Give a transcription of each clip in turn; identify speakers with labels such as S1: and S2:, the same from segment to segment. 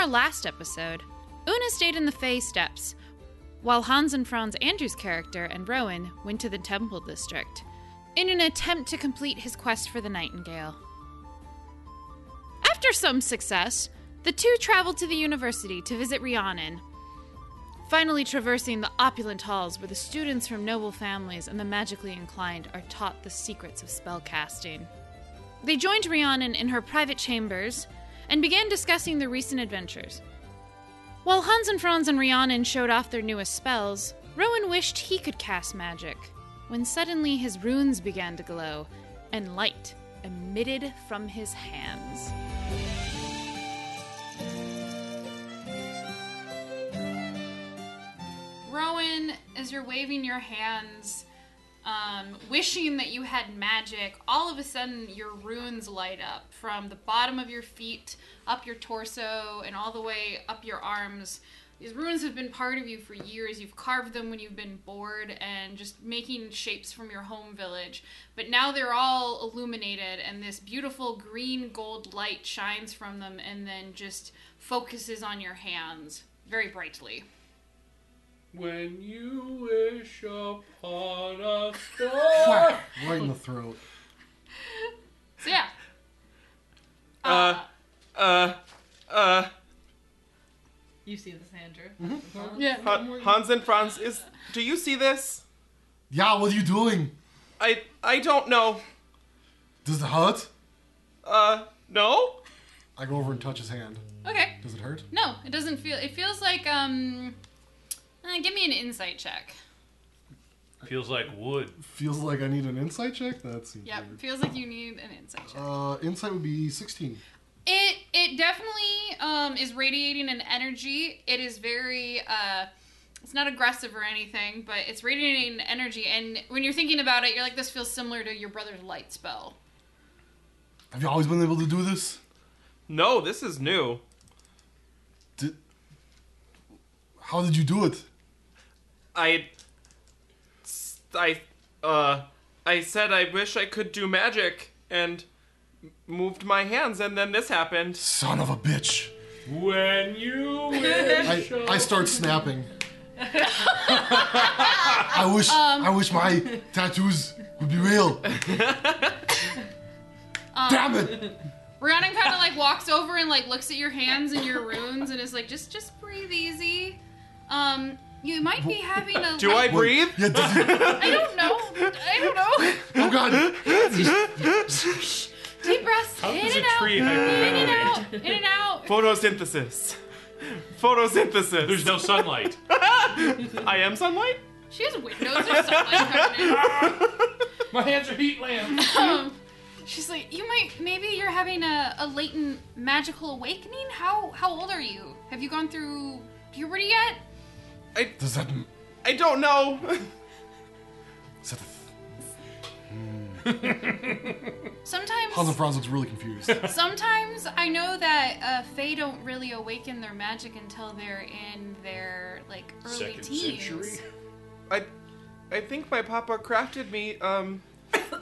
S1: our last episode, Una stayed in the Fey Steps, while Hans and Franz Andrew's character and Rowan went to the Temple District in an attempt to complete his quest for the Nightingale. After some success, the two traveled to the university to visit Rhiannon, finally traversing the opulent halls where the students from noble families and the magically inclined are taught the secrets of spellcasting. They joined Rhiannon in her private chambers and began discussing their recent adventures. While Hans and Franz and Rhiannon showed off their newest spells, Rowan wished he could cast magic, when suddenly his runes began to glow and light emitted from his hands. Rowan, as you're waving your hands, um, wishing that you had magic, all of a sudden your runes light up from the bottom of your feet, up your torso, and all the way up your arms. These runes have been part of you for years. You've carved them when you've been bored and just making shapes from your home village. But now they're all illuminated, and this beautiful green gold light shines from them and then just focuses on your hands very brightly.
S2: When you wish upon a star.
S3: Right in the throat.
S1: So, yeah.
S2: uh, uh, uh,
S4: You see this, Andrew?
S1: Yeah.
S2: Han- Hans and Franz, is do you see this?
S3: Yeah, what are you doing?
S2: I I don't know.
S3: Does it hurt?
S2: Uh, no.
S3: I go over and touch his hand.
S1: Okay.
S3: Does it hurt?
S1: No, it doesn't feel. It feels like um. uh, give me an insight check.
S5: Feels like wood.
S3: Feels like I need an insight check? That seems
S1: Yep,
S3: weird.
S1: feels like you need an insight check.
S3: Uh, insight would be 16.
S1: It it definitely um is radiating an energy. It is very uh. It's not aggressive or anything, but it's radiating energy. And when you're thinking about it, you're like, this feels similar to your brother's light spell.
S3: Have you always been able to do this?
S2: No, this is new.
S3: Did... How did you do it?
S2: I I uh I said I wish I could do magic and m- moved my hands and then this happened.
S3: Son of a bitch.
S2: When you win.
S3: I, I start snapping. I wish I wish my tattoos would be real. Damn it!
S1: Rhiannon kind of like walks over and like looks at your hands and your runes and is like, just just breathe easy. Um, you might be having a.
S2: Do I breathe?
S3: Yeah, does it...
S1: I don't know. I don't know.
S3: Oh god!
S1: Deep breaths.
S5: How
S1: in
S5: does
S1: and
S5: a
S1: out.
S5: tree
S1: in and out.
S5: hyperventilate?
S1: In and out.
S2: Photosynthesis. Photosynthesis.
S5: There's no sunlight.
S2: I am sunlight?
S1: She has windows or something coming in.
S5: My hands are heat lamps.
S1: Um, she's like, you might, maybe you're having a, a latent magical awakening. How how old are you? Have you gone through puberty yet?
S3: Does that... m-
S2: I don't know.
S3: Is that a... Hans and
S1: Sometimes,
S3: Franz looks really confused.
S1: sometimes I know that uh, Fae don't really awaken their magic until they're in their like early
S5: Second
S1: teens.
S5: century.
S2: I I think my papa crafted me um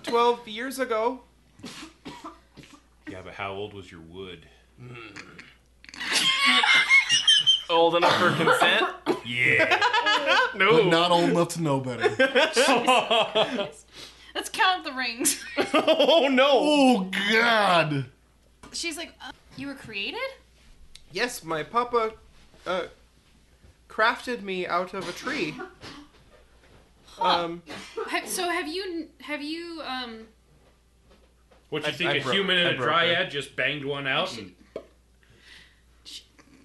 S2: 12 years ago.
S5: Yeah, but how old was your wood?
S2: Old enough for consent?
S5: Yeah.
S2: No.
S3: but not old enough to know better.
S1: Let's count the rings.
S2: oh no.
S3: Oh god!
S1: she's like, uh, you were created.
S2: Yes, my papa uh crafted me out of a tree. Um
S1: Ha- So have you have you um
S5: What you
S2: I-
S5: think?
S2: I
S5: a
S2: broke-
S5: human
S2: I
S5: and a
S2: broke
S5: dryad just banged one out and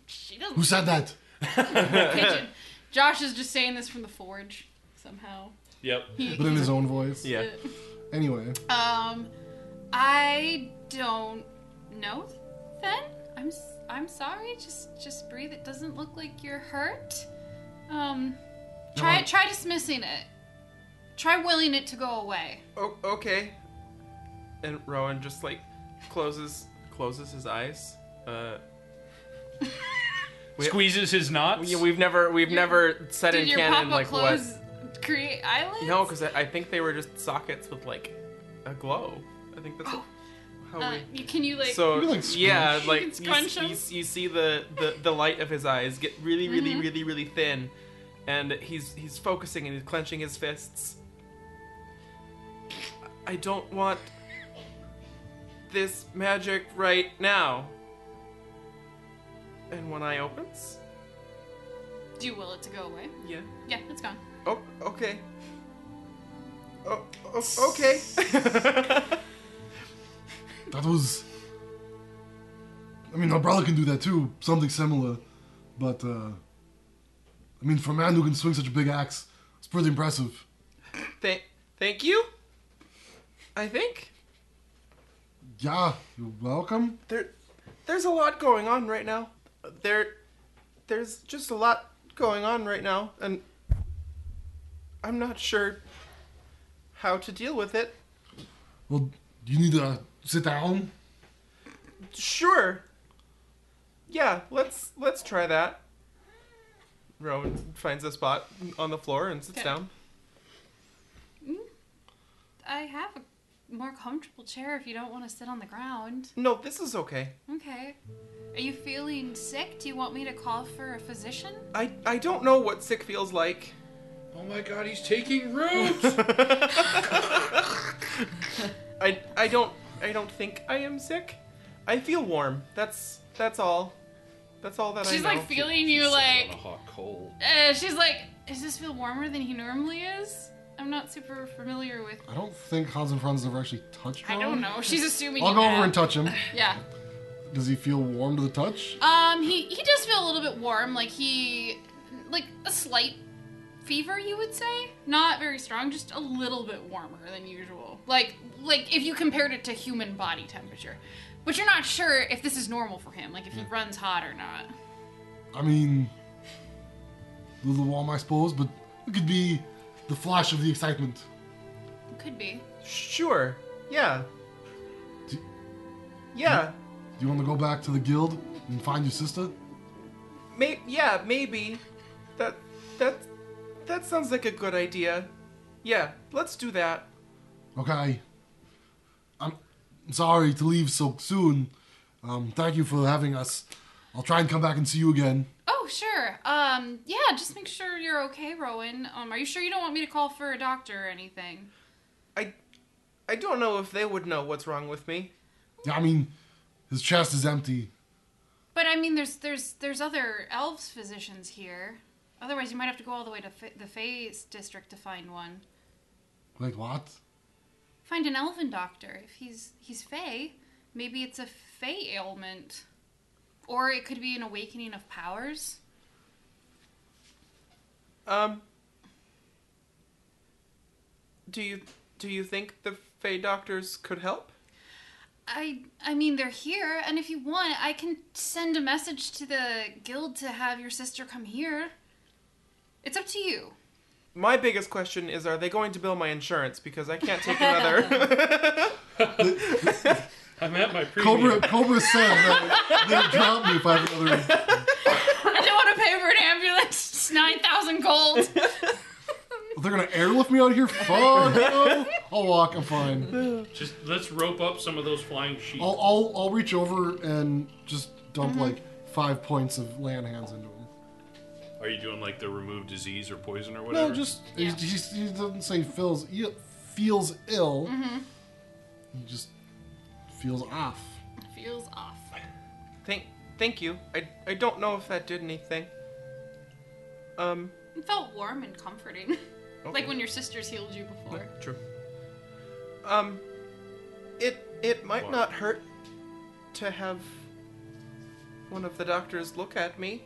S1: she doesn't
S3: Who said that?
S1: kitchen. Josh is just saying this from the forge somehow.
S5: Yep.
S3: But in his own voice.
S2: yeah.
S3: Anyway,
S1: Um, I don't know. Then I'm s- I'm sorry. Just just breathe. It doesn't look like you're hurt. Um, try
S3: I-
S1: try dismissing it. Try willing it to go away.
S2: O- okay. And Rowan just like closes closes his eyes. Uh We-
S5: Squeezes his knots.
S2: yeah, we've never we've never said
S1: Did
S2: in
S1: your
S2: canon
S1: papa
S2: like
S1: close create eyelids?
S2: what. No, because I, I think they were just sockets with like a glow. I think that's what, How
S1: Uh,
S2: we-
S1: you, can you like?
S2: so
S3: You can, like,
S2: yeah,
S3: scrunch.
S2: like
S1: You
S2: you,
S1: can scrunch
S2: s-
S1: him.
S2: you s- you see the, the the light of his eyes get really, really, really, really thin, and he's he's focusing and he's clenching his fists. I don't want this magic right now. And one eye opens.
S1: do you will it to go away?
S2: Yeah.
S1: Yeah, it's gone.
S2: Oh, okay. Oh, oh okay.
S3: That was. I mean, our brother can do that too, something similar. But, uh. I mean, for a man who can swing such a big axe, it's pretty impressive.
S2: Th- thank you. I think
S3: Yeah, you're welcome.
S2: there, there's a lot going on right now. There, there's just a lot going on right now, and I'm not sure how to deal with it.
S3: Well, you need to sit down.
S2: Sure. Yeah, let's let's try that. Rowan finds a spot on the floor and sits
S1: Okay.
S2: down.
S1: Mm. I have a more comfortable chair if you don't want to sit on the ground.
S2: No, this is okay.
S1: Okay. Are you feeling sick? Do you want me to call for a physician?
S2: I I don't know what sick feels like.
S5: Oh my god, he's taking root!
S2: I I don't I don't think I am sick. I feel warm. That's that's all. That's all that
S1: She's
S2: I know.
S1: like feeling you
S5: He's
S1: like.
S5: on a hot cold.
S1: Uh, she's like, does this feel warmer than he normally is? I'm not super familiar with.
S3: I don't think Hans and Franz ever actually touched
S1: I don't
S3: Rowan.
S1: know. She's assuming.
S3: I'll
S1: you
S3: go
S1: have.
S3: over and touch him.
S1: Yeah.
S3: Does he feel warm to the touch?
S1: Um. He he does feel a little bit warm. Like he, like a slight fever. You would say not very strong, just a little bit warmer than usual. Like like if you compared it to human body temperature, but you're not sure if this is normal for him. Like if he runs hot or not.
S3: I mean, a little warm, I suppose, but it could be the flash of the excitement.
S1: Could be.
S2: Sure. Yeah.
S3: Do-
S2: Yeah.
S3: Do you want to go back to the guild and find your sister?
S2: May yeah, maybe. That that that sounds like a good idea. Yeah, let's do that.
S3: Okay. I'm sorry to leave so soon. Um, thank you for having us. I'll try and come back and see you again.
S1: Oh, sure. Um, yeah, just make sure you're okay, Rowan. Um, are you sure you don't want me to call for a doctor or anything?
S2: I I don't know if they would know what's wrong with me.
S3: Yeah, I mean, his chest is empty.
S1: But I mean, there's there's there's other elves physicians here. Otherwise, you might have to go all the way to fa- the Fae district to find one.
S3: Wait, what?
S1: Find an elven doctor if he's he's Fae. Maybe it's a Fae ailment, or it could be an awakening of powers.
S2: Um Do you do you think the Fey doctors could help?
S1: I I mean they're here, and if you want, I can send a message to the guild to have your sister come here. It's up to you.
S2: My biggest question is are they going to bill my insurance because I can't take another
S5: I'm at my premium.
S3: Cobra, Cobra said that they'd drop me if I have another.
S1: I didn't want to pay for an ambulance. It's nine thousand gold.
S3: They're gonna airlift me out of here. Fuck no! I'll walk. I'm fine.
S5: Just let's rope up some of those flying sheep.
S3: I'll, I'll, I'll reach over and just dump like five points of land hands into him.
S5: Are you doing like the remove disease or poison or whatever?
S3: No, just
S1: Yeah.
S3: he, he, he doesn't say feels ill, feels ill. He just feels off.
S1: Feels off.
S2: Thank thank you. I I don't know if that did anything. Um
S1: It felt warm and comforting, like when your sisters healed you before.
S2: True. Um it it might
S5: What?
S2: not hurt to have one of the doctors look at me.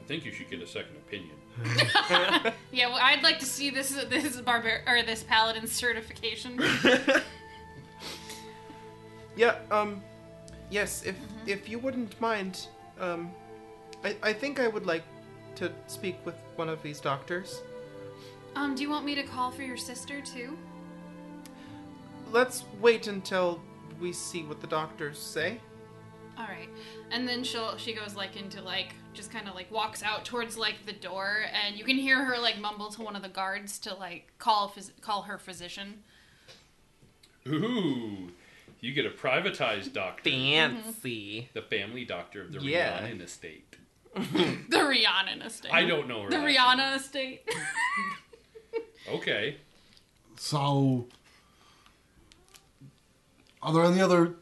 S5: I think you should get a second opinion.
S1: Yeah, well, I'd like to see this this is barbar or this paladin certification.
S2: Yeah, um yes, if if you wouldn't mind, um I I think I would like to speak with one of these doctors.
S1: um, do you want me to call for your sister too?
S2: Let's wait until we see what the doctors say.
S1: All right, and then she'll she goes like into like just kind of like walks out towards like the door, and you can hear her like mumble to one of the guards to like call phys- call her physician.
S5: Ooh, You get a privatized doctor,
S6: Fancy.
S5: the family doctor of the
S6: Yeah.
S5: Rhiannon estate.
S7: The Rihanna estate.
S5: I don't know her.
S7: The
S5: last name.
S7: Rihanna estate.
S5: Okay.
S3: So, are there any other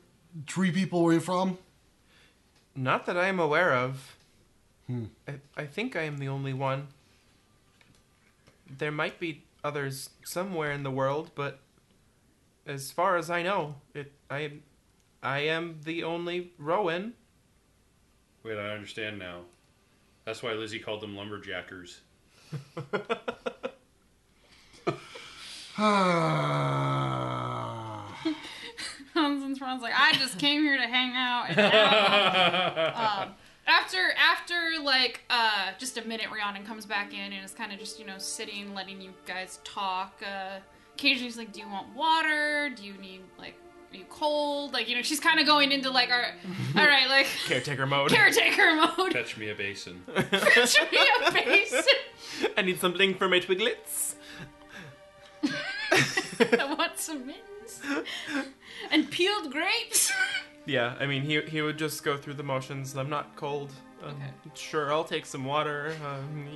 S3: tree people where you're from?
S2: Mm-hmm. Not that I am aware of. I, I think I am the only one. There might be others somewhere in the world, but as far as I know, it I am I am the only Rowan.
S5: Wait, I understand now. That's why Lizzie called them lumberjackers.
S3: Ah.
S7: Hanson's Ron's like, I just came here to hang out. And now, um, after after like uh, just a minute, Rhiannon comes back in and is kind of just you know sitting, letting you guys talk. Uh, occasionally, she's like, "Do you want water? Do you need like?" Are you cold? Like you know, she's kind of going into like our, all right, like
S2: Caretaker mode.
S7: caretaker mode.
S5: Fetch me a basin.
S7: Fetch me a basin.
S2: I need something for my twiglets.
S7: I want some mittens and peeled grapes.
S2: Yeah, I mean he he would just go through the motions. I'm not cold. Um,
S1: Okay.
S2: Sure, I'll take some water. Um,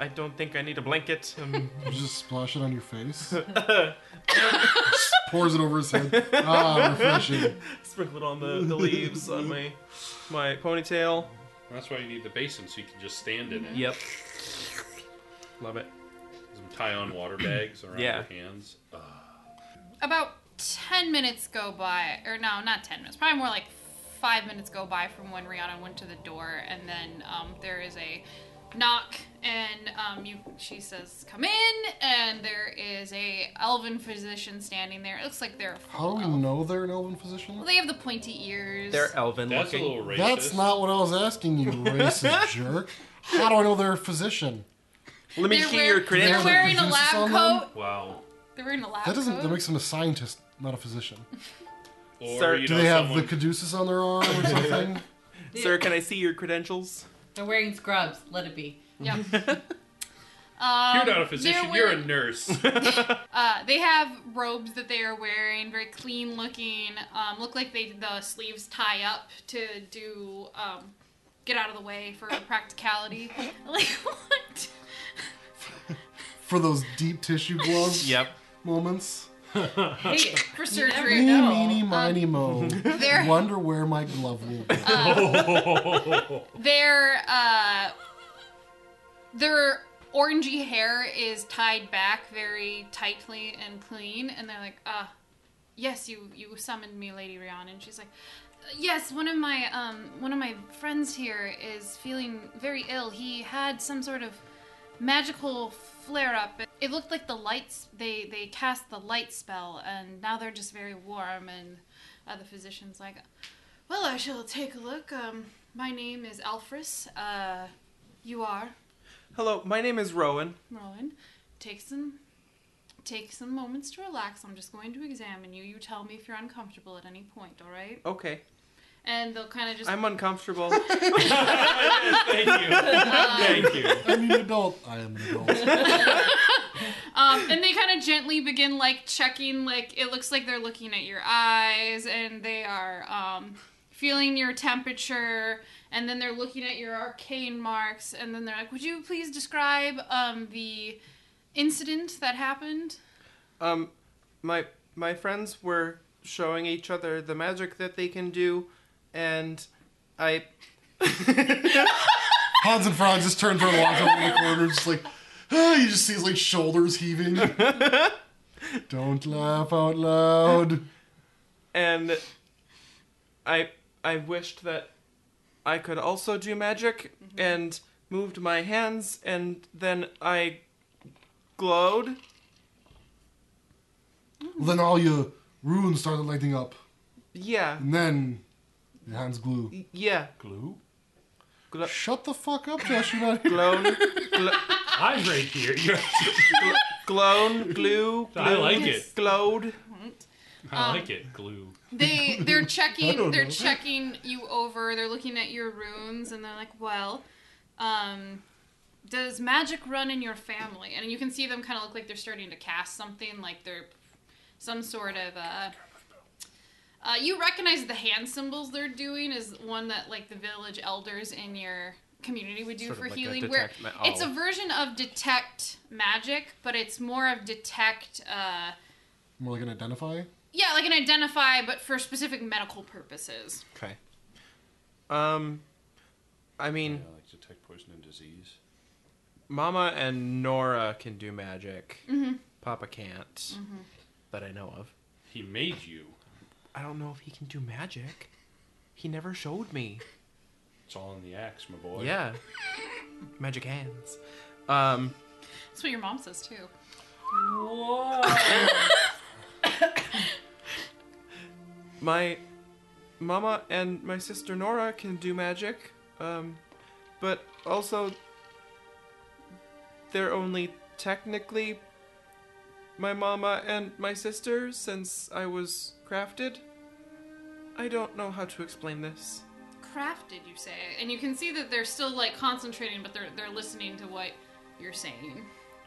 S2: I don't think I need a blanket. Um,
S3: You just splash it on your face. Just pours it over his head. Ah, refreshing.
S2: sprinkle it on the, the leaves on my my ponytail.
S5: That's why you need the basin so you can just stand in it.
S2: Yep. Love it.
S5: Some tie on water bags around
S2: Mm-hmm. Yeah.
S5: your hands.
S7: about 10 minutes go by or no not 10 minutes probably more like five minutes go by from when rihanna went to the door and then um, there is a knock and um, you, she says come in and there is a elven physician standing there it looks like they're a
S3: How do
S7: full
S3: we
S7: elf.
S3: know they're an elven physician?
S7: Well, they have the pointy ears
S2: They're elven
S5: That's
S2: looking.
S5: a little racist.
S3: That's not what I was asking you, racist jerk. How do I know they're a physician?
S2: Let me
S7: They're
S2: see
S7: wear-
S2: your
S7: they're
S2: credentials.
S3: wear-
S7: wearing a
S3: There's a
S7: lab
S3: physicist on them?
S7: coat
S5: Wow.
S7: they're wearing a lab
S3: That doesn't.
S7: coat
S3: That makes them a scientist, not a physician.
S5: Or
S2: Sir,
S5: you
S3: Do
S5: know
S3: they have
S5: someone.
S3: the caduceus on their arm or something?
S2: Sir, can I see your credentials?
S1: They're wearing scrubs. Let it be.
S7: yeah Um,
S5: You're not a physician.
S7: they're
S5: You're a
S7: wearing-
S5: nurse.
S7: Uh, they have robes that they are wearing, very clean looking. Um, look like they the sleeves tie up to do um, get out of the way for practicality. Like what?
S3: For those deep tissue gloves
S2: Yep.
S3: moments.
S1: Hey,
S7: For
S1: You
S3: Meeny,
S7: surgery.
S1: never know.
S3: meeny, miny, mo.
S7: They're
S3: Wonder where my glove will go.
S7: Their uh, their orangey hair is tied back very tightly and clean, and they're like, "Uh, yes, you you summoned me, Lady Rihanna," and she's like. Yes, one of my um, one of my friends here is feeling very ill. He had some sort of magical flare up. It looked like the lights they they cast the light spell, and now they're just very warm. And uh, the physician's like, well, I shall take a look. Um, my name is Alfris. Uh, you are
S2: Hello, my name is Rowan.
S7: Merlin. Take some, take some moments to relax. I'm just going to examine you. You tell me if you're uncomfortable at any point. All right?
S2: Okay.
S7: And they'll kind of just.
S2: I'm uncomfortable.
S5: Thank you.
S3: I'm an adult. I am an adult.
S7: Um, and they kind of gently begin like checking, like it looks like they're looking at your eyes, and they are um, feeling your temperature, and then they're looking at your arcane marks, and then they're like, "Would you please describe um, the incident that happened?"
S2: Um, my my friends were showing each other the magic that they can do, and I
S3: Hans and Franz just turns around and walks over to the corner, just like, ah, you just see his like shoulders heaving. Don't laugh out loud.
S2: and I I wished that I could also do magic and moved my hands, and then I glowed.
S3: Then all your runes started lighting up,
S2: Yeah,
S5: Mm.
S3: and then your hands glue.
S2: yeah,
S5: Glue?
S3: Shut the fuck up, Josh. You're not here.
S2: glowed,
S5: I'm right here. You're-
S2: glown, glue, glue.
S5: I like it.
S2: Glowed.
S7: Um,
S5: I like it. Glue.
S7: they they're checking
S3: don't
S7: they're
S3: know.
S7: checking you over they're looking at your runes and they're like well um does magic run in your family and you can see them kind of look like they're starting to cast something like they're some sort of uh Uh, you recognize the hand symbols they're doing is one that like the village elders in your community would do
S8: Sort of
S7: for
S8: like a
S7: healing. Where
S8: detect ma-
S7: it's a
S8: oh.
S7: version of detect magic, but it's more of detect. Uh,
S3: More like an identify.
S7: yeah, like an identify, but for specific medical purposes.
S8: Okay.
S2: Um, I mean,
S5: I like detect poison and disease.
S2: Mama and Nora can do magic. Papa can't, that I know of.
S5: He made you.
S2: I don't know if he can do magic. He never showed me.
S5: It's all in the axe, my boy.
S2: Yeah, magic hands. Um,
S7: That's what your mom says too.
S9: Whoa.
S2: my mama and my sister Nora can do magic. Um, but also they're only technically my mama and my sister since I was crafted. I don't know how to explain this.
S7: Crafted, you say, and you can see that they're still like concentrating, but they're they're listening to what you're saying.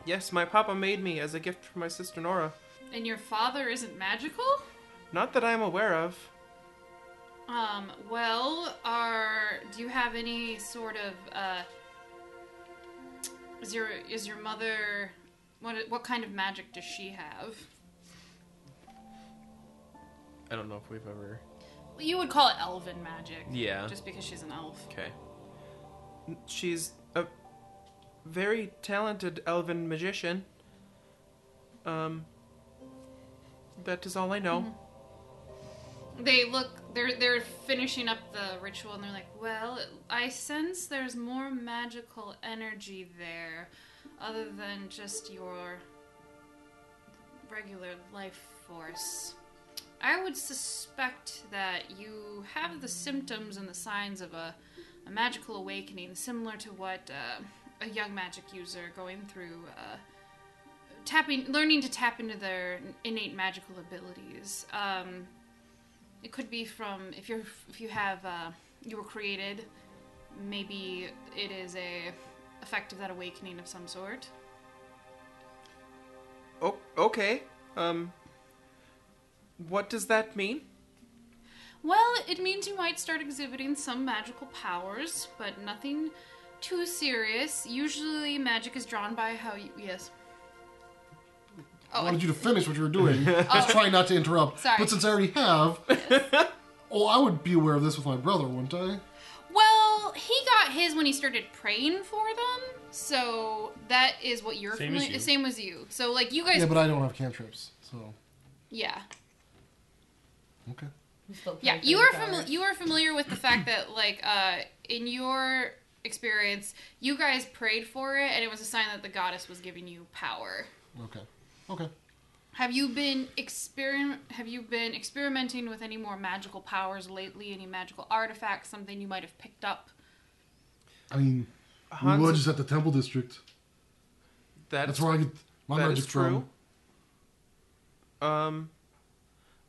S2: Yes, my papa made me as a gift for my sister Nora.
S7: And your father isn't magical?
S2: Not that I'm aware of.
S7: Um, well, are do you have any sort of uh is your is your mother what what kind of magic does she have?
S2: I don't know if we've ever.
S7: Well, you would call it elven magic.
S2: Yeah.
S7: Just because she's an elf.
S2: Okay. She's a very talented elven magician. Um, that is all I know.
S7: They look they're they're finishing up the ritual and they're like, "Well, I sense there's more magical energy there other than just your regular life force." I would suspect that you have the symptoms and the signs of a, a magical awakening, similar to what uh, a young magic user going through uh, tapping, learning to tap into their innate magical abilities. Um, it could be from if you're if you have uh, you were created, maybe it is a effect of that awakening of some sort.
S2: Oh, okay. Um, what does that mean?
S7: Well, it means you might start exhibiting some magical powers, but nothing too serious. Usually, magic is drawn by how you. Yes.
S3: I wanted you to finish what you were doing. Just try not to interrupt.
S7: Sorry.
S3: But since I already have, well, I would be aware of this with my brother, wouldn't I?
S7: Well, he got his when he started praying for them, so that is what you're
S5: Same as
S7: famili-
S5: you.
S7: Same as you. So, like, you guys.
S3: Yeah, but I don't have cantrips, so
S7: yeah.
S3: okay.
S7: yeah you are fami- you are familiar with the fact that like uh in your experience you guys prayed for it and it was a sign that the goddess was giving you power
S3: Okay. Okay.
S7: have you been experiment have you been experimenting with any more magical powers lately any magical artifacts something you might have picked up
S3: I mean,
S2: Hans-
S3: we were just at the temple district. That's where I get my
S2: that
S3: magic
S2: is true. Um,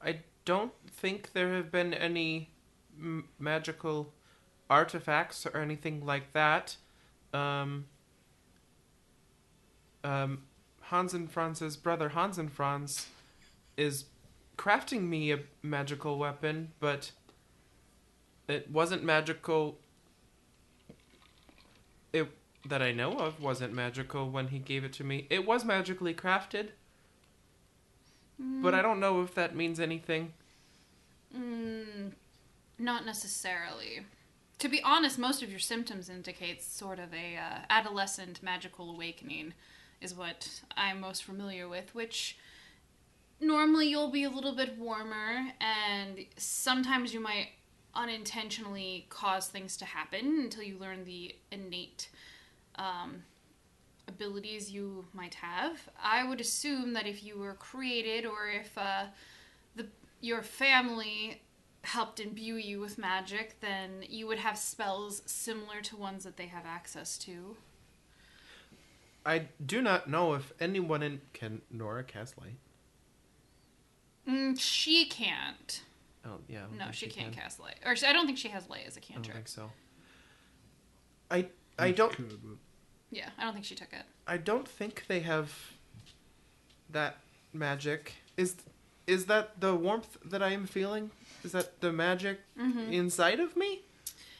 S2: I don't think there have been any m- magical artifacts or anything like that. Um, um, Hans and Franz's brother, Hans and Franz, is crafting me a magical weapon, but it wasn't magical. It that I know of wasn't magical when he gave it to me. It was magically crafted, but I don't know if that means anything.
S7: Mm, not necessarily. To be honest, most of your symptoms indicates sort of a uh, adolescent magical awakening, is what I'm most familiar with. Which normally you'll be a little bit warmer, and sometimes you might unintentionally cause things to happen until you learn the innate um, abilities you might have. I would assume that if you were created or if uh, the your family helped imbue you with magic, then you would have spells similar to ones that they have access to.
S2: I do not know if anyone in can Nora cast light.
S7: Mm, she can't.
S2: Oh yeah, I don't
S7: No,
S2: think
S7: she, can't
S2: can.
S7: cast light. Or she, I don't think she has light as a
S2: I don't
S7: cantrip.
S2: think so. I I don't
S3: Good, but
S7: yeah, I don't think she took it.
S2: I don't think they have that magic. Is is that the warmth that I am feeling? Is that the magic
S7: Mm-hmm.
S2: inside of me?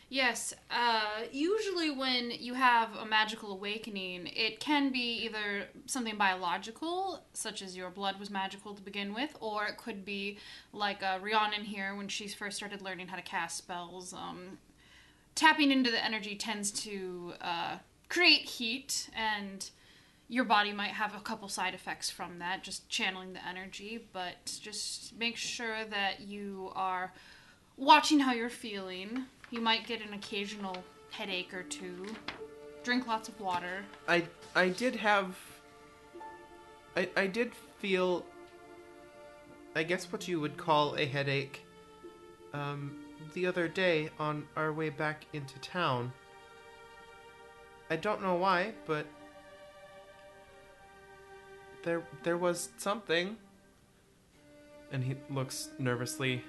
S7: Yes, uh, usually when you have a magical awakening, it can be either something biological, such as your blood was magical to begin with, or it could be like uh, Rhiannon here when she first started learning how to cast spells. Um, tapping into the energy tends to uh, create heat, and your body might have a couple side effects from that, just channeling the energy, but just make sure that you are watching how you're feeling. You might get an occasional headache or two. Drink lots of water.
S2: I I did have I I did feel I guess what you would call a headache um the other day on our way back into town. I don't know why, but there there was something and he looks nervously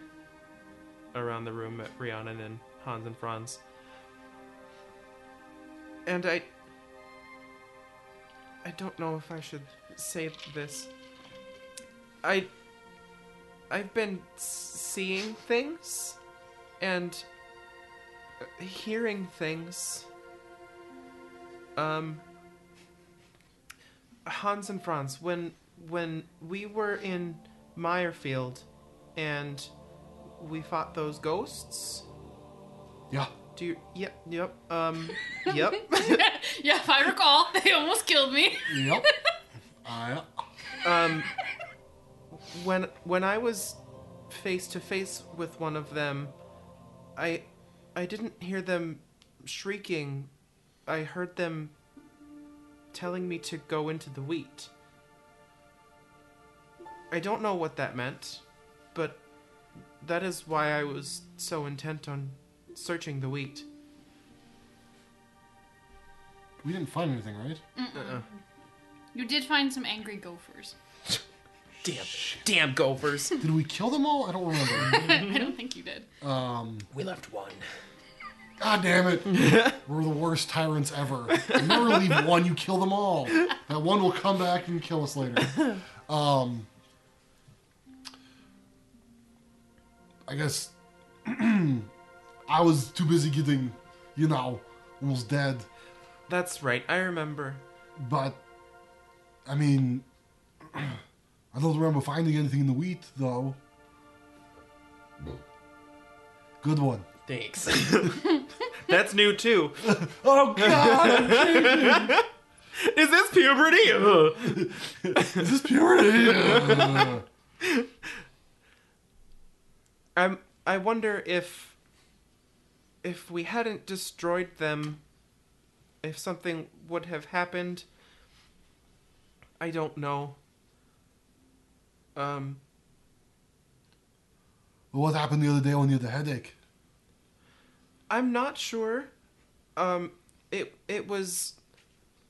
S2: around the room at Rhiannon and Hans and Franz. And I. I don't know if I should say this. I. I've been s- seeing things and uh, hearing things. Um. Hans and Franz, when when we were in Meyerfield and we fought those ghosts,
S3: Yeah.
S2: do you? Yep. Yep. Um. yep.
S7: yeah, if I recall, they almost killed me.
S3: Yep. I,
S2: Um. When when I was face to face with one of them, I I didn't hear them shrieking. I heard them telling me to go into the wheat. I don't know what that meant, but that is why I was so intent on searching the wheat.
S3: we didn't find anything, right?
S7: You did find some angry gophers.
S2: Damn, damn gophers.
S3: Did we kill them all? I don't remember.
S7: I don't think you did.
S3: um,
S10: We left one.
S3: God damn it. We're the worst tyrants ever. You never leave one, you kill them all. That one will come back and kill us later. Um, I guess I was too busy getting, you know, almost dead.
S2: That's right. I remember.
S3: But, I mean, I don't remember finding anything in the wheat, though. Good one.
S10: Thanks.
S2: That's new too.
S3: Oh, God!
S2: Is this puberty? Ugh.
S3: Is this purity?
S2: I'm. Um, I wonder if, if we hadn't destroyed them, if something would have happened. I don't know. Um.
S3: what happened the other day when you had a headache?
S2: I'm not sure. Um, it it was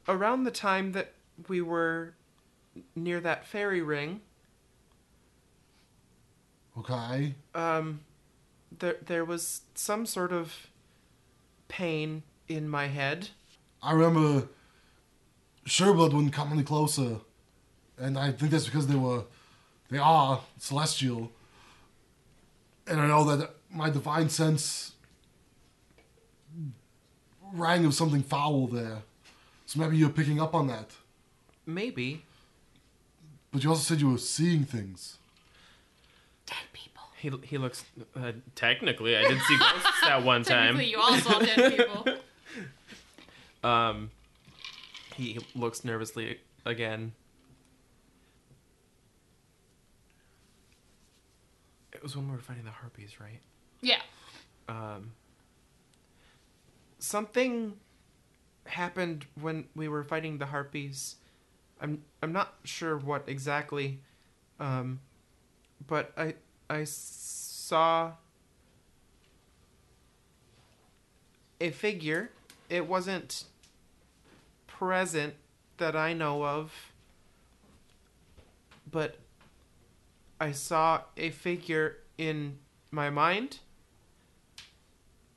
S2: around the time that we were near that fairy ring.
S3: Okay.
S2: Um, there there was some sort of pain in my head.
S3: I remember Sherblood wouldn't come any closer. And I think that's because they were they are celestial. And I know that my divine sense rang of something foul there. So maybe you're picking up on that.
S2: Maybe.
S3: But you also said you were seeing things.
S7: Dead people.
S2: He, he looks. Uh, technically, I did see ghosts that one
S7: Technically, you all saw dead people.
S2: Um, he looks nervously again. It was when we were fighting the harpies, right?
S7: Yeah.
S2: Um, something happened when we were fighting the harpies. I'm I'm not sure what exactly, um, but I I s- saw a figure. It wasn't present that I know of, but I saw a figure in my mind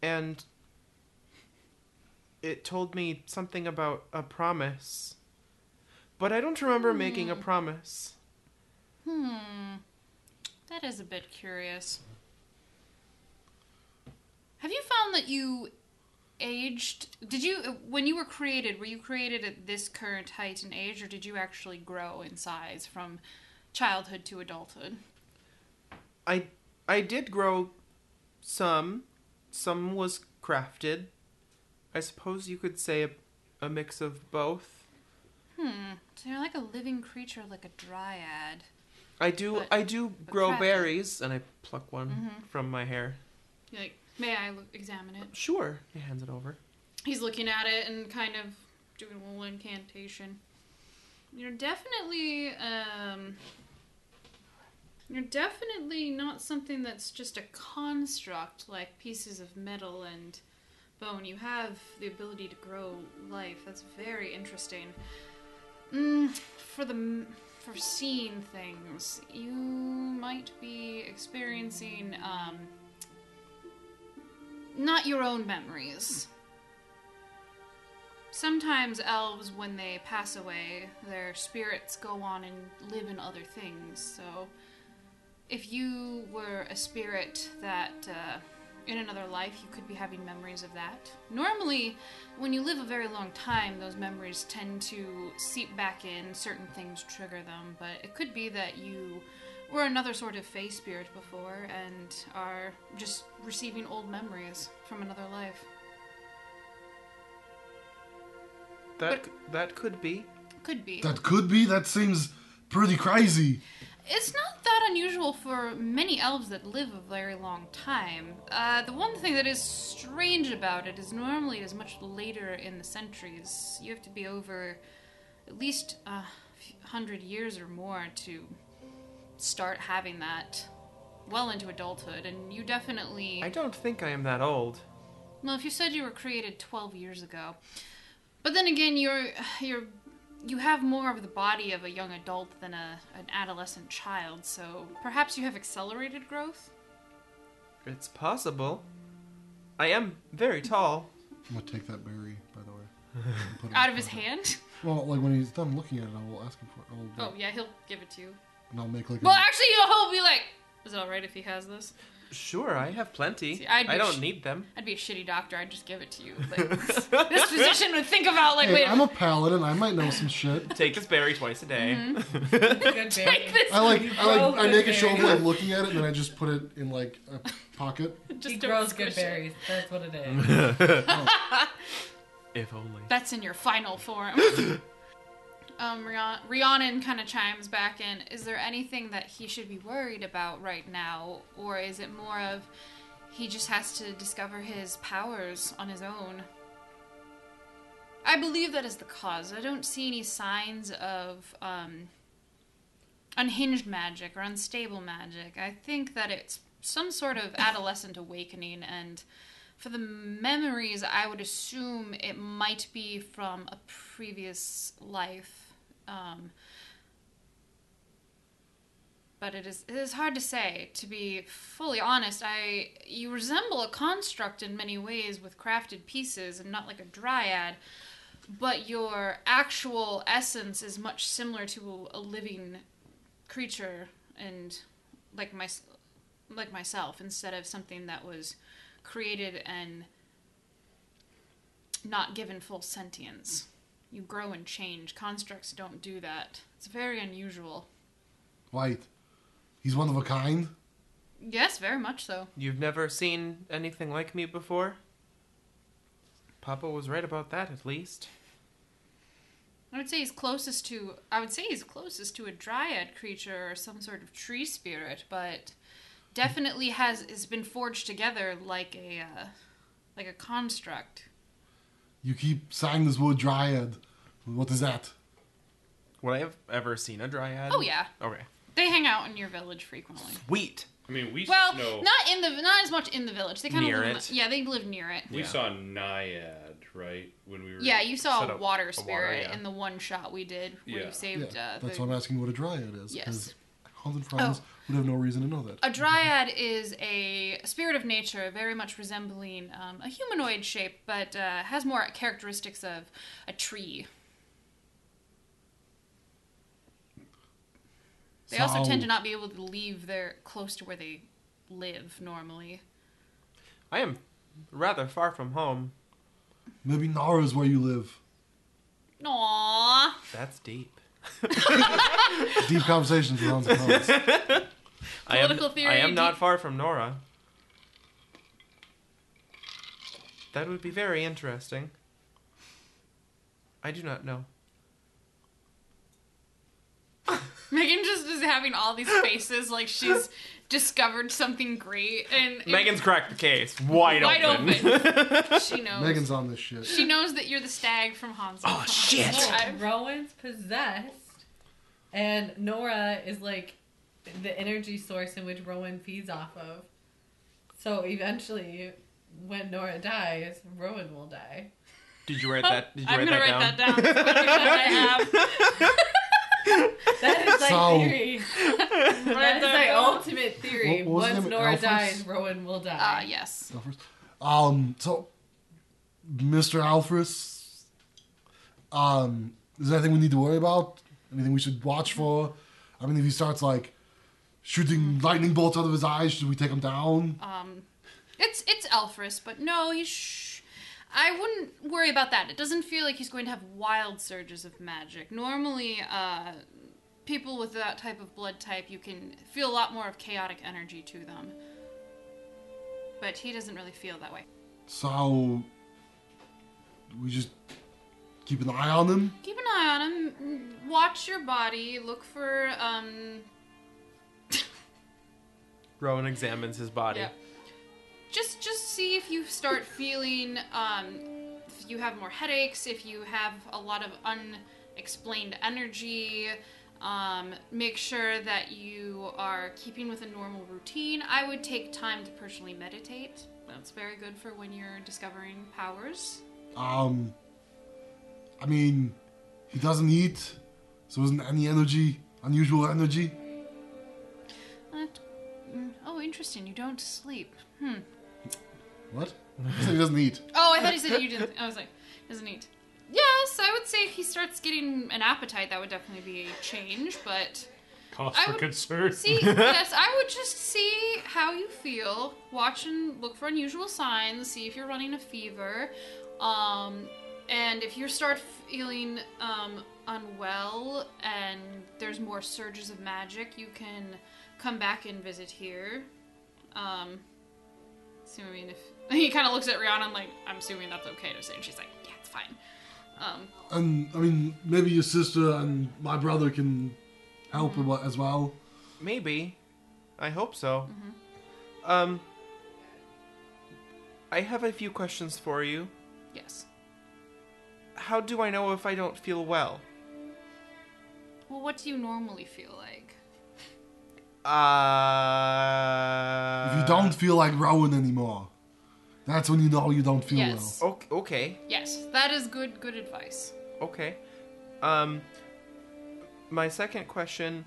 S2: and it told me something about a promise. But I don't remember making a promise.
S7: Hmm. That is a bit curious. Have you found that you aged? Did you, when you were created, were you created at this current height and age, or did you actually grow in size from childhood to adulthood?
S11: I I did grow some. Some was crafted. I suppose you could say a, a mix of both.
S7: Hmm. So you're like a living creature, like a dryad.
S11: I do
S7: But-
S11: I do grow
S7: crafted. Mm-hmm.
S11: berries and I pluck one from my hair.
S7: You're like, may I look, examine it?
S11: Sure. He hands it over.
S7: He's looking at it and kind of doing a little incantation. You're definitely, um, you're definitely not something that's just a construct like pieces of metal and bone. You have the ability to grow life. That's very interesting. Mm, for the m- for seeing things, you might be experiencing um, not your own memories. Sometimes elves, when they pass away, their spirits go on and live in other things. So, if you were a spirit that uh, in another life, you could be having memories of that. Normally, when you live a very long time, those memories tend to seep back in, certain things trigger them, but it could be that you were another sort of fae spirit before and are just receiving old memories from another life.
S11: That c that could be.
S7: Could be.
S3: That could be. That seems pretty crazy.
S7: It's not that unusual for many elves that live a very long time. Uh, the one thing that is strange about it is normally it is much later in the centuries. You have to be over at least a hundred years or more to start having that well into adulthood, and you definitely.
S11: I don't think I am that old.
S7: Well, if you said you were created 12 years ago, but then again, you're you're you have more of the body of a young adult than a an adolescent child, so perhaps you have accelerated growth.
S11: It's possible. I am very tall.
S3: I'm gonna take that berry, by the way. and put it in
S7: Out of his
S3: pocket.
S7: hand?
S3: Well, like when he's done looking at it, I will ask him for it. I'll,
S7: Oh yeah, he'll give it to you.
S3: And I'll make like.
S7: Oh. Well,
S3: a,
S7: actually, he'll be like, "Is it all right if he has this?"
S11: Sure, I have plenty.
S7: See, I'd
S11: I
S7: be
S11: don't
S7: sh-
S11: need them.
S7: I'd be a shitty doctor. I'd just give it to you. Like, this physician would think about like,
S3: hey,
S7: wait,
S3: I'm a paladin. I might know some shit.
S11: Take this berry twice a day.
S4: Good
S7: take
S4: berry.
S7: this.
S3: I like. I like. I
S4: Well,
S3: make a
S4: good
S3: show of
S4: berry.
S3: like looking at it, and then I just put it in like a pocket.
S7: just
S4: he
S7: don't
S4: grows good
S7: squish it."
S4: berries. That's what it is.
S11: If only.
S7: That's in your final form. um, Rian- Rhiannon kind of chimes back in. Is there anything that he should be worried about right now, or is it more of he just has to discover his powers on his own? I believe that is the cause. I don't see any signs of um, unhinged magic or unstable magic. I think that it's some sort of adolescent awakening and for the memories, I would assume it might be from a previous life. Um, but it is it is hard to say. To be fully honest, I you resemble a construct in many ways with crafted pieces and not like a dryad. But your actual essence is much similar to a living creature and like my like myself instead of something that was created and not given full sentience. You grow and change. Constructs don't do that. It's very unusual.
S3: White. He's one of a kind.
S7: Yes, very much so.
S11: You've never seen anything like me before? Papa was right about that, at least.
S7: I would say he's closest to I would say he's closest to a dryad creature or some sort of tree spirit, but definitely has has been forged together like a uh, like a construct.
S3: You keep saying this word dryad. What is that?
S11: Would I have ever seen a dryad?
S7: Oh yeah,
S11: Okay.
S7: they hang out in your village frequently.
S11: Wheat.
S5: I mean, we s-
S7: Well,
S5: no,
S7: not in the not as much in the village. They kind
S11: Near
S7: of live,
S11: it.
S7: yeah, they live near it.
S5: we
S11: Yeah.
S5: saw Naiad right when we were.
S7: Yeah, you saw
S11: set
S7: a
S11: up
S7: water
S11: a water,
S7: spirit
S11: yeah.
S7: in the one shot we did where
S5: Yeah.
S7: you saved
S3: yeah,
S7: uh,
S3: that's
S7: the...
S3: why I'm asking what a dryad is.
S7: Yes. Oh. Uh,
S3: Because Hans and Franz would have no reason to know that.
S7: A dryad is a spirit of nature, very much resembling um, a humanoid shape, but uh, has more characteristics of a tree. They also
S3: So-
S7: tend to not be able to leave their close to where they live normally.
S2: I am rather far from home.
S3: Maybe Nara is where you live.
S7: Aww.
S2: That's deep.
S3: Deep conversations around the house.
S7: Political theory,
S2: I am, I am not
S7: deep-
S2: far from Nora. That would be very interesting. I do not know.
S7: Megan just is having all these faces like she's discovered something great and it-
S2: Megan's cracked the case wide,
S7: Wide she knows.
S3: Megan's on this shit.
S7: she knows that you're the stag from Hans. Oh
S2: shit.
S7: I,
S4: Rowan's possessed, and Nora is like the energy source in which Rowan feeds off of. So eventually, when Nora dies, Rowan will die.
S2: Did you write that? Did you
S7: I'm
S2: write
S7: gonna
S2: that down?
S7: write that down. It's what I have.
S4: That is like
S3: So-
S4: theory. That
S7: Write
S4: is
S7: that
S4: my
S7: down.
S4: ultimate theory.
S3: What was the
S4: Once
S3: name?
S4: Nora
S3: Alphonse?
S4: dies, Rowan will die.
S7: Ah yes.
S3: Go first. Um, so, Mr. Alfris, um, is there anything we need to worry about? Anything we should watch for? I mean, if he starts like shooting lightning bolts out of his eyes, should we take him down?
S7: Um, it's it's Alfris, but no, he's. Sh- I wouldn't worry about that. It doesn't feel like he's going to have wild surges of magic. Normally, uh, people with that type of blood type, you can feel a lot more of chaotic energy to them. But he doesn't really feel that way.
S3: So, we just keep an eye on him.
S7: Keep an eye on him. m- Watch your body. Look for um,
S2: Rowan examines his body.
S7: Yeah. Just just see if you start feeling um if you have more headaches, if you have a lot of unexplained energy. Um, make sure that you are keeping with a normal routine. I would take time to personally meditate. That's very good for when you're discovering powers.
S3: Um, I mean, he doesn't eat, so isn't any energy unusual energy?
S7: That- mm, oh, interesting. You don't sleep. Hmm.
S3: What? He said he doesn't eat.
S7: Oh, I thought he said you didn't. I was like, doesn't eat. Yes, I would say if he starts getting an appetite, that would definitely be a change, but.
S5: Cause
S7: I
S5: for
S7: would-
S5: concern.
S7: See, yes, I would just see how you feel. Watch and look for unusual signs. See if you're running a fever, um, and if you start feeling um, unwell and there's more surges of magic, you can come back and visit here. Um, so I mean, if he kind of looks at Rihanna, and like I'm assuming that's okay to say, and she's like, yeah, it's fine. Um,
S3: And I mean, maybe your sister and my brother can help him as well.
S2: Maybe. I hope so.
S7: Mm-hmm.
S2: Um, I have a few questions for you.
S7: yes.
S2: How do I know if I don't feel well?
S7: Well, what do you normally feel like?
S2: Uh.
S3: If you don't feel like Rowan anymore, that's when you know you don't feel
S7: Yes.
S2: Okay. Okay.
S7: Yes, that is good. Good advice.
S2: Okay. Um. My second question: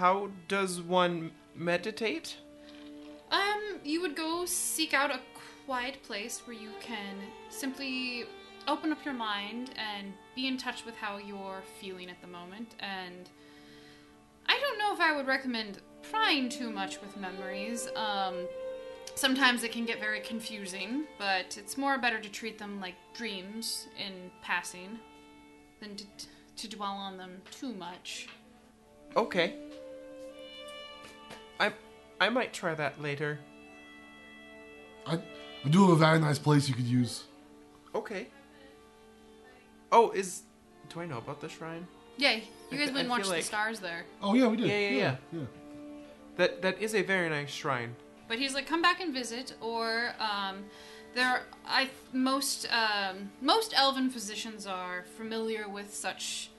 S2: How does one meditate?
S7: Um, you would go seek out a quiet place where you can simply open up your mind and be in touch with how you're feeling at the moment. And I don't know if I would recommend prying too much with memories. Um, sometimes it can get very confusing, but it's more better to treat them like dreams in passing than to, to dwell on them too much.
S2: Okay. I I might try that later.
S3: well. I, I do have a very nice place you could use.
S2: Okay. Oh, is do I know about the shrine?
S7: Yay,
S2: I
S7: you guys
S2: fe-
S7: went
S2: I
S7: and watched
S2: feel
S7: the
S2: like-
S7: stars there.
S3: Oh yeah, we did.
S2: Yeah, yeah, yeah.
S3: yeah.
S2: That that is a very nice shrine.
S7: But he's like, come back and visit, or um, there. I most um, most elven physicians are familiar with such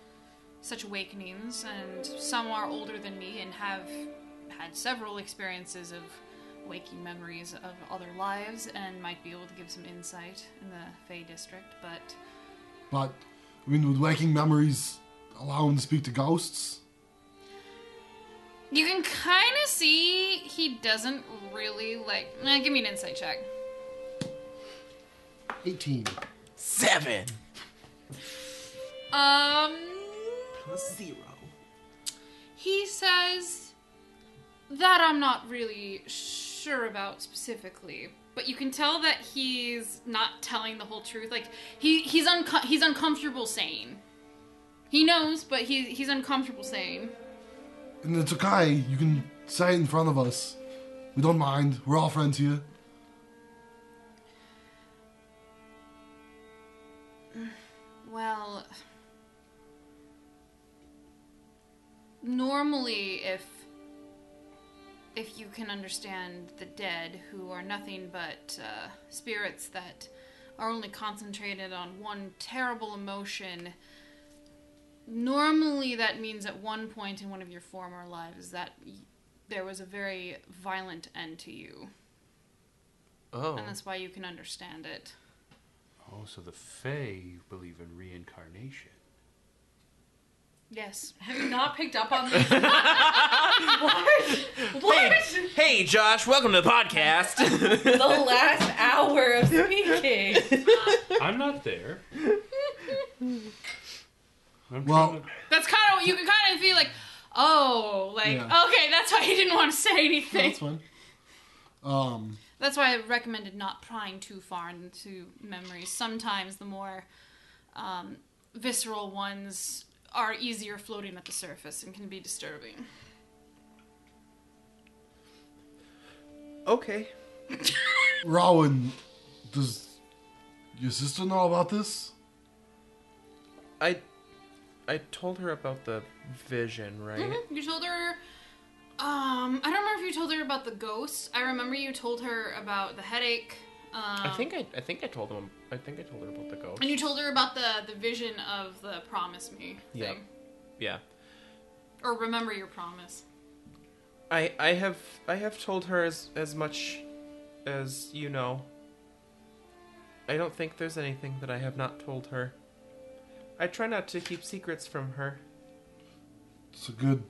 S7: such awakenings, and some are older than me and have had several experiences of waking memories of other lives, and might be able to give some insight in the Fey district. But
S3: But I mean, would waking memories allow him to speak to ghosts?
S7: you can kind of see he doesn't really like. Eh, give me an insight check.
S3: Eighteen.
S2: Seven
S7: Um.
S2: plus zero.
S7: He says That I'm not really sure about specifically, but you can tell that he's not telling the whole truth. Like he he's unco- he's uncomfortable saying. He knows, but he he's uncomfortable saying.
S3: And it's okay. You can say it in front of us. We don't mind. We're all friends here.
S7: Well, normally if if you can understand the dead who are nothing but uh, spirits that are only concentrated on one terrible emotion normally that means at one point in one of your former lives that y- there was a very violent end to you
S2: Oh.
S7: and that's why you can understand it
S5: Oh, so the Fae believe in reincarnation.
S7: yes
S4: Have you not picked up on this? what? What?
S2: Hey, Josh, welcome to the podcast.
S4: The last hour of speaking.
S5: I'm not there. I'm
S3: Well-
S5: trying to-
S7: That's kind of you can kind of feel like, oh, like
S3: Yeah.
S7: okay, that's why he didn't want to say anything.
S3: That's fine. Um,
S7: That's why I recommended not prying too far into memories. Sometimes the more um, visceral ones are easier floating at the surface and can be disturbing.
S11: Okay.
S3: Rowan, does your sister know about this?
S2: I I told her about the vision, right?
S7: You told her. Um, I don't remember if you told her about the ghosts. I remember you told her about the headache. Um,
S2: I think I I think I told him I think I told her about the ghost.
S7: And you told her about the the vision of the promise me thing,
S2: Yeah. Yeah.
S7: or remember your promise.
S2: I I have I have told her as as much as you know. I don't think there's anything that I have not told her. I try not to keep secrets from her.
S3: It's a good,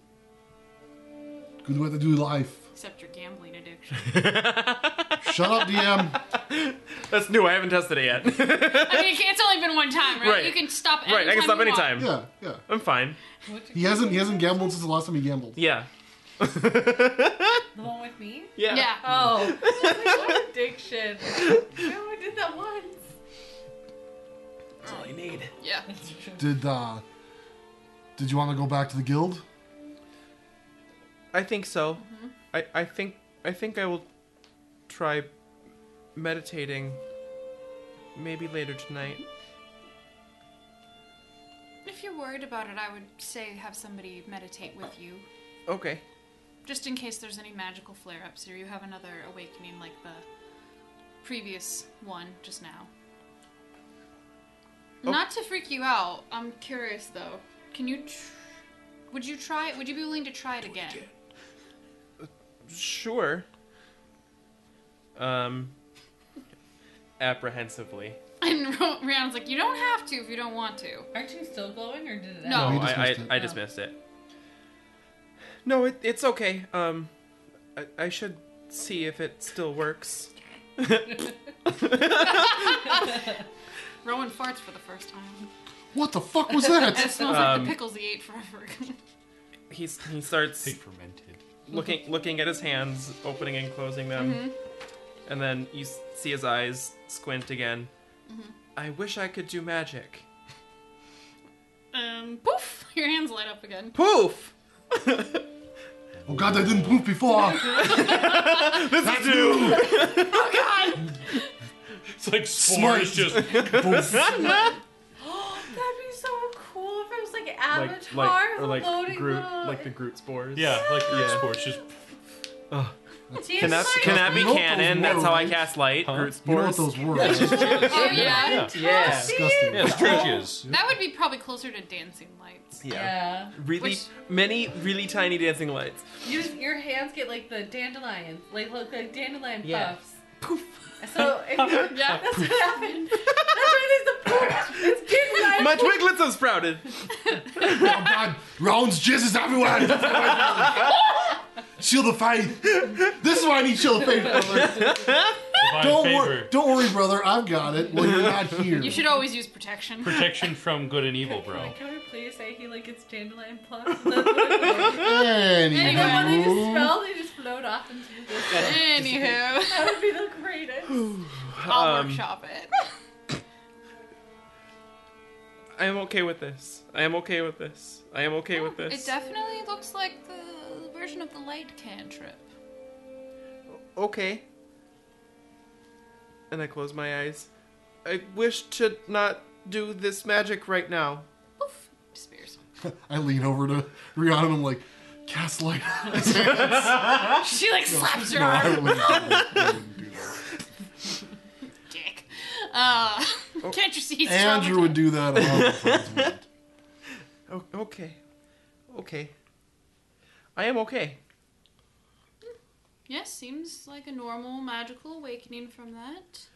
S3: good way to do life.
S7: Except your gambling addiction.
S3: Shut up, DM.
S2: That's new. I haven't tested it yet.
S7: I mean, it's only been one time, right?
S2: Right.
S7: You can stop anytime.
S2: right, I can stop
S7: you want.
S2: anytime.
S3: Yeah, yeah.
S2: I'm fine.
S3: He hasn't he hasn't gambled since the last time he gambled.
S2: Yeah.
S4: The one with me?
S2: yeah.
S7: Yeah.
S4: Oh. I was like, what addiction? I only did that once.
S2: That's all I need.
S7: Yeah.
S3: Did uh, did you want to go back to the guild?
S2: I think so.
S7: Mm-hmm.
S2: I, I think I think I will try meditating maybe later tonight.
S7: Mm-hmm. If you're worried about it, I would say have somebody meditate with you,
S2: Okay.
S7: just in case there's any magical flare-ups or you have another awakening like the previous one just now. Not to freak you out. I'm curious though. Can you? Tr- would you try? Would you be willing to try it again?
S2: Sure. Um apprehensively.
S7: And Ro- Rhiannon's like, you don't have to if you don't want to.
S4: Aren't you still glowing or did it
S7: No.
S2: No,
S3: we
S2: I, I,
S3: dismissed
S2: I
S4: it.
S2: dismissed it. No, it, it's okay. Um I, I should see if it still works.
S7: Rowan farts for the first time.
S3: What the fuck was that?
S7: It smells like
S2: Um,
S7: the pickles he ate forever ago.
S2: He's he starts
S5: They fermented.
S2: looking looking at his hands, opening and closing them, and then you s- see his eyes squint again. I wish I could do magic.
S7: Um, poof! Your hands light up again.
S2: Poof!
S3: oh god, I didn't poop before.
S2: That's new.
S5: It's like spores just.
S4: That'd be so cool if it was like
S2: like
S4: Avatar
S2: like or
S4: floating
S2: like Groot,
S4: little-
S2: like the Groot spores.
S5: Yeah, like
S2: Yeah.
S5: yeah. spores just.
S4: Dude,
S2: Can that,
S4: my
S2: can that be
S3: You know what
S2: canon?
S3: those
S2: That's how I
S3: were,
S2: cast light.
S5: Huh?
S2: Groot
S3: you know what
S2: spores.
S3: those were? That's
S7: Oh yeah,
S5: Yeah,
S2: yeah.
S3: disgusting.
S5: yeah, it's trenches.
S7: that would be probably closer to dancing lights.
S4: Yeah.
S2: Really
S7: Which-
S2: many really tiny dancing lights.
S4: You, your hands get like the dandelions, like look like dandelion
S2: Yeah.
S4: puffs. Poof. So if,
S7: Yeah.
S4: that's what happened. That's why there's the poof. It's dandelion.
S2: My twiglets have sprouted.
S3: Oh god, Rowan's jizz is everywhere. Shield of faith. This is why I need shield of faith, brother.
S5: Divine
S3: Don't
S5: favor.
S3: worry, don't worry, brother. I've got it. Well, you're not here.
S7: You should always use protection.
S5: Protection from good and evil,
S4: Can
S5: bro.
S4: we- Can we please say he like gets dandelion puffs? That's what it was.
S3: Anyway.
S4: And when they just smell, they just off into the distance.
S7: Anywho,
S4: That would be the greatest.
S7: I'll
S2: Um,
S7: workshop it.
S2: I am okay with this. I am okay with this. I am okay with this.
S7: It definitely looks like the version of the light cantrip.
S2: okay.
S11: And I close my eyes. I wish to not do this magic right now.
S7: Poof, disappears.
S3: I lean over to Rihanna and I'm like, cast light.
S7: She like slaps her
S3: No, I
S7: arm.
S3: wouldn't do that. I wouldn't do that.
S7: Dick. Uh, can't you see? he's
S3: Oh, Andrew would do that. and all my friends would.
S2: O- okay. Okay. I am okay.
S7: Yes, seems like a normal magical awakening from that.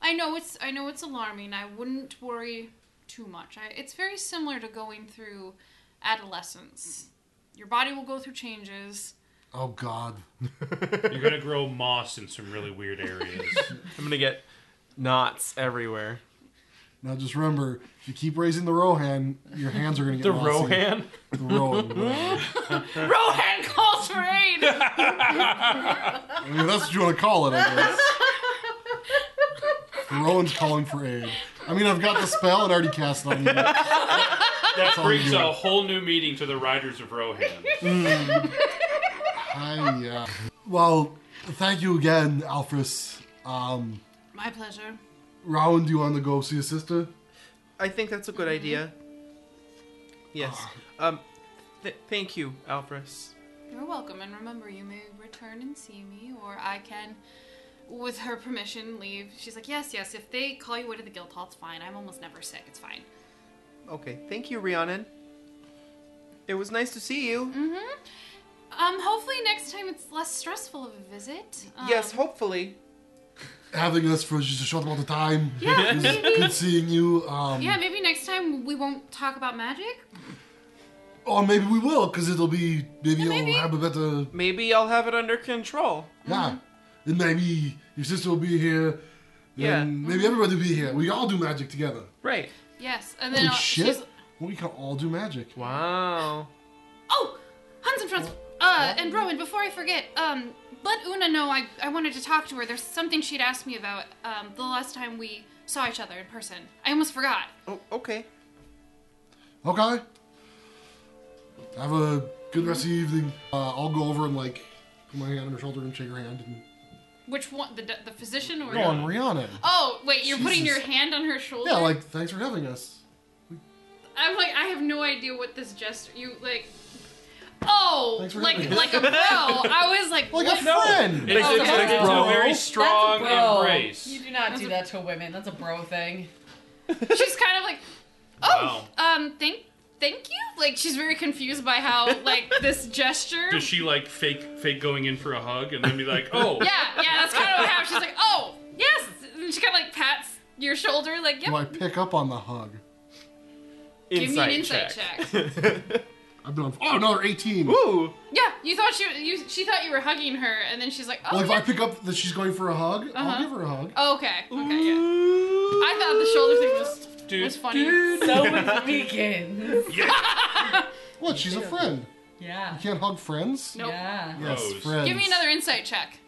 S7: I know it's I know it's alarming. I wouldn't worry too much. I, it's very similar to going through adolescence. Your body will go through changes.
S3: Oh God.
S5: You're gonna grow moss in some really weird areas.
S2: I'm gonna get knots everywhere.
S3: Now just remember, if you keep raising the Rohan, your hands are gonna get
S2: The
S3: mossy.
S2: Rohan?
S3: The Rohan.
S7: Rohan calls for aid.
S3: I mean, that's what you want to call it, I guess. The Rohan's calling for aid. I mean, I've got the spell and already cast it on you.
S5: that
S3: all
S5: brings
S3: you.
S5: a whole new meaning to the Riders of Rohan.
S3: Hi, yeah. uh, Well, thank you again, Alphys. Um,
S7: My pleasure.
S3: Rowan, do you want to go see your sister?
S2: I think that's a good idea. Yes. Um, th- thank you, Alfred.
S7: You're welcome, and remember, you may return and see me, or I can, with her permission, leave. She's like, yes, yes. If they call you away to the guild hall, it's fine. I'm almost never sick. It's fine.
S2: Okay, thank you, Rhiannon. It was nice to see you.
S7: Um, hopefully next time it's less stressful of a visit. Um,
S2: Yes, hopefully.
S3: Having us for just a short amount of time.
S7: Yeah,
S3: It was good seeing you. Um,
S7: yeah, maybe next time we won't talk about magic.
S3: Or maybe we will, because it'll be maybe it'll
S7: maybe.
S3: have a better
S2: Maybe I'll have it under control.
S3: yeah.
S7: Mm-hmm.
S3: And maybe your sister will be here.
S2: Yeah.
S3: And
S7: Mm-hmm.
S3: maybe everybody will be here. We all do magic together.
S2: Right.
S7: Yes, and then
S3: Holy
S7: I'll,
S3: shit!
S7: she's-
S3: We can all do magic.
S2: Wow.
S7: Oh, Hans and Franz, uh, and Rowan. Before I forget, um, let Una know I I wanted to talk to her. There's something she'd asked me about um the last time we saw each other in person. I almost forgot.
S2: Oh, okay.
S3: Okay. Have a good rest of the evening. Uh, I'll go over and like put my hand on her shoulder and shake her hand. And...
S7: Which one? The the physician or?
S3: Go on, Rihanna.
S7: Oh wait, you're putting
S3: Jesus.
S7: your hand on her shoulder.
S3: Yeah, like thanks for having us.
S7: I'm like I have no idea what this gesture. You like. Oh,
S3: Thanks for
S7: like
S3: having us.
S7: like a bro. I was like,
S3: Like
S7: what?
S3: a friend.
S5: It's,
S4: Okay.
S5: it's, it's a
S3: Bro.
S5: very strong
S4: That's a bro.
S5: embrace.
S4: You do not do that to women. That's a bro thing.
S7: she's kind of like, oh, um, thank, thank you. Like she's very confused by how like this gesture.
S5: Does she like fake fake going in for a hug and then be like, oh,
S7: yeah, yeah, that's kind of what happened. She's like, oh, yes. And she kind of like pats your shoulder, like, yep.
S3: Do I pick up on the hug?
S7: Give me an insight check.
S3: I've been on. Oh, another eighteen.
S2: Ooh.
S7: yeah, you thought she you she thought you were hugging her, and then she's like, oh,
S3: Well, if
S7: yeah.
S3: I pick up that she's going for a hug,
S7: Uh-huh.
S3: I'll give her a hug.
S7: oh, okay, okay, yeah. I thought the shoulder thing was
S5: dude,
S7: was funny.
S4: So is Beacon.
S3: What? She's a friend.
S4: Yeah.
S3: You can't hug friends.
S7: Nope.
S4: Yeah.
S3: Yes,
S5: Rose.
S3: friends.
S7: Give me another insight check.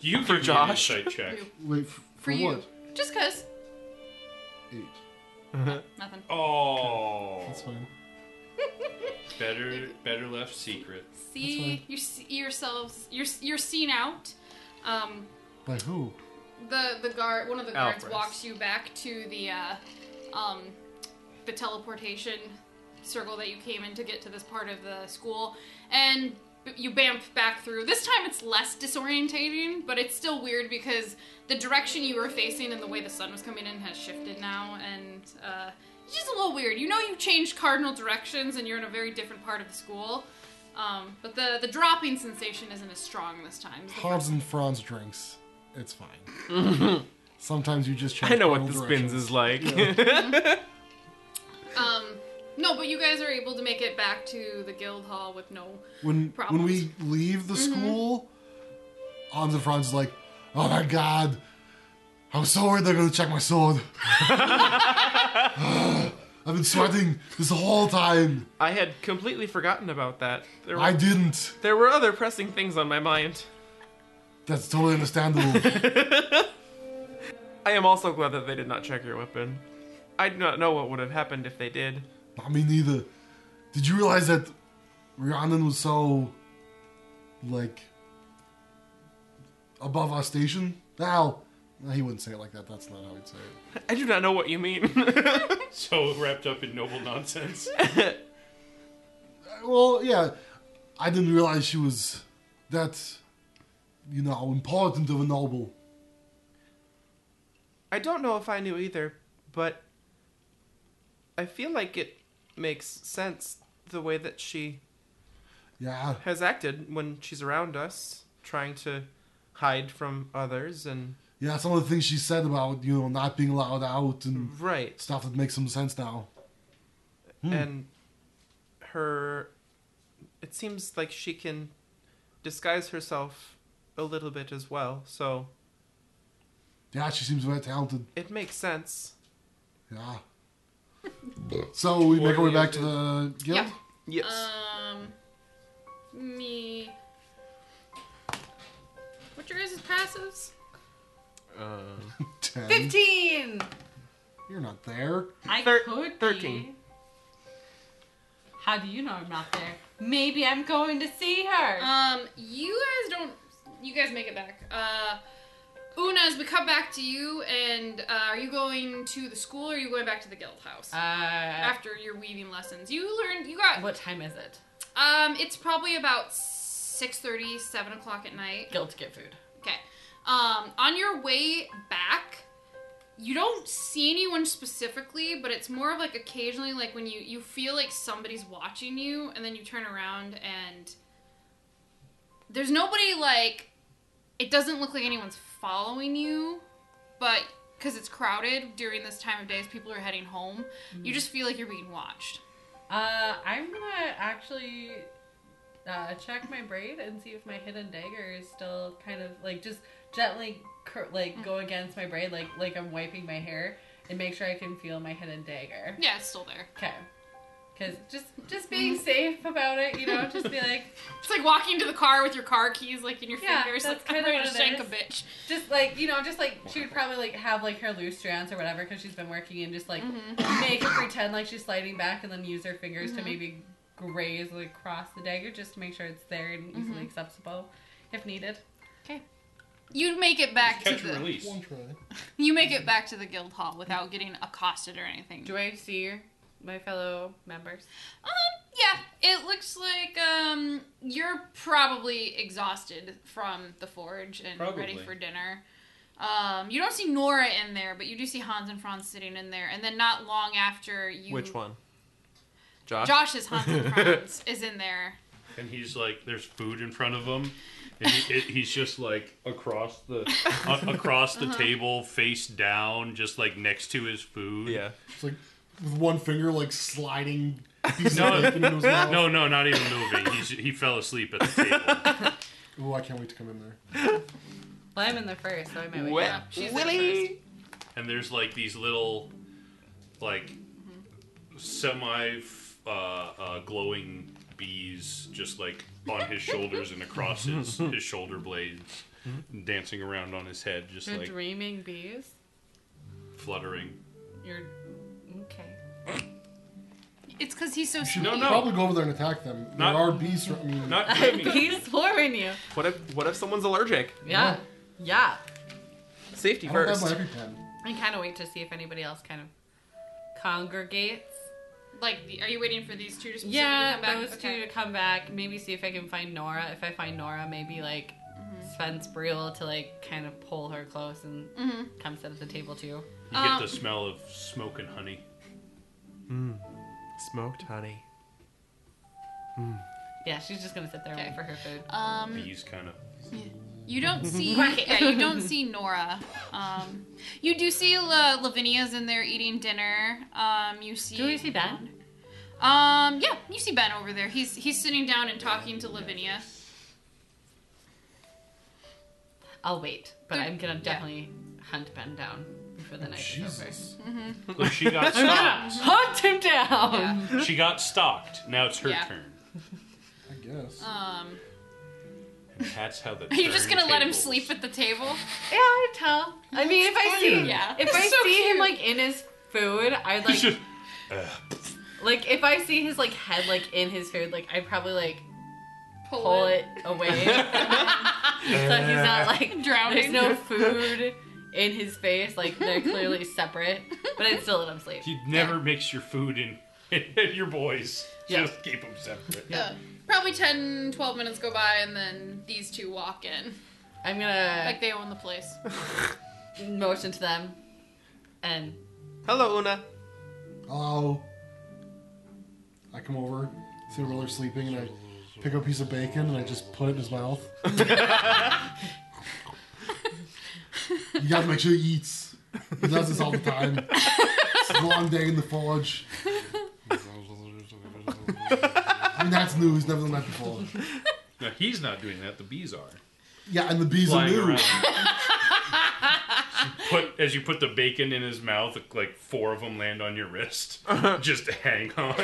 S5: you give
S2: For
S5: me an
S2: Josh.
S5: insight check.
S3: Wait, f-
S7: For
S3: for,
S7: you.
S3: what?
S7: Just cause.
S3: Eight.
S7: Nothing.
S5: Oh,
S3: That's fine.
S5: better better left secret.
S7: See, you see yourselves. You're you're seen out. Um,
S3: By who?
S7: the the guard one of the guards
S2: Alfred.
S7: walks you back to the uh, um the teleportation circle that you came in to get to this part of the school and b- you bamf back through this time it's less disorientating but it's still weird because the direction you were facing and the way the sun was coming in has shifted now and uh, it's just a little weird you know you changed cardinal directions and you're in a very different part of the school um, but the the dropping sensation isn't as strong this time as the
S3: Hans and Franz drinks. It's fine. Sometimes you just change
S2: I know what
S3: cardinal
S2: the spins
S3: directions.
S2: is like.
S7: Um, no, but you guys are able to make it back to the guild hall with no.
S3: When
S7: problems.
S3: when we leave the school, Hans and Franz is like, "Oh my god, I'm so worried they're gonna check my sword." I've been sweating this whole time.
S2: I had completely forgotten about that. There were,
S3: I didn't.
S2: there were other pressing things on my mind.
S3: That's totally understandable.
S2: I am also glad that they did not check your weapon. I do not know what would have happened if they did.
S3: Not me neither. Did you realize that Rhiannon was so, like, above our station? Now, no, he wouldn't say it like that. That's not how he'd say it.
S2: I do not know what you mean.
S5: So wrapped up in noble nonsense.
S3: Uh, Well, yeah, I didn't realize she was that, you know, important of a noble.
S2: I don't know if I knew either, but I feel like it makes sense the way that she
S3: Yeah,
S2: has acted when she's around us, trying to hide from others and
S3: yeah. Some of the things she said about you know not being allowed out and
S2: right
S3: stuff that makes some sense now.
S2: and her it seems like she can disguise herself a little bit as well, so
S3: Yeah, she seems very talented.
S2: it makes sense.
S3: Yeah. So we make our way
S5: What
S3: back
S5: is
S3: to the guild.
S7: Yeah.
S2: Yes.
S7: Um, me. What's your guys' passives?
S3: Ten.
S12: Fifteen.
S3: You're not there.
S13: I
S2: Thir-
S13: could
S2: thirteen.
S13: be. How do you know I'm not there? Maybe I'm going to see her.
S7: Um, you guys don't. You guys make it back. Uh, Una, as we come back to you, and uh, are you going to the school or are you going back to the guild house?
S13: Uh,
S7: after your weaving lessons, you learned you
S4: Uh,
S7: got.
S13: what time is it?
S7: Um, it's probably about 6:30, 7 o'clock at night.
S13: Guild to get food.
S7: Okay. Um, on your way back, you don't see anyone specifically, but it's more of like occasionally, like when you you feel like somebody's watching you, and then you turn around and there's nobody like. It doesn't look like anyone's following you, but because it's crowded during this time of day, as people are heading home,
S12: Mm.
S7: you just feel like you're being watched.
S12: Uh, I'm gonna actually uh, check my braid and see if my hidden dagger is still kind of like just gently cur- like go against my braid, like like I'm wiping my hair, and make sure I can feel my hidden dagger.
S7: Yeah, it's still there.
S12: Okay. Cause just just being
S7: Mm-hmm.
S12: safe about it, you know, just be like,
S7: It's like walking to the car with your car keys like in your
S12: Yeah,
S7: fingers,
S12: that's
S7: like I'm
S12: kinda
S7: gonna
S12: what it
S7: shank a
S12: is.
S7: bitch.
S12: just like you know, just like she would probably like have like her loose strands or whatever because she's been working and just like make it pretend like she's sliding back and then use her fingers to maybe graze like across the dagger just to make sure it's there and easily accessible if needed.
S7: You make it back to
S5: Catch
S7: the
S5: and release.
S3: try.
S7: You make it back to the guild hall without getting accosted or anything.
S12: Do I see my fellow members?
S7: Um, yeah, it looks like um you're probably exhausted from the forge and ready
S5: Probably.
S7: for dinner. Um, you don't see Nora in there, but you do see Hans and Franz sitting in there, and then not long after you.
S2: Which one? Josh.
S7: Josh's Hans and Franz is in there.
S5: And he's like, there's food in front of him, and he, it, he's just like across the a- across the table, face down, just like next to his food.
S2: Yeah.
S3: It's like with one finger, like sliding. He's
S5: No.
S3: into his mouth.
S5: No, no, not even moving. He's, he fell asleep at the table.
S3: Ooh, I can't wait to come in there.
S12: Well, I'm in the first, so I might wake
S2: Well,
S12: up.
S7: She's in
S2: Willie.
S5: And there's like these little, like, semi f- uh, uh, glowing bees just like on his shoulders and across his, his shoulder blades, dancing around on his head, just
S12: You're
S5: like
S12: dreaming bees.
S5: fluttering.
S12: You're okay.
S7: It's because he's so sweet.
S5: No, no.
S3: Probably go over there and attack them.
S5: Not-
S3: there are beasts. I mean,
S5: Not dreaming.
S12: bees swarming you.
S2: What if what if someone's allergic?
S12: Yeah, yeah.
S2: Safety
S3: I don't have
S2: first.
S3: my EpiPen.
S12: I kind of wait to see if anybody else kind of congregates.
S7: Like, the- are you waiting for these two to specifically
S12: Yeah,
S7: come back?
S12: those two to come back. Maybe see if I can find Nora. If I find Nora, maybe like
S7: Mm-hmm.
S12: Sven Spriel to like kind of pull her close and
S7: Mm-hmm.
S12: come sit at the table too.
S5: You get
S7: Um,
S5: the smell of smoke and honey.
S2: Smoked honey.
S12: Yeah, she's just gonna sit there and wait
S7: Okay.
S12: for her food.
S7: Um,
S5: Bees kind of.
S7: You don't see, yeah, you don't see Nora. Um, you do see La- Lavinia's in there eating dinner. Um, you see.
S12: Do we see Ben?
S7: Um, yeah, you see Ben over there. He's he's sitting down and talking to Lavinia.
S12: I'll wait, but
S7: There-
S12: I'm gonna
S7: yeah.
S12: definitely hunt Ben down before the night is
S3: Jesus.
S5: Look, she got
S12: over. I'm gonna
S5: stopped.
S12: hunt him down.
S7: Yeah.
S5: She got stalked. Now it's her
S7: Yeah.
S5: turn.
S3: I guess.
S7: Um,
S5: And that's how the.
S7: are you just gonna let him
S5: turntables-
S7: sleep at the table?
S12: Yeah, I'd tell. I mean, if I see,
S7: Yeah.
S12: if
S7: It's
S12: I
S7: so
S12: see him
S7: cute.
S12: like in his food, I'd like,
S5: Just-
S12: like if I see his like head like in his food, like I'd probably like
S7: Pull,
S12: pull it away, so he's not like There's
S7: Drowning.
S12: no food in his face. Like they're clearly separate, but I'd still let him sleep.
S5: He never mix your food and, and your boys. Just keep them separate.
S7: Uh, probably 10, 12 minutes go by, and then these two walk in.
S12: I'm gonna
S7: Like they own the place.
S12: motion to them, and
S11: Hello, Una.
S3: Hello. I come over, see my brother sleeping, and I pick up a piece of bacon and I just put it in his mouth. you gotta make sure he eats. He does this all the time. It's a long day in the forge. I mean, that's new. He's never done that before.
S5: Now, he's not doing that. The bees are.
S3: Yeah, and the bees are
S5: Flying
S3: new.
S5: around. You put, as you put the bacon in his mouth, like four of them land on your wrist. Just hang on.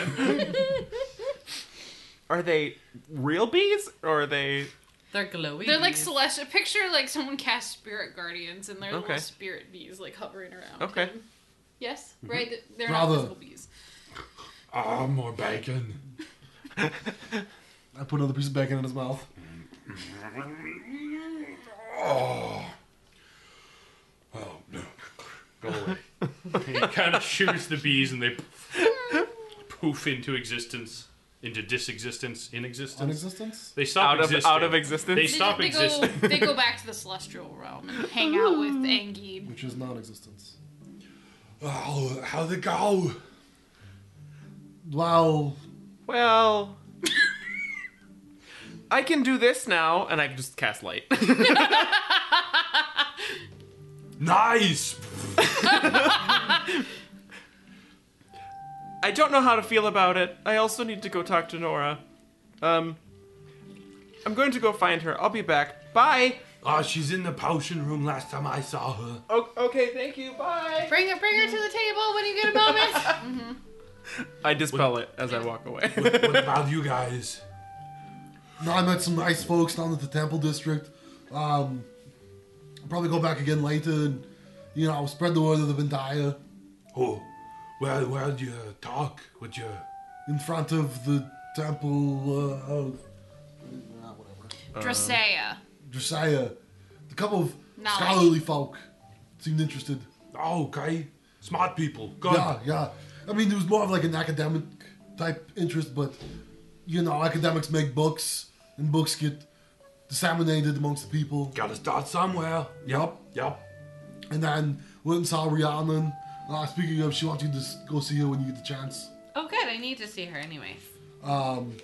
S2: Are they real bees or are they?
S12: they're glowing.
S7: They're like celestial. Picture like someone cast spirit guardians, and they're
S2: Okay.
S7: little spirit bees like hovering around.
S2: Okay. Mm-hmm.
S7: him. Yes, right. Th- They're
S3: Bravo.
S7: not physical bees.
S3: Ah, more bacon. I put another piece of bacon in his mouth.
S5: Oh no! Go away. he kind of shoots the bees, and they poof into existence, into disexistence, in
S3: On
S5: existence.
S3: existence?
S5: They stop
S2: Out of-
S5: existing.
S2: out of existence?
S5: They
S7: They,
S5: stop
S7: they go.
S5: existing.
S7: They go back to the celestial realm and hang out with Angie.
S3: Which is non-existence.
S14: Oh, how'd it go?
S3: Well,
S2: Well, I can do this now, and I can just cast light.
S14: Nice.
S2: I don't know how to feel about it. I also need to go talk to Nora. Um, I'm going to go find her. I'll be back. Bye.
S14: Ah, she's in the potion room last time I saw her.
S2: O- okay, thank you. Bye.
S7: Bring her, bring her to the table when you get a moment.
S2: I dispel it as I walk away.
S14: What about you guys?
S3: no, I met some nice folks down at the Temple District. Um, I'll probably go back again later and, you know, spread the word of the Vendaya
S14: Oh, well, where'd you talk with your...
S3: in front of the Temple, uh, of, uh, whatever,
S7: Dracea.
S3: Drasiah. A couple of
S7: Knowledge.
S3: scholarly folk seemed interested.
S14: Oh, okay. Smart people. Good.
S3: Yeah, yeah. I mean, it was more of like an academic type interest, but you know, academics make books, and books get disseminated amongst the people.
S14: Gotta start somewhere.
S3: Yep.
S14: Yep.
S3: And then went and saw Rihanna. Uh, speaking of, she wants you to s- go see her when you get the chance.
S12: oh, good. I need to see her anyway.
S3: Um,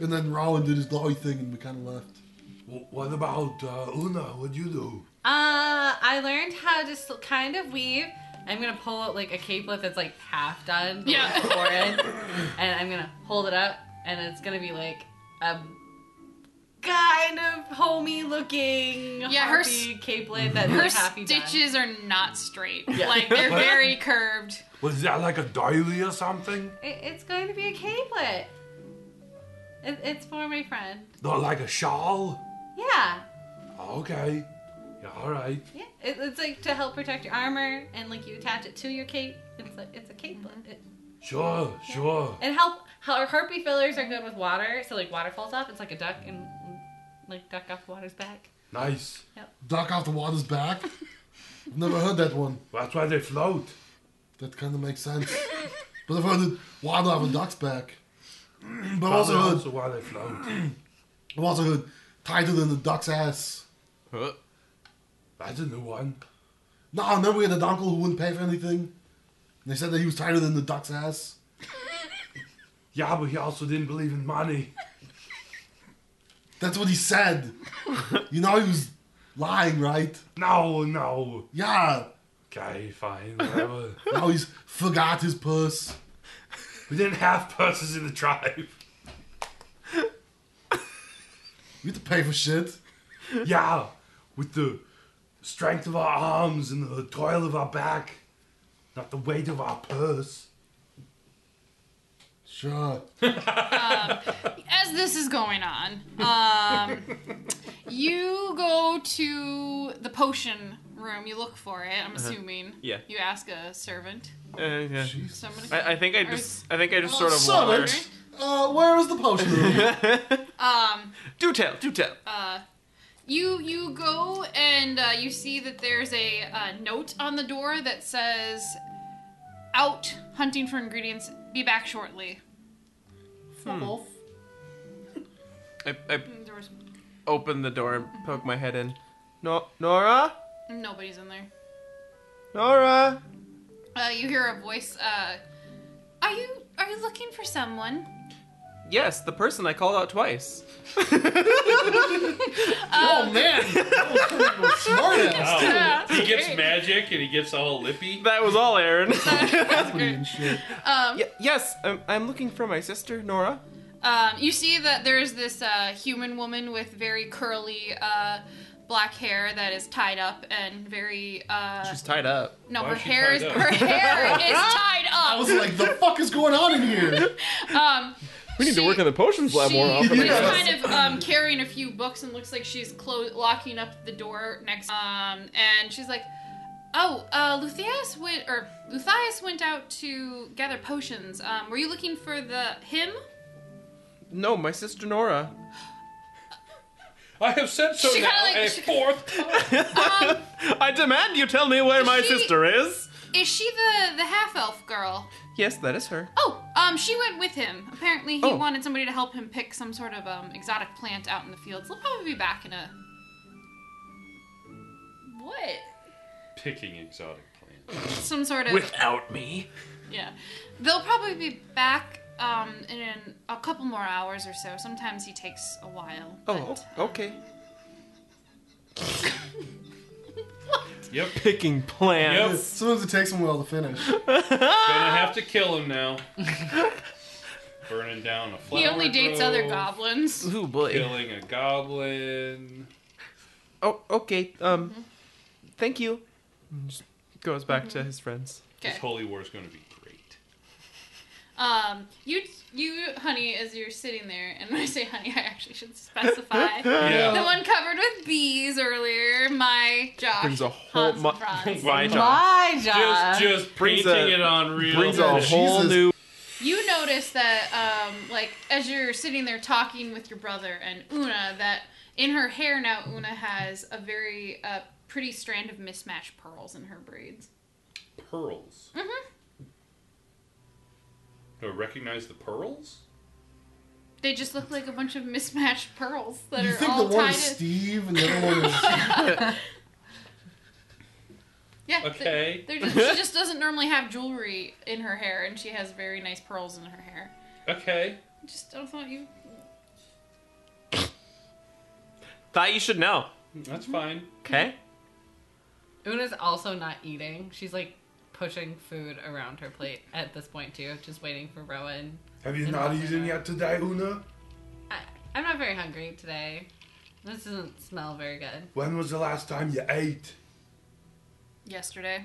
S3: and then Rowan did his glory thing, and we kind of left.
S14: W- what about uh, Una? What'd you do?
S12: Uh, I learned how to s- kind of weave. I'm gonna pull out like a capelet that's like half done, but, like,
S7: Yeah.
S12: forehead, and I'm gonna hold it up, and it's gonna be like a kind of homey looking,
S7: Yeah, her
S12: happy capelet that's
S7: Her
S12: like, happy done.
S7: stitches are not straight. Like they're very curved.
S14: Was that like a doily or something?
S12: It, it's going to be a capelet. It, it's for my friend.
S14: Not like a shawl? Oh,
S12: Yeah,
S14: Okay. Yeah, all right.
S12: yeah. It, it's like to help protect your armor, and like you attach it to your cape. It's a it's a capelet.
S7: Mm-hmm.
S12: It-
S14: Sure, sure.
S12: And help, her harpy fillers are good with water, so like water falls off. It's like a duck and like duck off water's back.
S14: Nice.
S3: Duck off the water's back. I've never heard that one.
S14: That's why they float.
S3: That kind of makes sense. but I've heard that water off a duck's back. But I've also
S14: Probably
S3: heard,
S14: also why they float.
S3: I've also heard tighter than the duck's ass.
S14: That's a new one.
S3: No, I remember we had an uncle who wouldn't pay for anything. And they said that he was tighter than the duck's ass.
S14: Yeah, but he also didn't believe in money.
S3: That's what he said. you know he was lying, right?
S14: No, no.
S3: Yeah.
S14: Okay, fine, whatever.
S3: Now he's forgot his purse.
S14: we didn't have purses in the tribe.
S3: We have to pay for shit.
S14: Yeah, with the strength of our arms and the toil of our back, not the weight of our purse.
S3: Sure.
S7: as this is going on, um, you go to the potion room. You look for it. I'm assuming.
S2: Uh-huh. Yeah.
S7: You ask a servant.
S2: Uh, yeah.
S7: Somebody.
S2: I, I think I just I think I just sort of
S3: Summon.
S2: wander.
S3: Uh, where is the potion room?
S7: um.
S2: Do tell, do tell.
S7: Uh. You you go and uh, you see that there's a uh, note on the door that says, "Out hunting for ingredients. Be back shortly."
S2: I, I
S7: There was
S2: open the door and poke my head in. No, Nora,
S7: nobody's in there.
S2: Nora.
S7: Uh, you hear a voice. Uh, are you are you looking for someone?
S2: Yes, the person I called out twice.
S3: oh man, that was smartass.
S5: Oh, he gets magic and he gets all lippy.
S2: That was all, Aaron.
S3: and shit.
S2: Y- yes, I'm, I'm looking for my sister, Nora.
S7: Um, you see that there's this uh, human woman with very curly uh, black hair that is tied up and very uh,
S2: She's tied up.
S7: no,
S5: Why
S7: her
S5: is she
S7: hair
S5: tied
S7: is
S5: up?
S7: her hair is tied
S3: I was
S7: up.
S3: like, the fuck is going on in here?
S7: Um,
S2: We
S7: need to She- work on
S2: the potions
S7: she is
S3: guess.
S7: kind of um, carrying a few books and looks like she's clo- locking up the door next. Um, and she's like, "Oh, uh, Luthias went or Luthias went out to gather potions. Um, were you looking for the him?"
S2: No, my sister Nora.
S5: I have said so
S7: She
S5: now
S7: kinda like-
S5: a
S7: she-
S5: fourth
S7: Um,
S2: I demand you tell me where my
S7: She-
S2: sister is.
S7: is she the the half elf girl?
S2: Yes, that is her.
S7: Oh, um, she went with him. Apparently, he
S2: Oh.
S7: wanted somebody to help him pick some sort of um exotic plant out in the fields. They'll probably be back in a. What?
S5: picking exotic plants.
S7: Some sort of.
S2: Without me.
S7: Yeah, they'll probably be back um in an, a couple more hours or so. Sometimes he takes a while.
S2: Oh,
S7: but-
S2: o- okay.
S5: Yep,
S2: Picking
S5: yep.
S2: plants.
S3: Sometimes it takes them a while to finish.
S5: Gonna have to kill him now. Burning down a flower.
S7: He only dates
S5: grove,
S7: other goblins.
S2: Ooh boy.
S5: Killing a goblin.
S2: Oh, okay. Um,
S4: Mm-hmm.
S2: thank you. And Just goes back to his friends.
S5: This
S7: Okay.
S5: holy war is gonna be great.
S7: Um, you, you, honey, as you're sitting there, and when I say honey, I actually should specify.
S5: Yeah.
S7: The one covered with bees earlier, my Josh.
S2: Brings a whole
S7: Hans
S2: mu-
S7: Franz.
S2: Why, John?
S12: My job.
S5: Just, just
S2: Brings
S5: painting
S2: a-
S5: it on real.
S2: Brings a
S3: Jesus.
S2: whole new.
S7: You notice that, um, like, as you're sitting there talking with your brother and Una, that in her hair now, Una has a very uh, pretty strand of mismatched pearls in her braids.
S5: pearls. Mm-hmm. Do I recognize the pearls?
S7: They just look like a bunch of mismatched pearls that
S3: You
S7: are
S3: think the
S7: all
S3: one
S7: tied.
S3: is
S7: in-
S3: Steve and the other one is.
S7: yeah, they-
S5: Okay.
S7: They're just, she just doesn't normally have jewelry in her hair, and she has very nice pearls in her hair.
S5: Okay.
S7: Just I thought you.
S2: Thought you should know.
S4: Mm-hmm.
S5: That's fine.
S2: Okay.
S4: Una's also not eating. She's like pushing food around her plate at this point too, just waiting for Rowan.
S14: Have you
S4: And
S14: not
S4: nothing.
S14: eaten yet today, Una?
S4: I, I'm not very hungry today. This doesn't smell very good.
S14: When was the last time you ate?
S7: Yesterday.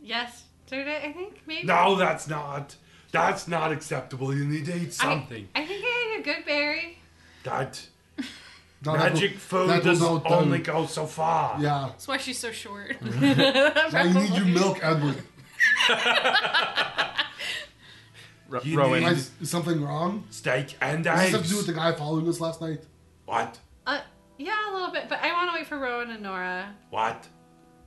S4: Yesterday, I think maybe.
S14: No, that's not. That's not acceptable. You need to eat something.
S4: I think I ate a good berry.
S14: That
S3: No, that
S14: magic
S3: was-
S14: food
S3: that was
S14: does
S3: all done.
S14: only go so far.
S3: Yeah.
S7: That's why she's so short.
S3: Now you need your milk, Edward.
S2: Ro-
S14: You
S2: Rowan.
S14: need-
S3: Is, is something wrong?
S14: Steak and
S3: Does
S14: eggs.
S3: this have to do with the guy following us last night?
S14: what?
S4: Uh, yeah, a little bit, but I want to wait for Rowan and Nora,
S14: What?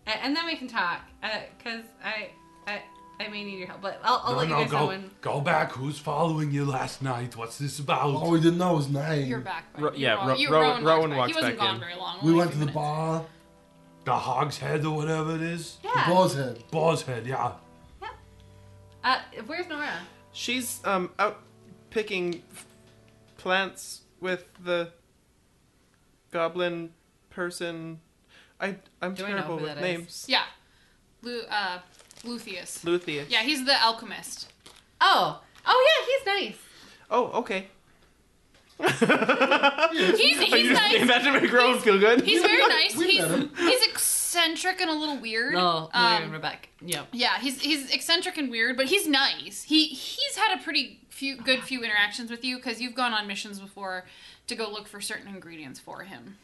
S4: A- and then we can talk. Uh, cause I, I, I may need your help, but I'll, I'll let you guys know
S14: go,
S4: when.
S14: go back. Who's following you last night? What's this about?
S3: All we didn't know was name.
S7: You're back.
S2: Mm. Ro-
S7: Brian. You're
S2: yeah,
S7: wrong.
S2: Ro-
S7: You-
S2: Rowan-
S7: Rowan,
S2: Rowan
S7: walks back. He
S2: walks
S7: wasn't
S2: back
S7: gone
S2: in.
S7: very long.
S3: we
S7: only a
S3: went to
S7: few
S3: the
S7: minutes.
S3: bar,
S14: the hog's head or whatever it is?
S3: the
S4: Yeah.
S3: boar's head.
S14: Boar's head, yeah.
S4: Uh, where's Nora?
S2: She's um out picking f- plants with the goblin person. I I'm
S4: Do I know
S2: terrible
S4: who
S2: with
S4: that is?
S2: names.
S7: Yeah. Lu- uh, Luthius.
S2: Luthia.
S7: Yeah, he's the alchemist.
S4: Oh, oh yeah, he's nice.
S2: Oh, okay.
S7: He's, he's
S2: You just
S7: nice.
S2: Imagine if Rowan feel good.
S7: He's very nice.
S3: We met
S7: He's, he's ex- eccentric and a little weird.
S12: No,
S7: Um,
S12: um, Rebecca. Yep.
S7: yeah, he's he's eccentric and weird, but he's nice. He he's had a pretty few good few interactions with you because you've gone on missions before to go look for certain ingredients for him,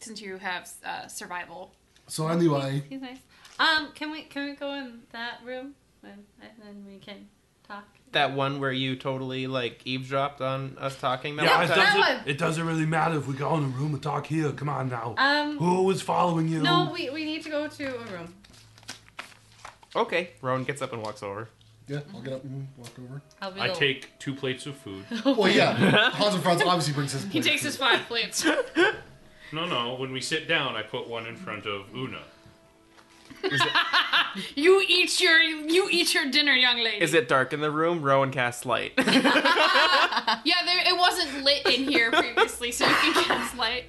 S7: since you have uh, survival.
S3: So anyway,
S12: He's nice. Um, can we can we go in that room then? And then we can talk.
S2: That one where you totally like eavesdropped on us talking. That
S14: Yeah,
S2: one
S14: it
S2: time?
S12: that
S14: doesn't,
S12: one.
S14: it doesn't really matter if we go in a room and talk here. Come on now.
S12: Um,
S14: Who was following you?
S4: Uh, No, we, we need to go to a room.
S2: Okay. Rowan gets up and walks over.
S3: yeah, I'll get up and walk over.
S12: I'll be
S5: I
S12: the-
S5: take two plates of food.
S3: Well, yeah, Hans and Franz obviously brings his.
S7: He takes his five plates.
S5: No, no. When we sit down, I put one in front of Una.
S7: You eat your you eat your dinner, young lady.
S2: Is it dark in the room? Rowan casts light.
S7: Yeah, there, it wasn't lit in here previously, so you can cast light.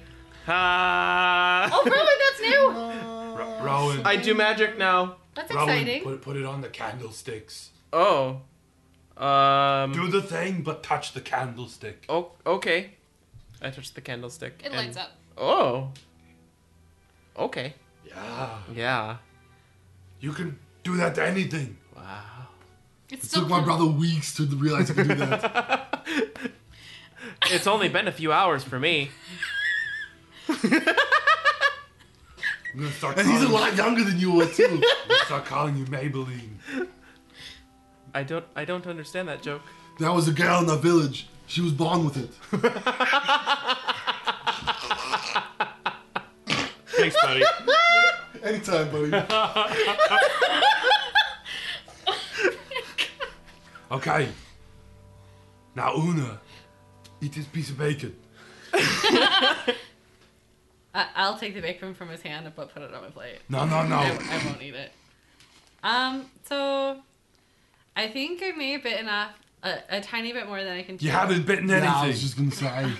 S2: Ah.
S12: Oh, really? That's new.
S14: Ro- Rowan.
S2: I do magic now.
S12: That's
S14: Rowan,
S12: exciting.
S14: Put, put it on the candlesticks.
S2: Oh. Um.
S14: Do the thing, but touch the candlestick.
S2: Oh, okay. I touched the candlestick.
S7: It lights up.
S2: Oh. Okay.
S14: Yeah.
S2: Yeah.
S14: You can do that to anything.
S2: Wow.
S7: It's
S3: It
S7: still
S3: took my brother weeks to realize he could do that.
S2: It's only been a few hours for me.
S14: I'm gonna start
S3: And he's a
S14: calling,
S3: lot younger than you were too.
S14: I'm gonna start calling you Maybelline.
S2: I don't. I don't understand that joke.
S3: That was a girl in our village. She was born with it.
S5: Thanks, buddy.
S3: Anytime, buddy.
S14: Okay. Now, Una, eat this piece of bacon.
S12: I, I'll take the bacon from his hand but put it on my plate.
S14: No, no, no.
S12: I, I won't eat it. Um, so I think I may have bitten off a, a tiny bit more than I can chew.
S14: You haven't bitten anything.
S3: Yeah, I was just gonna say.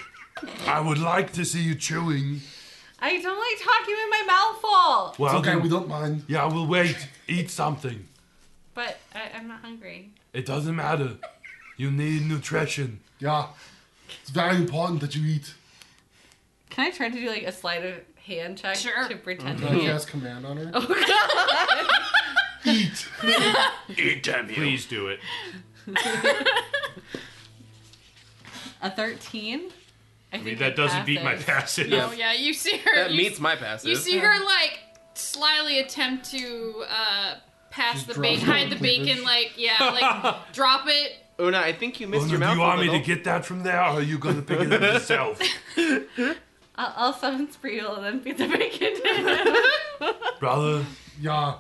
S14: I would like to see you chewing.
S12: I don't like talking with my mouth full.
S14: Well,
S3: Okay,
S14: then-
S3: we don't mind.
S14: yeah, we'll wait. Eat something.
S12: But I, I'm not hungry.
S14: It doesn't matter. You need nutrition.
S3: Yeah, it's very important that you eat.
S12: Can I try to do like a sleight of hand check
S7: Sure.
S12: to pretend?
S5: Mm-hmm.
S3: Can I cast command on her?
S7: Oh,
S3: eat.
S14: Eat them,
S5: Please do it.
S12: A thirteen.
S5: I mean, that doesn't beat my passive.
S7: Oh yeah, you see her.
S2: That
S7: you,
S2: meets my
S7: You
S2: passive.
S7: see her like slyly attempt to uh, pass
S3: Just
S7: the
S3: drop
S7: bacon,
S3: it on
S7: hide the
S3: cleavage.
S7: bacon, like yeah, like drop it.
S2: Una, I think you missed
S14: Una,
S2: your
S14: do
S2: mouth.
S14: you
S2: a
S14: want me to
S2: little.
S14: get that from there, or are you gonna pick it up yourself?
S12: I'll, I'll summon Spreetle and then feed the bacon.
S14: Brother,
S3: Yeah.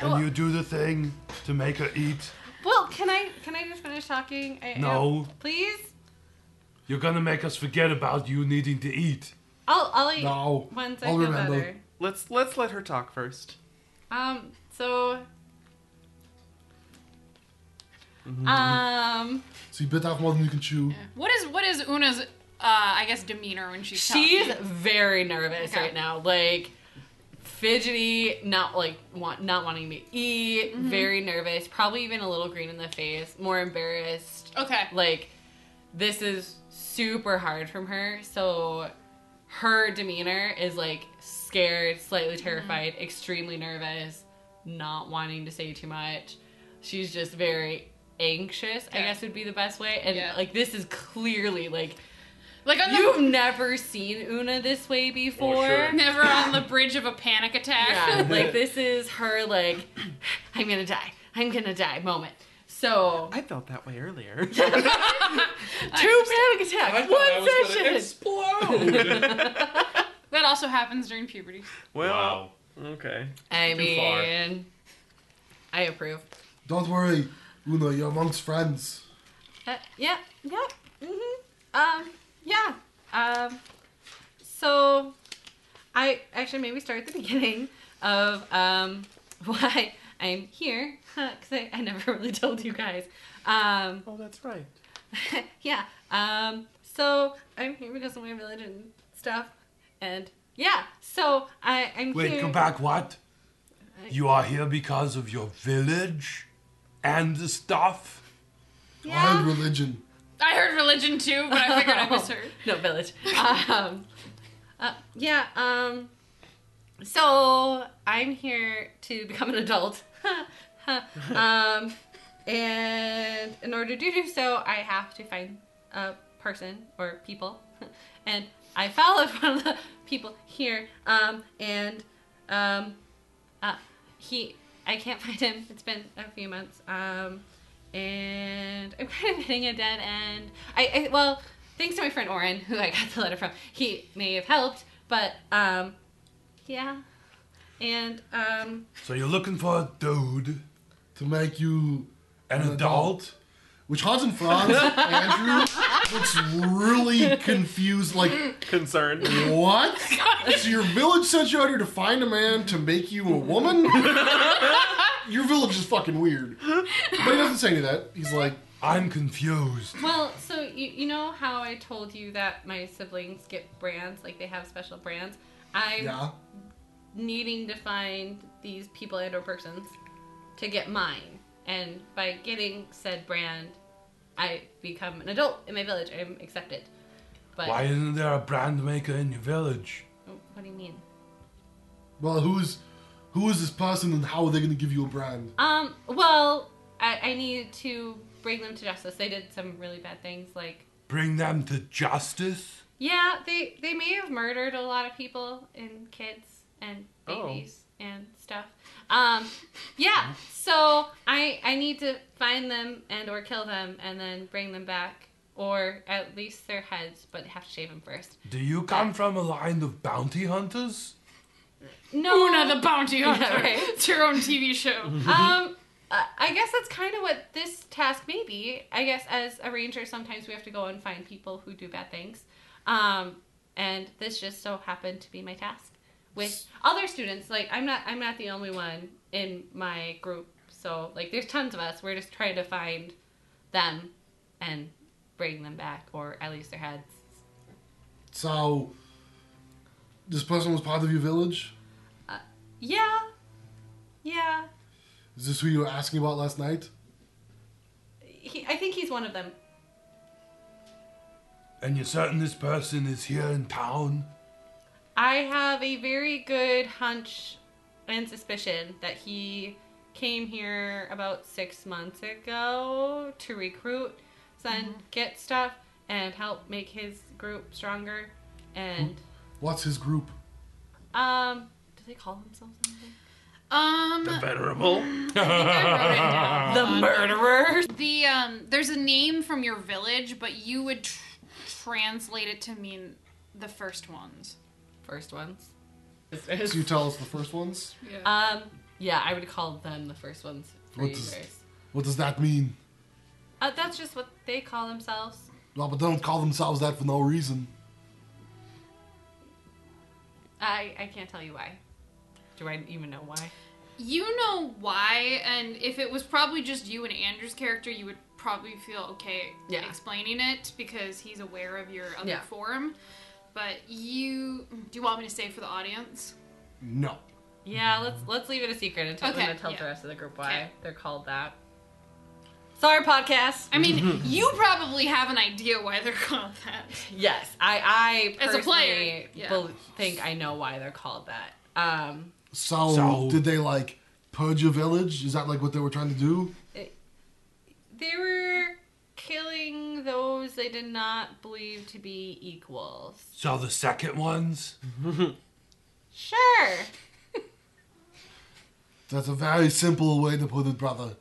S14: can you do the thing to make her eat?
S12: well, can I can I just finish talking? I, I
S14: No.
S12: don't- please.
S14: You're gonna make us forget about you needing to eat.
S12: I'll I'll eat
S3: No.
S12: once I
S3: I'll
S12: feel
S3: remember.
S12: better.
S2: Let's let's let her talk first.
S12: Um, so.
S5: Mm-hmm.
S12: Um,
S3: So you bit off more than you can chew.
S7: What is what is Una's uh, I guess demeanor when she's
S12: she's
S7: talking?
S12: very nervous
S7: Okay.
S12: right now. Like fidgety, not like want, not wanting to eat,
S7: Mm-hmm.
S12: very nervous, probably even a little green in the face, more embarrassed.
S7: okay.
S12: Like this is super hard from her. So her demeanor is like scared,
S7: Mm-hmm.
S12: slightly terrified, extremely nervous, not wanting to say too much. She's just very anxious, I
S7: Okay.
S12: guess would be the best way. And
S7: Yeah.
S12: like this is clearly like
S7: Like on the
S12: You've never seen Una this way before.
S5: sure.
S7: never on the bridge of a panic attack.
S12: Yeah, like this is her like I'm gonna die. I'm gonna die moment. So
S2: I felt that way earlier.
S12: two panic attacks, one session.
S2: explode.
S7: that also happens during puberty.
S2: well,
S5: Wow.
S2: okay.
S12: I
S5: Too far.
S12: mean I approve.
S3: Don't worry, Una. You're amongst friends.
S12: Uh, yeah, yeah. Mm-hmm. Um, yeah. Um, so I actually maybe start at the beginning of um, why I'm here because I, I never really told you guys. Um,
S2: Oh, that's right.
S12: yeah. Um, so I'm here because of my village and stuff, and yeah. So I I'm
S14: Wait,
S12: here.
S14: go back. What? You are here because of your village and the stuff.
S3: I And
S12: Yeah.
S3: religion.
S7: I heard religion too, but I figured I misheard.
S12: No village. Um, uh, yeah. Um, So I'm here to become an adult. um, and in order to do so, I have to find a person or people. And I followed one of the people here. Um, and um, uh, he, I can't find him. It's been a few months. Um, and I'm kind of hitting a dead end. I, I well, thanks to my friend Oren, who I got the letter from. He may have helped, but um, yeah. And um,
S14: So you're looking for a dude,
S3: to make you
S14: an
S3: An
S14: adult.
S3: Which Hans and Franz, Andrew, looks really confused. Like,
S2: Concerned.
S3: what? So your village sent you out here to find a man to make you a woman? your village is fucking weird. But he doesn't say any of that. He's like,
S14: I'm confused.
S12: well, so you, you know how I told you that my siblings get brands, like they have special brands. I'm
S3: yeah.
S12: needing to find these people and or persons to get mine. And by getting said brand, I become an adult in my village. I'm accepted. But oh,
S14: Why isn't there a brand maker in your village?
S12: what do you mean?
S3: Well, who's who is this person and how are they going to give you a brand?
S12: Um, well, I, I need to bring them to justice. They did some really bad things. Like,
S14: Bring them to justice?
S12: yeah, they they may have murdered a lot of people and kids and
S2: Oh.
S12: babies and stuff. Um, yeah. So I I need to find them and or kill them and then bring them back or at least their heads, but have to shave them first.
S14: Do you come from a line of bounty hunters?
S12: No,
S7: Una the Bounty Hunter.
S12: Yeah, right.
S7: It's your own TV show.
S12: um, I I guess that's kind of what this task may be. I guess as a ranger, sometimes we have to go and find people who do bad things. Um, and this just so happened to be my task with other students. Like I'm not, I'm not the only one in my group. So like, there's tons of us. We're just trying to find them and bring them back, or at least their heads.
S3: So this person was part of your village?
S12: Yeah, yeah.
S3: Is this who you were asking about last night?
S12: He, I think he's one of them.
S14: And you're certain this person is here in town?
S12: I have a very good hunch and suspicion that he came here about six months ago to recruit, then get stuff, and help make his group stronger. And
S3: What's his group?
S12: um, do they call themselves anything?
S7: Um,
S2: Venerable.
S7: I think I wrote it down. Hold on.
S12: murderers.
S7: The um, there's a name from your village, but you would tr- translate it to mean the first ones.
S12: First ones.
S3: So you tell us the first ones.
S12: Um, yeah, I would call them the first ones. For
S3: What
S12: you
S3: does-
S12: guys.
S3: What does that mean?
S12: Uh, that's just what they call themselves.
S3: Well, but they don't call themselves that for no reason.
S12: I I can't tell you why. Do I even know why?
S7: You know why, and if it was probably just you and Andrew's character, you would probably feel okay
S12: Yeah.
S7: explaining it because he's aware of your other
S12: Yeah.
S7: form. But you, do you want me to say for the audience?
S3: No.
S12: Yeah, let's let's leave it a secret until
S7: Okay,
S12: I'm gonna tell
S7: yeah.
S12: the rest of the group why
S7: Okay.
S12: they're called that. Sorry, podcast.
S7: I mean, you probably have an idea why they're called that.
S12: Yes, I I
S7: As a
S12: personally
S7: player, yeah.
S12: bel- think I know why they're called that. Um,
S3: So,
S14: So-
S3: did they like purge your village? Is that like what they were trying to do?
S12: they were killing those they did not believe to be equals.
S14: So the second ones?
S12: Sure.
S3: That's a very simple way to put it, brother.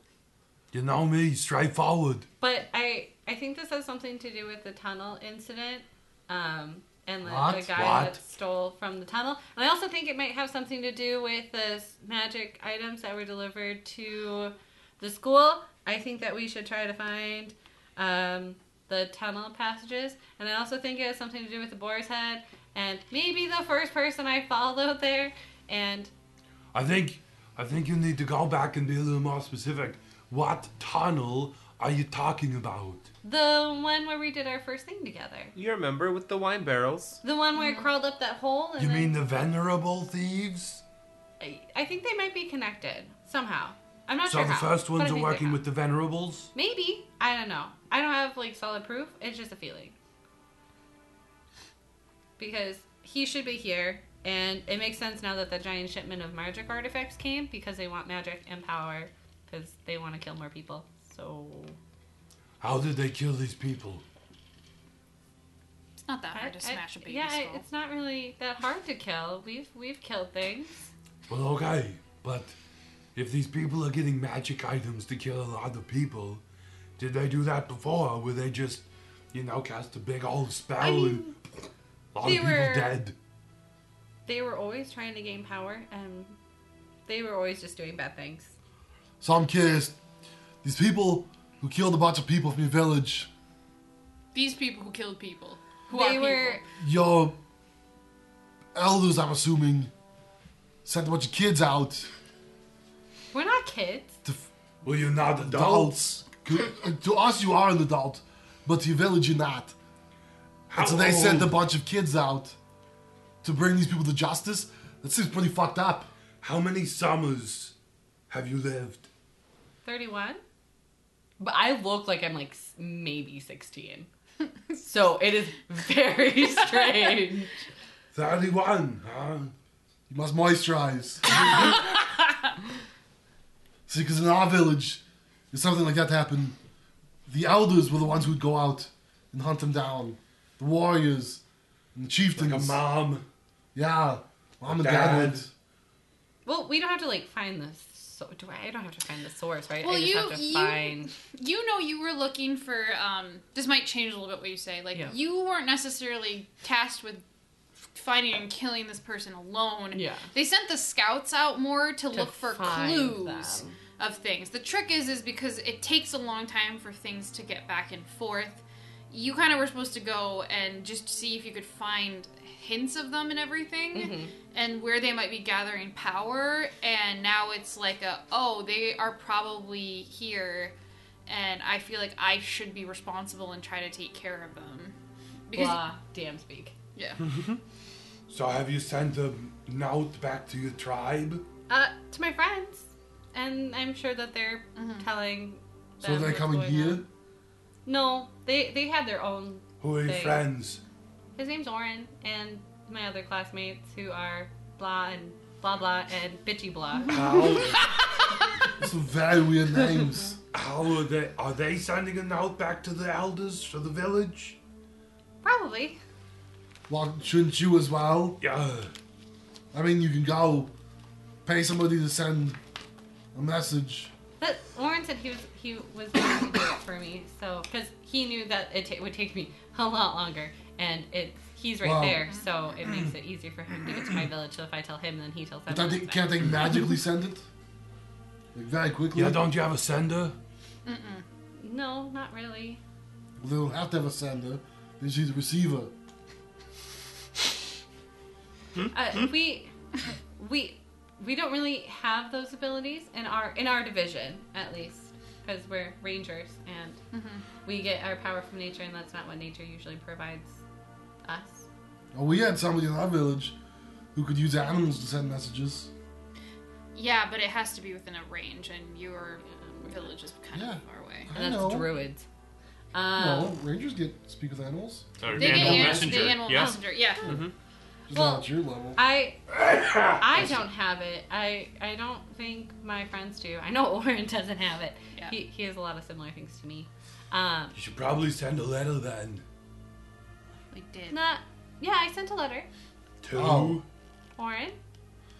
S14: You know me, straightforward.
S12: But I I think this has something to do with the tunnel incident. Um and the, the
S14: What?
S12: guy
S14: What?
S12: that stole from the tunnel. And I also think it might have something to do with the s- magic items that were delivered to the school. I think that we should try to find um, the tunnel passages. And I also think it has something to do with the boar's head and maybe the first person I followed there. And
S14: I think I think you need to go back and be a little more specific. What tunnel are you talking about?
S12: the one where we did our first thing together.
S2: You remember with the wine barrels?
S12: The one where I crawled up that hole and
S14: You
S12: then
S14: mean the venerable thieves?
S12: I I think they might be connected somehow. I'm not
S14: So
S12: sure.
S14: the
S12: how,
S14: first
S12: but I
S14: ones are
S12: think they
S14: working with the venerables?
S12: Maybe I don't know. I don't have like solid proof. It's just a feeling. Because he should be here, And it makes sense now that the giant shipment of magic artifacts came because they want magic and power because they want to kill more people. So
S14: How did they kill these people?
S7: It's not that hard to
S12: I- I-
S7: smash a baby
S12: yeah, I-
S7: skull.
S12: it's not really that hard to kill. We've we've killed things.
S14: Well, okay, but if these people are getting magic items to kill a lot of people, did they do that before? Were they just, you know, cast a big old spell and a lot of
S12: they
S14: people
S12: were-
S14: dead?
S12: They were always trying to gain power, and they were always just doing bad things.
S3: So I'm curious. These people who killed a bunch of people from your village,
S7: These people who killed people. Who are
S12: they
S7: people?
S12: were
S3: your elders, I'm assuming, sent a bunch of kids out
S12: we're not kids.
S3: to. f-
S14: Were you not
S3: Adults. To, Oh, Uh, to us, you are an adult, but to your village, you're not. And so they sent a
S14: old-
S3: bunch of kids out to bring these people to justice. That seems pretty fucked up.
S14: How many summers have you lived?
S12: Thirty-one. But I look like I'm like s- maybe sixteen. so it is very strange.
S14: 31, huh?
S3: You must moisturize. See, because in our village, if something like that happened, the elders were the ones who'd go out and hunt them down. The warriors and the chieftains.
S14: Like a mom.
S3: Yeah, mom and
S14: A
S3: dad.
S14: dad.
S3: would.
S12: well, we don't have to like find the so do I? I don't have to find the source, right?
S7: Well,
S12: I just
S7: you-
S12: have to
S7: you-
S12: find.
S7: You know, you were looking for. Um, this might change a little bit what you say. Like,
S12: Yeah.
S7: you weren't necessarily tasked with finding and killing this person alone.
S12: Yeah.
S7: They sent the scouts out more to,
S12: To
S7: look for
S12: find
S7: clues
S12: them.
S7: of things. The trick is, is because it takes a long time for things to get back and forth. You kind of were supposed to go and just see if you could find hints of them and everything,
S12: Mm-hmm.
S7: and where they might be gathering power. And now it's like a, oh, they are probably here, and I feel like I should be responsible and try to take care of them. Because
S12: Blah, damn speak.
S7: yeah,
S14: So have you sent a note back to your tribe?
S12: Uh, to my friends, and I'm sure that they're telling.
S3: So
S12: them
S3: they
S12: what's
S3: come in
S12: going
S3: here.
S12: on. No, they they had their own.
S14: Who are your
S12: They-
S14: friends?
S12: His name's Oren, and my other classmates who are blah and blah blah and bitchy blah.
S14: How,
S3: Some very weird names.
S14: how are they? Are they sending a note back to the elders for the village?
S12: Probably.
S3: well, shouldn't you as well?
S14: Yeah.
S3: I mean, you can go pay somebody to send a message.
S12: But Oren said he was he was going to do it for me, so because he knew that it ta- would take me a lot longer, and it he's right
S3: Wow.
S12: there, so it makes it easier for him to get to my village. So if I tell him, then he tells them.
S3: But I think, can't they magically send it? Like, very quickly?
S14: Yeah, don't you have a sender?
S12: No, not really.
S3: Well, they don't have to have a sender. They just need a receiver. Hmm?
S12: uh, we we we don't really have those abilities in our in our division at least because we're rangers and we get our power from nature and that's not what nature usually provides us
S3: Oh, we had somebody in our village who could use animals to send messages.
S7: yeah, but it has to be within a range, and your village is kind
S3: Yeah.
S7: of far away.
S3: I
S12: and that's
S3: know.
S12: druids
S3: No,
S12: um,
S3: rangers get to speak with animals.
S5: Or
S7: They
S5: animal
S7: get
S5: messenger.
S7: The animal
S5: yeah.
S7: messenger. Yeah.
S3: Just
S12: Well,
S3: not at your level.
S12: I I don't have it. I I don't think my friends do. I know Oren doesn't have it.
S7: Yeah.
S12: He he has a lot of similar things to me. Um,
S14: You should probably send a letter then.
S7: We did.
S12: not yeah. I sent a letter,
S14: To
S3: Oh.
S12: Oren,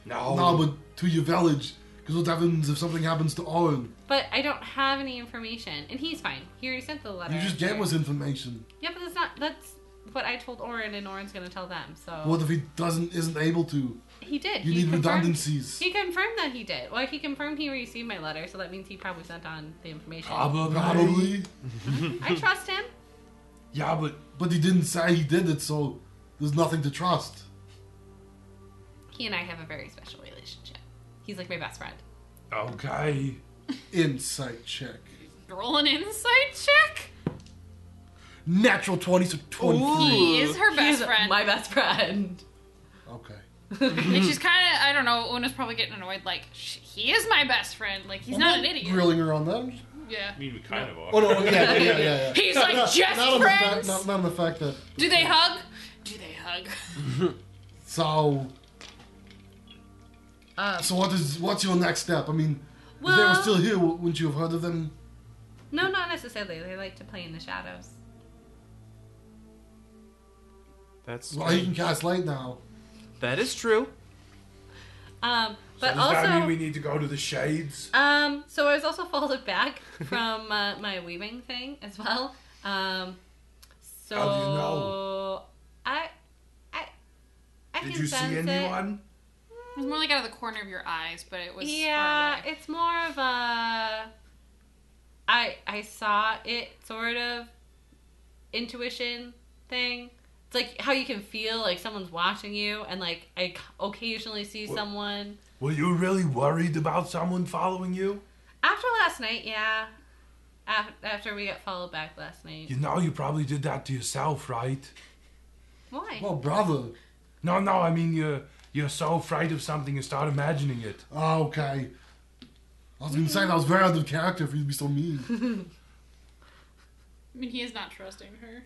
S14: no.
S3: No, but to your village. Because what happens if something happens to Oren?
S12: but I don't have any information, and he's fine. He already sent the letter.
S3: You just gave us information.
S12: Yeah, but that's not. That's what I told Oren, and Oren's gonna tell them. So
S3: What if he doesn't isn't able to?
S12: he did.
S3: You
S12: Oh. he
S3: need
S12: confirmed-
S3: redundancies.
S12: He confirmed that he did. Well, he confirmed he received my letter, so that means he probably sent on the information.
S14: Probably.
S3: Probably.
S12: I trust him.
S14: Yeah, but
S3: But he didn't say he did it, so there's nothing to trust.
S12: He and I have a very special relationship. He's like my best friend.
S14: okay.
S3: Insight check.
S7: Roll an insight check.
S3: Natural 20, so 23.
S7: He is her best
S12: He's
S7: friend.
S12: My best friend.
S3: Okay.
S7: and she's kind of, I don't know, Una's probably getting annoyed. Like, "Sh- he is my best friend. Like, he's not an idiot.
S3: Grilling her on that.
S7: Yeah.
S5: I mean, we kind of are.
S3: Oh, no, yeah, yeah, yeah, yeah.
S7: He's
S3: No,
S7: like,
S3: no,
S7: "Just
S3: not on the fact-
S7: friends."
S3: not, not on the fact that.
S7: Do they hug? Do they hug?
S3: So, So what is what's your next step? I mean, if they were
S12: Well-
S3: still here, w- wouldn't you have heard of them?
S12: No, not necessarily. They like to play in the shadows.
S2: That's
S3: Well, you
S2: true.
S3: can cast light now.
S2: That is true.
S12: Um, but
S14: Does
S12: also,
S14: that mean we need to go to the shades?
S12: um, so I was also followed back from uh, my weaving thing as well. Um, so
S14: How do you know?
S12: I, I, I
S14: Did
S12: can
S14: you
S12: sense
S14: see
S12: it.
S14: anyone?
S7: It was more like out of the corner of your eyes, but it was
S12: yeah
S7: far away.
S12: it's more of a i i saw it sort of intuition thing it's like how you can feel like someone's watching you and like i c- occasionally see
S14: Well-
S12: someone
S14: Were you really worried about someone following you?
S12: after last night yeah Af- after we got followed back last night
S14: You know you probably did that to yourself, right?
S12: why
S3: Well, Oh, brother.
S14: No, no, I mean you're you're so afraid of something you start imagining it.
S3: Ah, okay. I was gonna say that was very out of character for you to be so mean.
S7: I mean, he is not trusting her.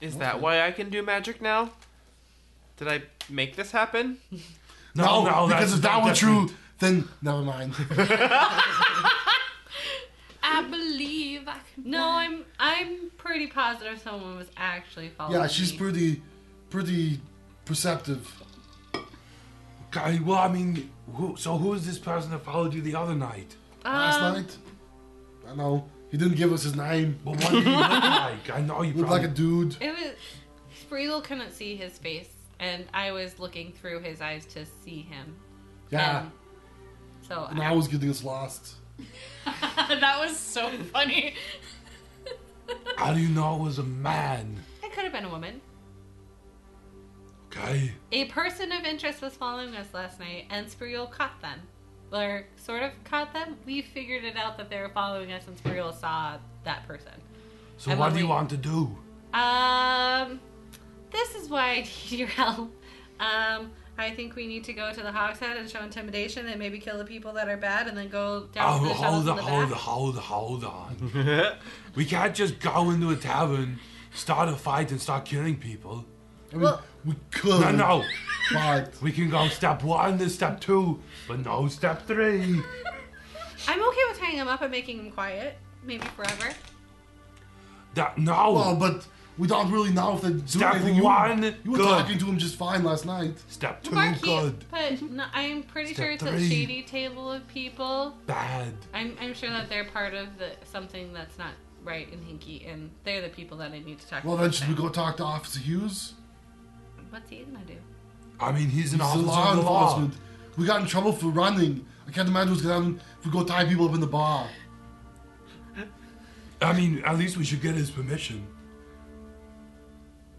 S2: Is that why I can do magic now? Did I make this happen?
S3: No, because
S14: that's-
S3: if that were
S14: that's
S3: true,
S14: different.
S3: then never mind.
S7: I believe I can.
S12: no i'm i'm pretty positive someone was actually following
S3: yeah, she's
S12: me.
S3: pretty, pretty perceptive.
S14: Okay, well, I mean, who, so who is this person that followed you the other night?
S3: Last night, I know he didn't give us his name.
S14: Well, what did he look like? I know you
S3: Looked
S14: probably.
S3: like a dude.
S12: It was Spreegle couldn't see his face, and I was looking through his eyes to see him.
S3: Yeah,
S12: And so
S3: and I was getting us lost.
S7: that was so funny.
S14: How do you know it was a man?
S12: I, it could have been a woman.
S14: Okay.
S12: A person of interest was following us last night, and Spreegle caught them, or sort of caught them. We figured it out that they were following us, and Spreegle saw that person.
S14: So
S12: And
S14: what
S12: when
S14: do you
S12: we-
S14: want to do?
S12: Um, this is why I need your help. Um, I think we need to go to the Hogshead and show intimidation, and maybe kill the people that are bad, and then go
S14: Oh,
S12: down to the
S14: hold
S12: shuttles in
S14: on,
S12: the
S14: hold on,
S12: back.
S14: hold on, hold on. we can't just go into a tavern, start a fight, and start killing people.
S3: I mean,
S12: Well-
S3: we could.
S14: No, no.
S3: But
S14: We can go step one to step two, but no step three.
S12: I'm okay with tying him up and making him quiet, maybe forever.
S14: That no.
S3: well, but we don't really know if they do
S14: Step
S3: anything. You-
S14: one,
S3: you, were
S14: good.
S3: talking to him just fine last night.
S14: step two,
S12: Mark, he-
S14: good,
S12: but no, I'm pretty
S14: Step
S12: sure it's
S14: three.
S12: a shady table of people.
S14: bad.
S12: I'm, I'm sure that they're part of the something that's not right in Hinky, and they're the people that I need to talk
S3: Well,
S12: to.
S3: then should we go talk to Officer Hughes?
S12: What's he gonna do?
S14: I mean, he's an
S3: He's
S14: officer
S3: a law
S14: of the law.
S3: enforcement. We got in trouble for running. I can't imagine what's gonna happen if we go tie people up in the bar.
S14: I mean, at least we should get his permission.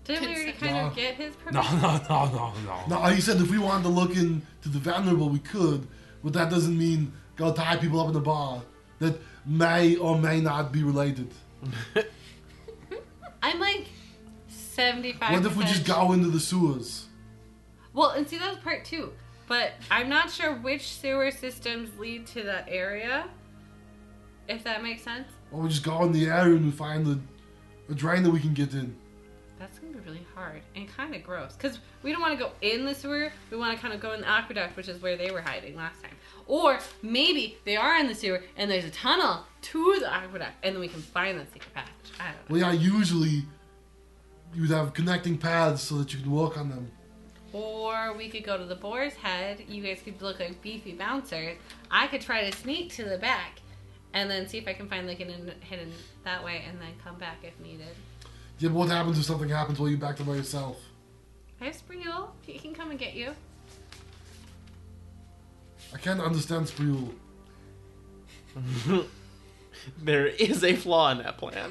S12: Didn't we already kind
S3: No.
S12: of get his
S14: No,
S12: permission?
S14: no, no, no, no.
S3: Now, he said if we wanted to look into the vulnerable, we could, but that doesn't mean go tie people up in the bar that may or may not be related.
S12: I'm like 75.
S3: What if we just go into the sewers?
S12: Well, and see, that was part two. But I'm not sure which sewer systems lead to that area, if that makes sense.
S3: Or we just go in the area and we find a, a drain that we can get in?
S12: That's gonna be really hard and kind of gross because we don't want to go in the sewer. We want to kind of go in the aqueduct, which is where they were hiding last time. Or maybe they are in the sewer and there's a tunnel to the aqueduct, and then we can find the secret patch. I don't know.
S3: Well, yeah, usually you'd have connecting paths so that you can walk on them.
S12: Or we could go to the boar's head. You guys could look like beefy bouncers. I could try to sneak to the back, and then see if I can find like an in- hidden that way, and then come back if needed.
S3: Yeah, but what happens if something happens while you're back there by yourself?
S12: I have Spreegle. He can come and get you.
S3: I can't understand Spreul.
S2: There is a flaw in that plan.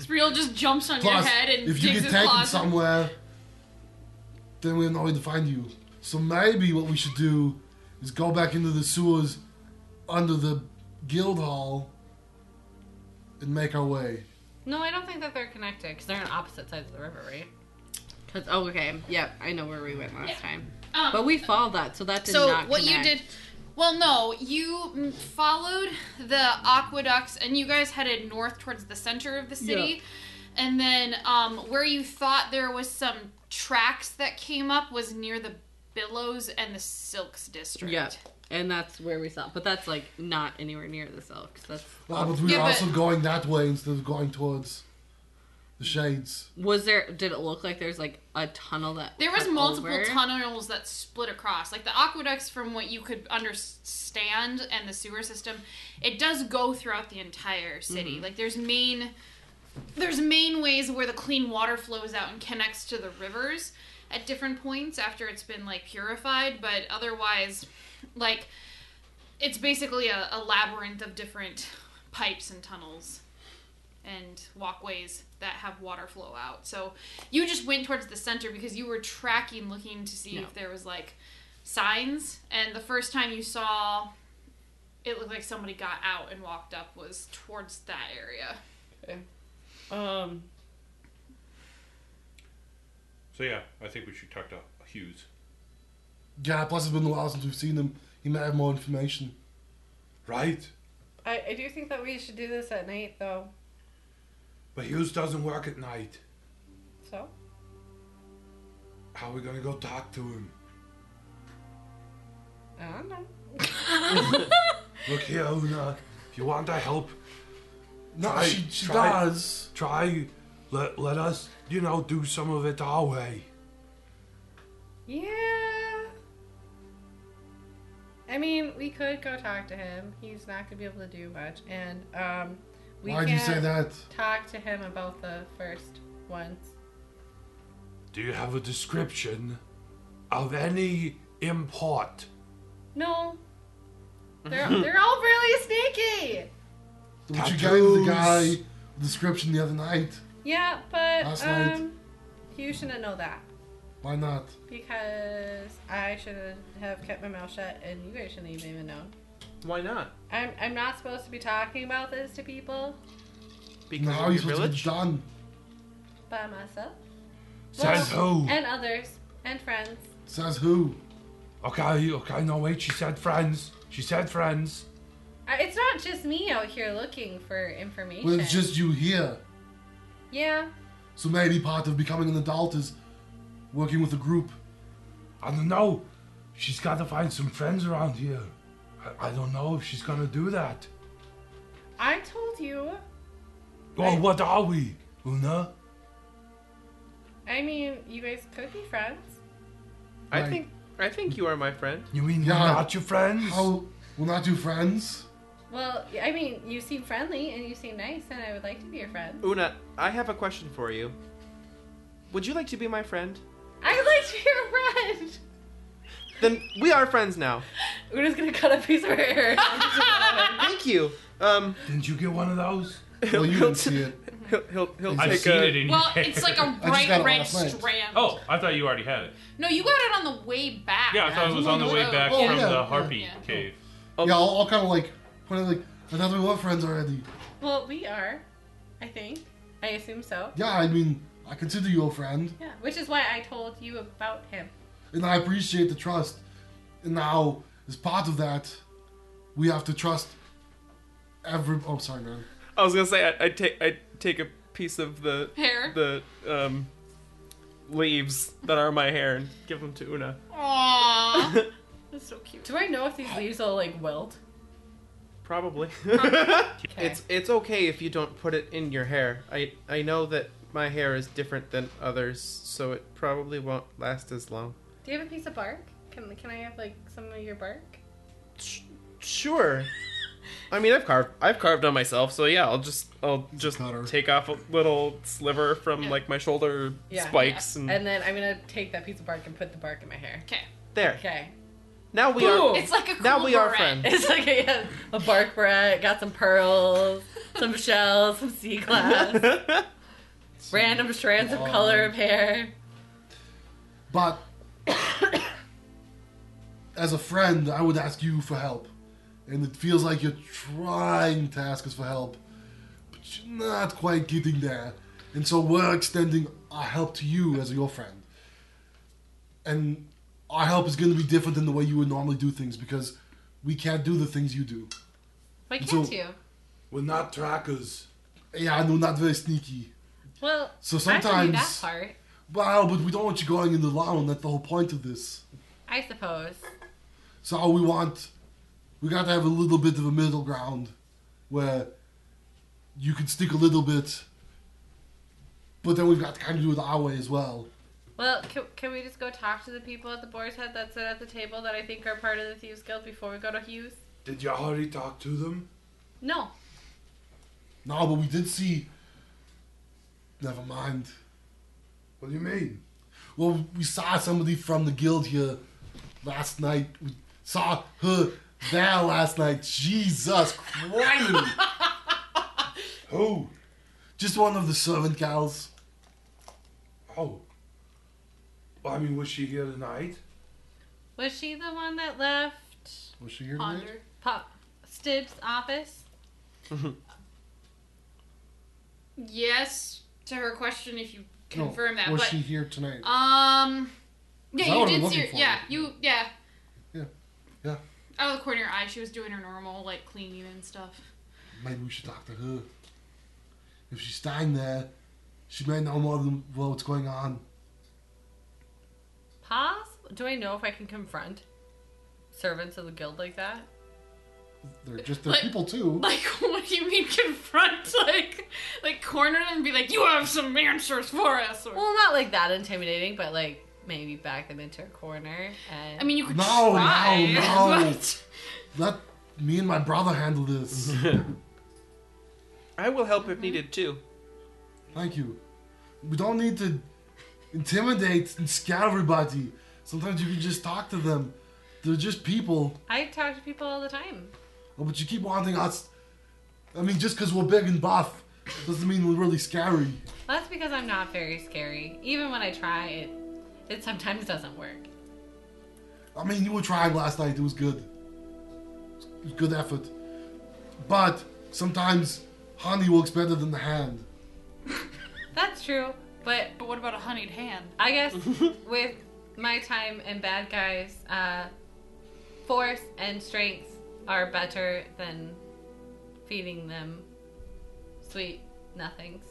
S7: Spriel just jumps on your
S3: Plus,
S7: head and
S3: if you
S7: digs
S3: get
S7: his
S3: taken
S7: claws.
S3: somewhere, then we know where to find you. So maybe what we should do is go back into the sewers under the guild hall and make our way.
S12: No, I don't think that they're connected because they're on opposite sides of the river, right? Cause oh, okay, yep, I know where we went last time,
S7: Um,
S12: but we followed that, so that did
S7: so
S12: not.
S7: what you
S12: connect.
S7: did well no you mm, followed the aqueducts and you guys headed north towards the center of the city and then um, where you thought there was some tracks that came up was near the Billows and the Silks district.
S1: Yeah. And that's where we saw. But that's like not anywhere near the silk. 'cause That's
S3: Ah, but we
S7: Um, Yeah,
S3: were
S7: but-
S3: also going that way instead of going towards the shades.
S1: was there did it look like there's like a tunnel that
S7: There was
S1: cut
S7: multiple
S1: over?
S7: tunnels that split across. Like the aqueducts from what you could understand and the sewer system, it does go throughout the entire city. Like there's main there's main ways where the clean water flows out and connects to the rivers at different points after it's been like purified, but otherwise like it's basically a, a labyrinth of different pipes and tunnels and walkways that have water flow out. So you just went towards the center because you were tracking, looking to see
S1: No.
S7: if there was like signs. And the first time you saw, it looked like somebody got out and walked up was towards that area.
S12: Um,
S5: So yeah, I think we should talk to Hughes.
S3: Yeah, plus it's been a while since we've seen him. He may have more information.
S14: Right?
S12: I, I do think that we should do this at night, though.
S14: But Hughes doesn't work at night.
S12: So?
S14: How are we gonna go talk to him?
S12: I don't know.
S14: Look here, Una. If you want our help,
S3: No,
S14: Try-
S3: she, she
S14: try-
S3: does.
S14: try. Let, let us, you know, do some of it our way.
S12: Yeah. I mean, we could go talk to him. He's not gonna be able to do much, and um, we
S3: Why do you
S12: can't
S3: say that?
S12: talk to him about the first ones.
S14: Do you have a description of any import?
S12: No. They're they're all really sneaky.
S3: What you gave the guy description the other night.
S12: Yeah, but
S3: Last night.
S12: um, you shouldn't know that
S3: Why not?
S12: because I should have kept my mouth shut, and you guys shouldn't have even known.
S2: Why not?
S12: I'm I'm not supposed to be talking about this to people
S2: Because
S3: No, how are
S2: of
S3: you
S2: your
S3: supposed
S2: village?
S3: to be done?
S12: by myself
S14: Says who?
S12: and others and friends.
S3: Says who?
S14: Okay, okay, no, wait, she said friends. She said friends.
S12: I- It's not just me out here looking for information.
S3: Well, it's just you here.
S12: yeah.
S3: So maybe part of becoming an adult is working with a group.
S14: I don't know. She's got to find some friends around here. I, I don't know if she's gonna do that.
S12: I told you.
S14: Well, what are we, Una?
S12: I mean, you guys could be friends.
S2: I
S3: Right.
S2: think I think you are my friend.
S14: You mean
S3: Yeah.
S14: we're not your friends?
S3: How? We're not your friends.
S12: Well, I mean, you seem friendly and you seem nice, and I would like to be your friend.
S2: Una, I have a question for you. Would you like to be my friend?
S12: I'd like to be your friend.
S2: Then we are friends now.
S12: Una's gonna cut a piece of her hair.
S2: Thank you. Um,
S14: Didn't you get one of those?
S3: Well, you didn't see it.
S2: he'll he'll, he'll
S5: I've
S2: take
S5: seen
S2: a,
S5: it in
S7: Well,
S5: your
S7: it's like a
S3: I just got
S7: bright
S3: it
S7: red
S3: last night.
S7: strand.
S5: Oh, I thought you already had it.
S7: No, you got it on the way back.
S5: Yeah, I thought it was on the way back
S3: Oh,
S5: from
S3: yeah,
S5: the
S3: yeah.
S5: harpy
S7: Yeah.
S5: cave.
S3: Yeah, I'll, I'll kind of like point out like another we were friends already.
S12: well, we are, I think. I assume so.
S3: Yeah, I mean I consider you a friend,
S12: Yeah, which is why I told you about him.
S3: and I appreciate the trust. And now, as part of that, we have to trust every. Oh, sorry, man.
S2: I was gonna say I, I take I take a piece of the
S7: Hair.
S2: the um leaves that are my hair and give them to Una.
S7: Aww. That's so cute.
S12: Do I know if these leaves will like wilt?
S2: Probably. It's it's okay if you don't put it in your hair. I I know that my hair is different than others, so it probably won't last as long.
S12: Do you have a piece of bark? Can can I have like some of your bark?
S2: Sure. I mean, I've carved I've carved on myself, so yeah, I'll just I'll just
S3: cutter.
S2: take off a little sliver from like my shoulder
S12: Yeah.
S2: spikes and,
S12: And then I'm gonna take that piece of bark and put the bark in my hair.
S7: Okay.
S2: there.
S12: Okay.
S2: Now we
S12: Boom.
S2: are
S7: It's like a cool
S2: now we are
S7: beret.
S2: friends.
S12: It's like I got a bark brat, got some pearls, some shells, some sea glass, random strands of color of hair.
S3: But as a friend, I would ask you for help. And it feels like you're trying to ask us for help, but you're not quite getting there. And so we're extending our help to you as your friend. And our help is going to be different than the way you would normally do things because we can't do the things you do.
S12: Why
S3: can't
S12: can't
S3: So-
S12: you?
S14: We're not trackers.
S3: Yeah, I know, not very sneaky.
S12: Well,
S3: So
S12: I can do that
S3: sometimes.
S12: part.
S3: Wow, but we don't want you going in alone. That's the whole point of this.
S12: I suppose.
S3: So we want, we got to have a little bit of a middle ground where you can stick a little bit, but then we've got to kind of do it our way as well.
S12: Well, can, can we just go talk to the people at the Boar's Head that sit at the table that I think are part of the Thieves Guild before we go to Hughes?
S14: Did you already talk to them?
S12: No.
S3: No, but we did see. Never mind.
S14: What do you mean?
S3: Well, we saw somebody from the guild here last night. We saw her there last night. Jesus Christ!
S14: Who?
S3: Just one of the servant gals.
S14: Oh. Well, I mean, was she here tonight?
S12: Was she the one that left
S3: Was she here tonight?
S7: Ponder.
S12: Pop Stib's office?
S7: Yes to her question if you
S3: No,
S7: confirm that.
S3: Oh, Was
S7: but
S3: she here tonight?
S7: um,
S3: Is that
S7: yeah, you
S3: what I'm
S7: did
S3: looking
S7: see. Her,
S3: for?
S7: yeah, you yeah.
S3: Yeah. Yeah.
S7: Out of the corner of your eye, she was doing her normal like cleaning and stuff.
S3: Maybe we should talk to her. If she's staying there, she may know more than well, what's going on.
S12: Pause? Do I know if I can confront servants of the guild like that?
S3: They're just they're
S7: Like-
S3: people too.
S7: Like, what do you mean confront? Like, like corner them and be like, you have some answers for us. Or,
S12: Well, not like that intimidating, but like maybe back them into a corner and
S7: I mean, you could
S3: No, no,
S7: try.
S3: no.
S7: But
S3: Let me and my brother handle this.
S2: I will help if needed too.
S3: Thank you. We don't need to intimidate and scare everybody. Sometimes you can just talk to them. They're just people.
S12: I talk to people all the time.
S3: Oh, but you keep wanting us. I mean, just because we're big and buff doesn't mean we're really scary.
S12: Well, that's because I'm not very scary. Even when I try, it it sometimes doesn't work.
S3: I mean, you were trying last night. It was good. It was good effort. But sometimes honey works better than the hand.
S12: That's true, but
S7: but what about a honeyed hand?
S12: I guess with my time and bad guys, uh, force and strength are better than feeding them sweet nothings.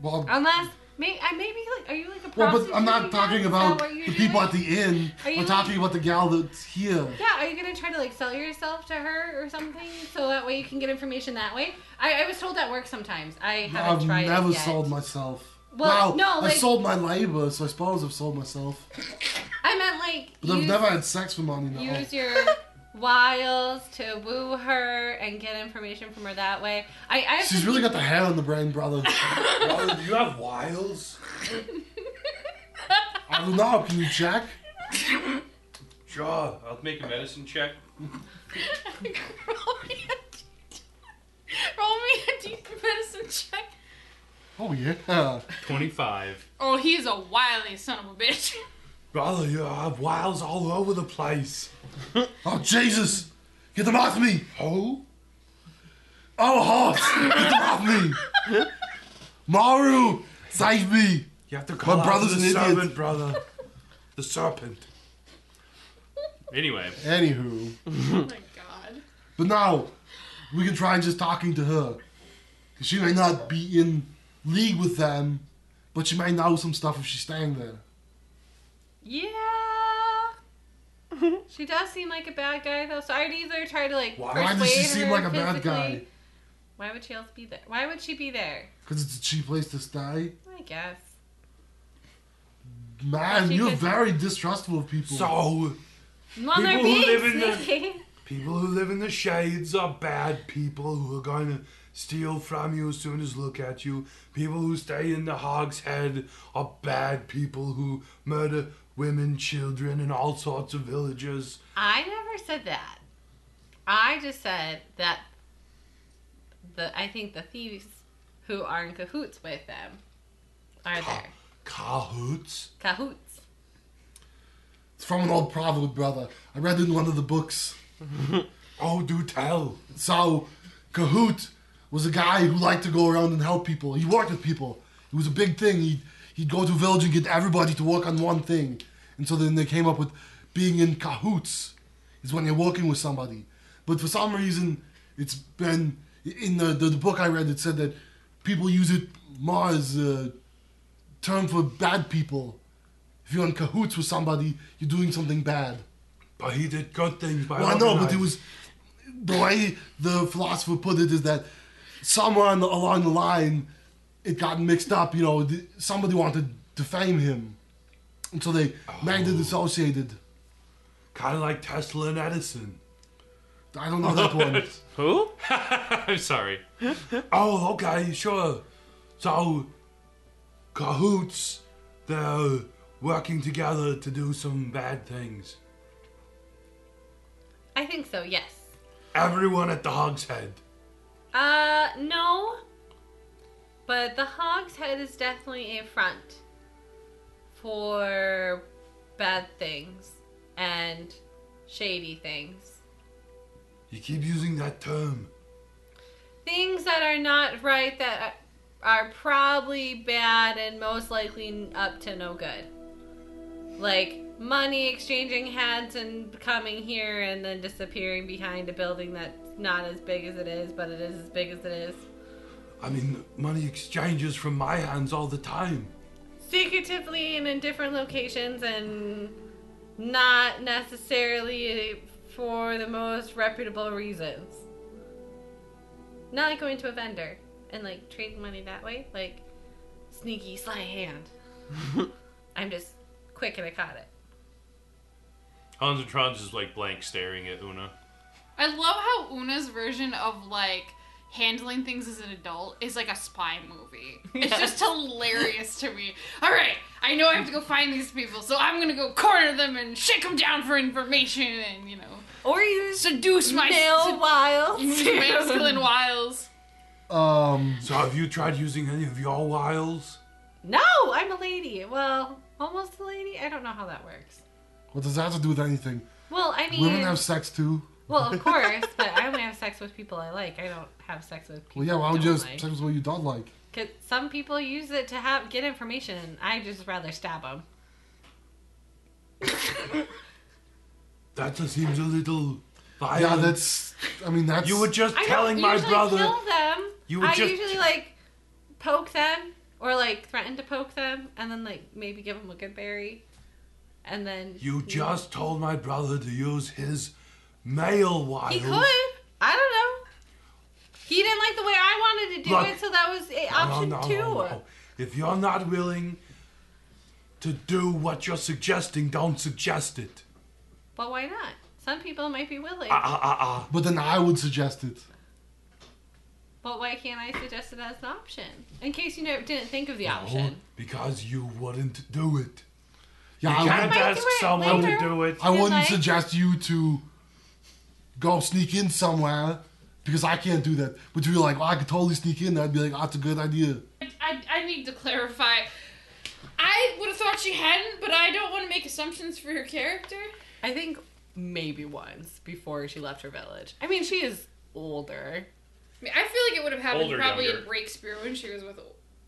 S3: Well,
S12: Unless may, I maybe like are you like a
S3: well
S12: prostitute?
S3: but I'm not
S12: now? Is
S3: talking
S12: that
S3: about
S12: what you're
S3: the people
S12: doing?
S3: at the inn.
S12: Are you
S3: I'm talking about the gal that's here.
S12: Yeah, are you gonna try to like sell yourself to her or something so that way you can get information that way? I, I was told that works sometimes. I haven't
S3: I've
S12: tried
S3: never
S12: it yet.
S3: sold myself.
S12: Well,
S3: wow,
S12: no, like-
S3: I've sold my labor, so I suppose I've sold myself.
S12: I meant like
S3: But I've
S12: use,
S3: never had sex for money. No.
S12: use your wiles to woo her and get information from her that way. I, I have
S3: She's
S12: to
S3: really
S12: keep-
S3: got the hair on the brain, brother.
S14: Well, do you have wiles?
S3: I don't know. Can you check?
S14: Sure.
S5: I'll make a medicine check.
S7: roll me a d- roll me a deep medicine check.
S3: Oh yeah.
S5: 25.
S7: Oh, he's a wily son of a bitch.
S14: Brother, you have wiles all over the place.
S3: Oh Jesus! Get them off me!
S14: Who?
S3: Oh horse! Get them off me! Maru, save me!
S14: You have to call out
S3: brother's
S14: the
S3: an idiot.
S14: serpent, brother. The serpent.
S5: Anyway,
S3: Anywho,
S7: oh my god.
S3: but now we can try just talking to her. 'Cause She may not be in league with them, but she may know some stuff if she's staying there.
S12: Yeah. she does seem like a bad guy though, so I'd either try to like
S14: Why
S3: Why
S12: persuade
S3: does she
S12: her
S3: seem like a bad guy?
S12: physically- Why would she else be there? Why would she be there?
S3: Because it's a cheap place to stay.
S12: I guess.
S3: Man,
S12: She
S3: you're
S12: could-
S3: very distrustful of people.
S14: So,
S12: Well, they're
S14: People who
S12: being
S14: live in the-
S12: sneaky.
S14: people who live in the shades are bad people who are going to steal from you as soon as look at you. People who stay in the hog's head are bad people who murder women, children, and all sorts of villagers.
S12: I never said that. I just said that the I think the thieves who are in cahoots with them are there.
S14: Cahoots.
S12: Cahoots.
S3: It's from an old proverb, brother. I read it in one of the books.
S14: Oh, do tell.
S3: So, Cahoot was a guy who liked to go around and help people. He worked with people. It was a big thing. He'd, he'd go to a village and get everybody to work on one thing. And so then they came up with being in cahoots is when you're working with somebody. But for some reason, it's been in the, the, the book I read. It said that people use it more as a term for bad people If you're in cahoots with somebody, you're doing something bad.
S14: But he did good things by
S3: Well, I know, but it
S14: organizing.
S3: was the way the philosopher put it is that somewhere on the, along the line, it got mixed up. You know, th- somebody wanted to defame him, and so they made
S14: Oh.
S3: it associated.
S14: kind of like Tesla and Edison.
S3: I don't know that one.
S2: Who?
S5: I'm sorry.
S14: Oh, okay, sure. So, cahoots, they're working together to do some bad things.
S12: I think so. Yes.
S14: Everyone at the Hogshead.
S12: Uh, no. But the hog's head is definitely a front for bad things and shady things.
S14: You keep using that term.
S12: Things that are not right that are probably bad and most likely up to no good. Like money exchanging hands and coming here and then disappearing behind a building that's not as big as it is, but it is as big as it is.
S14: I mean, money exchanges from my hands all the time.
S12: secretively and in different locations and not necessarily for the most reputable reasons. Not like going to a vendor and like trading money that way, like sneaky sly hand. I'm just quick and I caught it.
S5: Hans and Trons is like blank staring at Una.
S7: I love how Una's version of like handling things as an adult is like a spy movie. It's just hilarious to me. All right, I know I have to go find these people, so I'm gonna go corner them and shake them down for information and you know
S12: Or you
S7: seduce my
S12: male wild.
S7: sed- masculine wiles.
S3: Um,
S14: So, have you tried using any of your wiles?
S12: No, I'm a lady. Well, almost a lady. I don't know how that works.
S3: what does that have to do with anything?
S12: Well, I mean,
S3: Women have sex too.
S12: well, of course, but I only have sex with people I like. I don't have sex with people.
S3: Well, yeah, why
S12: I
S3: would
S12: don't
S3: you have
S12: like.
S3: sex with what you don't like?
S12: Cause some people use it to have get information. and I just rather stab them.
S14: That just seems a little violent.
S3: Yeah, that's. I mean, that's.
S14: You were just
S12: I
S14: telling
S12: don't
S14: my
S12: usually
S14: brother.
S12: kill them.
S14: You would
S12: I
S14: just-
S12: usually like poke them or like threaten to poke them, and then like maybe give them a good berry, and then
S14: You just told my brother to use his male wiles.
S12: he could. I don't know. He didn't like the way I wanted to do
S14: Look.
S12: it, so that was eh,
S14: No, no,
S12: option
S14: no, no,
S12: two.
S14: no. If you're not willing to do what you're suggesting, don't suggest it.
S12: But why not? Some people might be willing.
S14: Ah, ah, ah, ah.
S3: But then I would suggest it.
S12: but why can't I suggest it as an option? In case you never, didn't think of the
S14: No,
S12: option.
S14: because you wouldn't do it.
S3: Yeah,
S14: You
S3: I would.
S14: can't
S12: might
S14: ask
S12: do it
S14: someone
S12: later.
S14: to do it.
S3: I
S12: You're
S3: wouldn't
S12: like-
S3: suggest you to go sneak in somewhere because I can't do that. But you'd be like, well, I could totally sneak in. I'd be like, oh, that's a good idea.
S7: I, I need to clarify. I would have thought she hadn't, but I don't want to make assumptions for her character.
S12: I think maybe once before she left her village. I mean, she is older.
S7: I, mean, I feel like it would have happened
S5: Older,
S7: probably
S5: younger.
S7: in Breakspear when she was with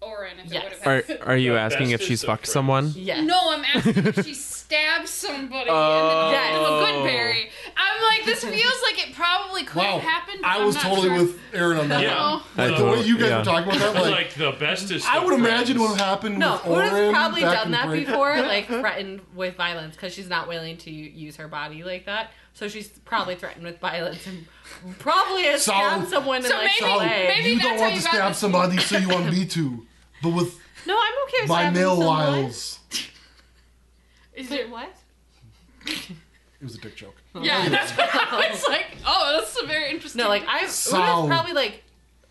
S7: Oren. If
S12: Yes.
S7: it would have
S2: Are,
S7: happened.
S2: are you
S5: The
S2: asking if
S5: bestest
S2: she's
S5: of
S2: fucked
S5: friends.
S2: someone?
S12: Yes.
S7: No, I'm asking if she stabbed somebody
S2: Oh.
S7: and then yes. a good berry. I'm like, this feels like it probably could have happened. but
S3: I
S7: I'm
S3: was
S7: not
S3: totally
S7: sure.
S3: with Aaron on that.
S5: Yeah.
S3: one.
S7: No.
S2: I
S3: Like, the
S2: don't-
S3: way you guys
S2: yeah.
S3: were talking about that,
S5: Like,
S3: like,
S5: the bestest.
S3: I
S5: of
S3: would imagine
S5: friends.
S3: what happened
S12: No,
S3: with
S12: Una's
S3: Oren.
S12: probably
S3: back
S12: done
S3: in
S12: that
S3: Great-
S12: before, like threatened with violence because she's not willing to u- use her body like that. So she's probably threatened with violence and probably has
S3: So-
S12: stabbed someone in
S7: So
S12: like
S7: maybe-
S12: a way.
S7: maybe-
S3: Oh, You
S7: that's
S3: don't
S7: how
S3: want
S7: you
S3: to
S7: got
S3: stab
S7: this-
S3: somebody, so you want me to. But with
S12: No, I'm okay with
S3: my
S12: stabbing
S3: male
S12: someone.
S3: wiles.
S7: Is
S12: Wait,
S7: it?
S12: what?
S3: It was a dick joke.
S7: Yeah, that's what I was like. Oh, that's a very interesting.
S12: No, like I Una's
S3: So-
S12: probably like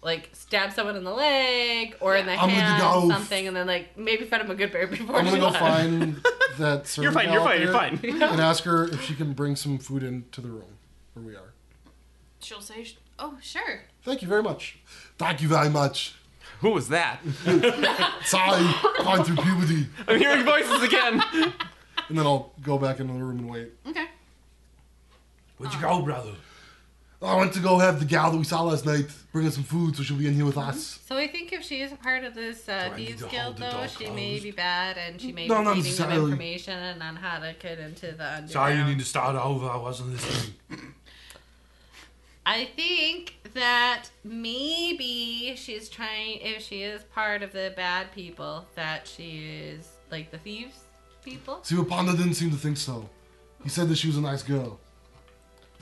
S12: like stab someone in the leg or in the
S3: I'm gonna
S12: hand
S3: go
S12: or
S3: f-
S12: something, and then like maybe fed him a good bear before.
S3: I'm
S12: she
S3: gonna go
S12: left.
S3: find that servant.
S2: You're fine,
S3: out
S2: you're fine, you're
S3: there
S2: fine.
S3: And ask her if she can bring some food into the room where we are.
S7: she'll say, "Oh, sure."
S3: Thank you very much. Thank you very much.
S2: Who was that?
S3: Sorry, going through puberty.
S2: I'm hearing voices again.
S3: And then I'll go back into the room and wait.
S7: Okay.
S14: Where'd you go, brother?
S3: I want to go have the gal that we saw last night bring us some food so she'll be in here with us.
S12: So I think if she is a part of this uh,
S14: Do I need
S12: thieves
S14: to
S12: guild,
S14: hold the
S12: though,
S14: door
S12: she may
S14: closed?
S12: be bad, and she may
S3: Mm, No, not
S12: be feeding them
S3: necessarily.
S12: information on how to get into the underground.
S14: Sorry, you need to start over. I wasn't listening.
S12: I think that maybe she's trying. If she is part of the bad people, that she is like the thieves. people.
S3: Sivaponda didn't seem to think so. He said that she was a nice girl.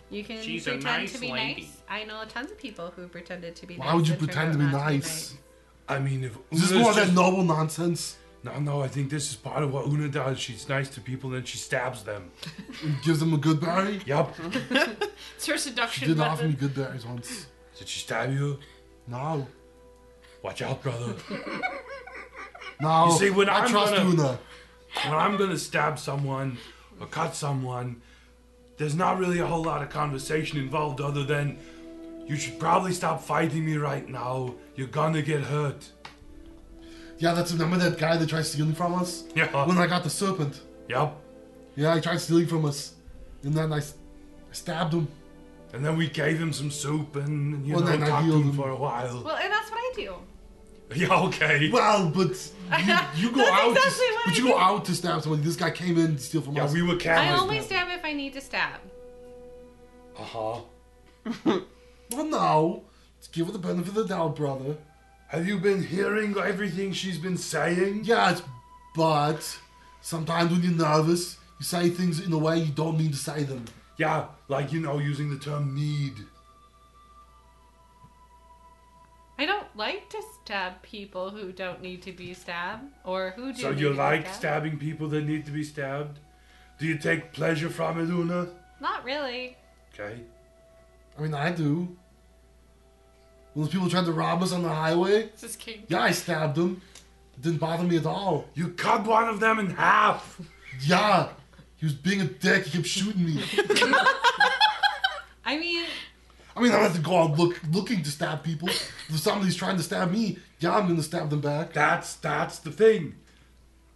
S12: You can
S5: She's a
S12: pretend
S5: nice
S12: to be
S5: lady.
S12: nice. I know tons of people who pretended to be nice.
S3: Why would you
S12: and
S3: pretend
S12: turned out
S3: to be
S12: not
S3: nice?
S14: I mean, if
S3: Is this
S14: Una's
S3: more of that
S14: just-
S3: noble nonsense?
S14: No, no, I think this is part of what Una does. She's nice to people, then she stabs them.
S3: It gives them a good berry?
S14: Yup.
S7: It's her
S3: She
S7: seduction
S3: did offer me
S7: method.
S3: good berries once.
S14: Did she stab you?
S3: No.
S14: Watch out, brother.
S3: No.
S14: You see, when
S3: I
S14: I'm
S3: trust
S14: gonna-
S3: Una.
S14: when I'm gonna stab someone or cut someone, there's not really a whole lot of conversation involved other than you should probably stop fighting me right now. You're gonna get hurt.
S3: Yeah, that's remember that guy that tried stealing from us?
S14: Yeah.
S3: When I got the serpent.
S14: Yup.
S3: Yeah, he tried stealing from us. And then I, s- I stabbed him.
S14: And then we gave him some soup and you
S3: Well,
S14: know
S3: then I
S14: talked to
S3: healed
S14: him
S3: him.
S14: for a while.
S12: Well, and that's what I do.
S14: Yeah, okay.
S3: Well, but you, you go
S12: That's
S3: out. to,
S12: exactly what
S3: but
S12: I
S3: you
S12: did.
S3: go out to stab somebody. This guy came in to steal from
S14: Yeah,
S3: us.
S14: we were
S12: I
S14: cameras.
S12: only stab if I need to stab.
S14: Uh
S3: Uh-huh.
S14: huh.
S3: Well, no. Let's give her the benefit of the doubt, brother.
S14: Have you been hearing everything she's been saying?
S3: Yes, but sometimes when you're nervous, you say things in a way you don't mean to say them.
S14: Yeah, like you know, using the term need.
S12: I don't like to stab people who don't need to be stabbed or who do.
S14: So
S12: need
S14: you
S12: to be
S14: like
S12: stabbed.
S14: stabbing people that need to be stabbed? Do you take pleasure from it, Una?
S12: Not really.
S14: Okay.
S3: I mean, I do. When those people tried to rob us on the highway,
S7: This is king.
S3: yeah, I stabbed them. It didn't bother me at all.
S14: You cut one of them in half.
S3: Yeah, he was being a dick. He kept shooting me.
S12: I mean,
S3: I mean, I don't have to go out look looking to stab people. If somebody's trying to stab me, yeah, I'm gonna stab them back.
S14: That's that's the thing.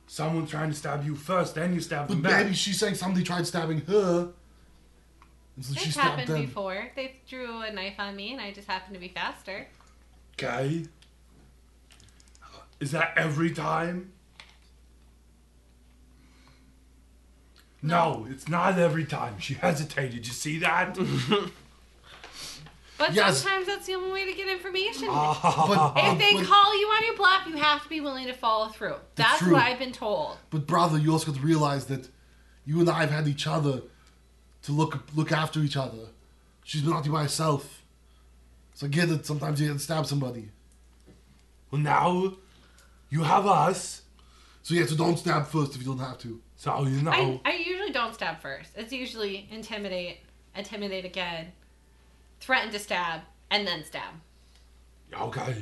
S14: Someone trying to stab you first, then you stab them
S3: But
S14: back.
S3: maybe she's saying somebody tried stabbing her, and so she
S12: it's
S3: stabbed
S12: happened
S3: them.
S12: before. They drew a knife on me, and I just happened to be faster.
S14: Okay. Is that every time? No, it's not every time. She hesitated. You see that?
S12: But
S3: Yes.
S12: sometimes that's the only way to get information.
S3: But,
S12: if they
S3: but,
S12: call you on your bluff, you have to be willing to follow through. That's
S3: true.
S12: what I've been told.
S3: but brother, you also got to realize that you and I have had each other to look look after each other. She's been out here by herself, so I get it. Sometimes you have to stab somebody.
S14: well, now you have us,
S3: So yeah, so don't stab first if you don't have to.
S14: so you know.
S12: I, I usually don't stab first. It's usually intimidate, intimidate again, threaten to stab, and then stab.
S14: Okay.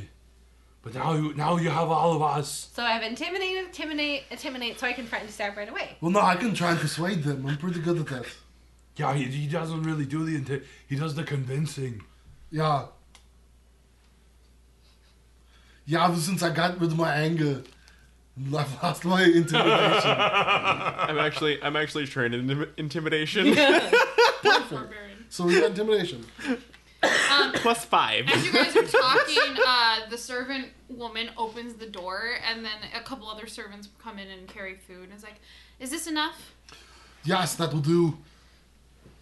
S14: But now you now you have all of us.
S12: So I have intimidate, intimidate, intimidate, so I can threaten to stab right away.
S3: Well, no, I can try and persuade them. I'm pretty good at that.
S14: Yeah, he, he doesn't really do the inti- he does the convincing.
S3: Yeah. Yeah, ever since I got rid of my anger, I've lost my intimidation.
S2: I'm actually I'm actually trained in intim- intimidation.
S3: so we got intimidation.
S2: Plus five.
S7: As you guys are talking, uh, the servant woman opens the door, and then a couple other servants come in and carry food. And it's like, is this enough?
S3: Yes, that will do.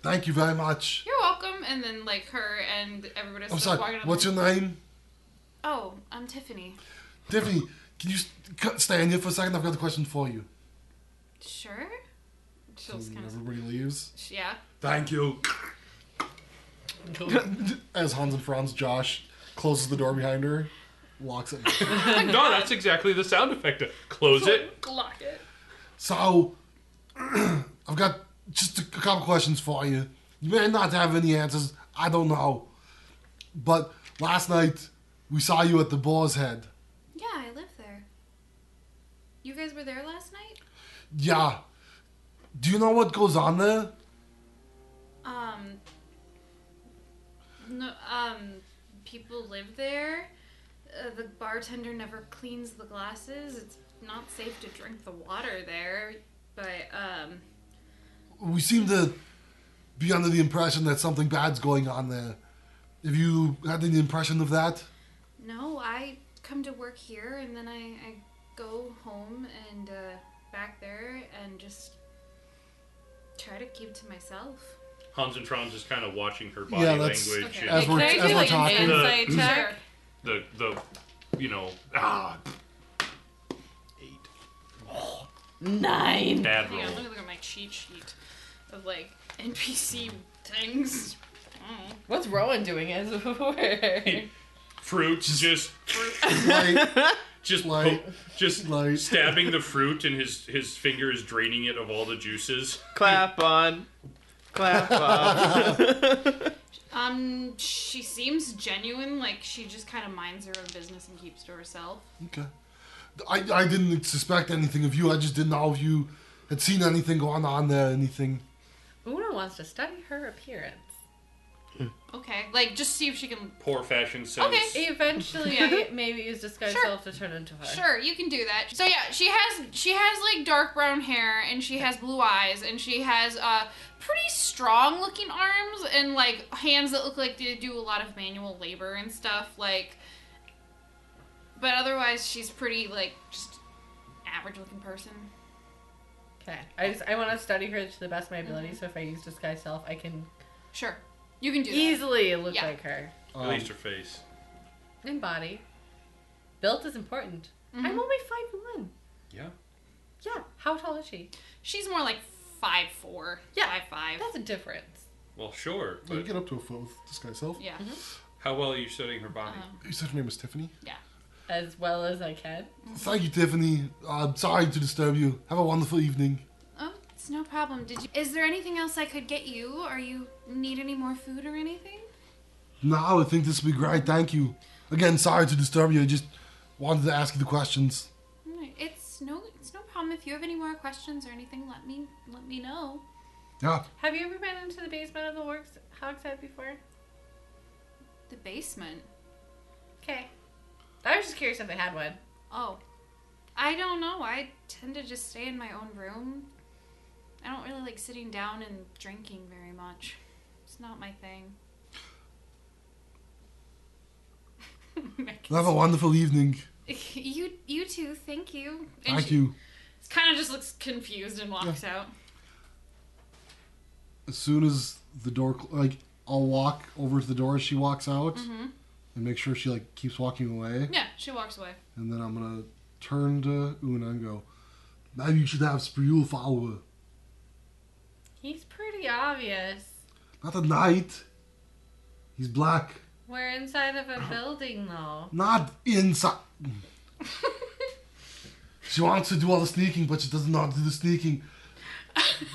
S3: Thank you very much.
S7: You're welcome. And then like her and everybody else
S3: I'm
S7: is
S3: Oh, sorry.
S7: walking up.
S3: What's your name?
S7: Oh, I'm Tiffany.
S3: Tiffany, can you st- c- stay in here for a second? I've got a question for you.
S7: Sure. She'll
S3: And
S7: kind of
S3: everybody leaves.
S7: yeah.
S14: Thank you.
S3: As Hans and Franz, Josh closes the door behind her, locks it.
S5: no, that's exactly the sound effect. Close it.
S7: Glock it.
S3: So, I've got just a c- couple questions for you. You may not have any answers. I don't know. But last night, we saw you at the Boar's Head.
S7: Yeah, I live there. You guys were there last night.
S3: Yeah. Do you know what goes on there?
S7: Um. No. Um. People live there. Uh, the bartender never cleans the glasses. It's not safe to drink the water there. But um.
S3: We seem to be under the impression that something bad's going on there. Have you had any impression of that?
S7: No, I come to work here and then I, I go home and uh, back there and just try to keep to myself.
S5: Hans and Franz is kind of watching her body
S3: Yeah, that's-
S5: language
S7: Okay.
S3: As
S5: and
S3: we're,
S12: Can I
S3: as
S12: do
S3: we're
S12: like an
S3: talking.
S12: insight check?
S5: the the you know ah
S15: Nine.
S5: Bad
S7: Yeah,
S5: roll.
S7: let me look at my cheat sheet of like NPC things. I don't
S12: What's Rowan doing as a word?
S5: Fruit just
S3: Like,
S5: just
S3: Light.
S5: po- just
S3: Light.
S5: stabbing the fruit and his his finger is draining it of all the juices.
S2: Clap on. Clap on.
S7: know. Um, she seems genuine. Like she just kind of minds her own business and keeps to herself.
S3: okay. I, I didn't suspect anything of you. I just didn't know if you had seen anything going on there, anything.
S12: Una wants to study her appearance.
S7: Okay, like just see if she can.
S5: Poor fashion sense.
S12: Eventually,
S7: Yeah.
S12: maybe use disguise
S7: Sure.
S12: self to turn into her.
S7: Sure, you can do that. So yeah, she has she has like dark brown hair and she has blue eyes and she has uh pretty strong looking arms and like hands that look like they do a lot of manual labor and stuff like. But otherwise, she's pretty like just average looking person.
S12: Okay. I just I want to study her to the best of my ability. So if I use disguise self, I can
S7: Sure, you can do that.
S12: easily look
S7: Yeah.
S12: like her
S5: At least her face.
S12: in body. Built is important. I'm only five one.
S5: Yeah.
S12: Yeah. How tall is she?
S7: She's more like five four,
S12: Yeah.
S7: five five.
S12: That's a difference.
S5: Well, sure,
S3: You
S5: but
S3: get up to a foot with this guy's self.
S7: Yeah.
S5: how well are you studying her body?
S2: Uh-huh.
S3: You said her name was Tiffany?
S12: As well as I can.
S3: Thank you, Tiffany. I'm sorry to disturb you. Have a wonderful evening.
S7: Oh, it's no problem. Did you? Is there anything else I could get you? Or you need any more food or anything?
S3: No, I think this would be great. Thank you. Again, sorry to disturb you. I just wanted to ask you the questions.
S7: Mm, It's no, it's no problem. If you have any more questions or anything, let me let me know.
S3: Yeah.
S12: Have you ever been into the basement of the works Hog's Head before?
S7: The basement.
S12: Okay. I was just curious if they had one.
S7: Oh, I don't know. I tend to just stay in my own room. I don't really like sitting down and drinking very much. It's not my thing. Nick.
S3: Have a wonderful evening.
S7: you you too. Thank you. And
S3: Thank
S7: she
S3: you.
S7: Kind of just looks confused and walks out.
S3: As soon as the door, cl- like, I'll walk over to the door as she walks out
S7: Mm-hmm.
S3: and make sure she, like, keeps walking away.
S7: Yeah, she walks away.
S3: And then I'm going to turn to Una and go, maybe you should have Spriul follow her.
S12: He's pretty obvious.
S3: Not at night. He's black.
S12: We're inside of a building though.
S3: Not inside. she wants to do all the sneaking, but she doesn't know how to do the sneaking.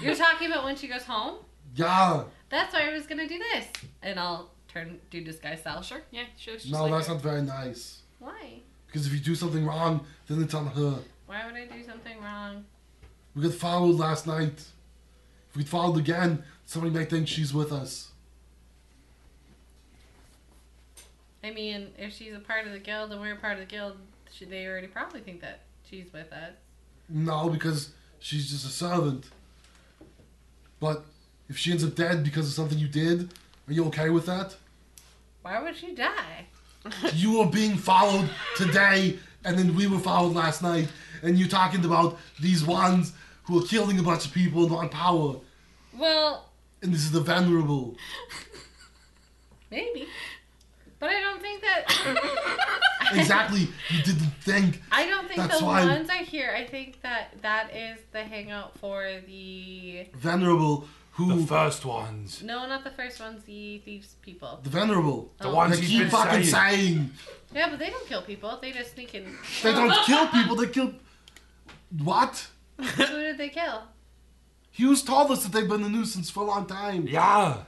S12: You're talking about when she goes home?
S3: Yeah.
S12: That's why I was gonna do this. And I'll turn do disguise self. Sure.
S7: Yeah, she looks just
S3: No,
S7: like
S3: that's
S7: her.
S3: not very nice.
S12: Why?
S3: Because if you do something wrong, then it's on her.
S12: Why would I do something wrong?
S3: We got followed last night. If we get followed again, somebody might think she's with us.
S12: I mean, if she's a part of the guild and we're a part of the guild, she, they already probably think that she's with us.
S3: No, because she's just a servant. But if she ends up dead because of something you did, are you okay with that?
S12: Why would she die?
S3: you were being followed today, and then we were followed last night, and you're talking about these ones who are killing a bunch of people and on power,
S12: Well,
S3: and this is the venerable.
S12: maybe. But I don't think that
S3: Exactly, you didn't think.
S12: I don't think
S3: That's
S12: the
S3: why-
S12: ones I hear. I think that that is the hangout for the
S3: Venerable, who.
S14: The
S3: The,
S14: first ones.
S12: no, not the first ones. The thieves people.
S3: venerable.
S14: The
S12: Oh.
S14: ones
S3: They
S14: he's
S3: keep
S14: been
S3: fucking
S14: saying.
S3: saying.
S12: Yeah, but they don't kill people. They just sneak in.
S3: They don't kill people, they kill. What?
S12: Who did they kill?
S3: Hughes told us that they've been a nuisance for a long time.
S14: Yeah.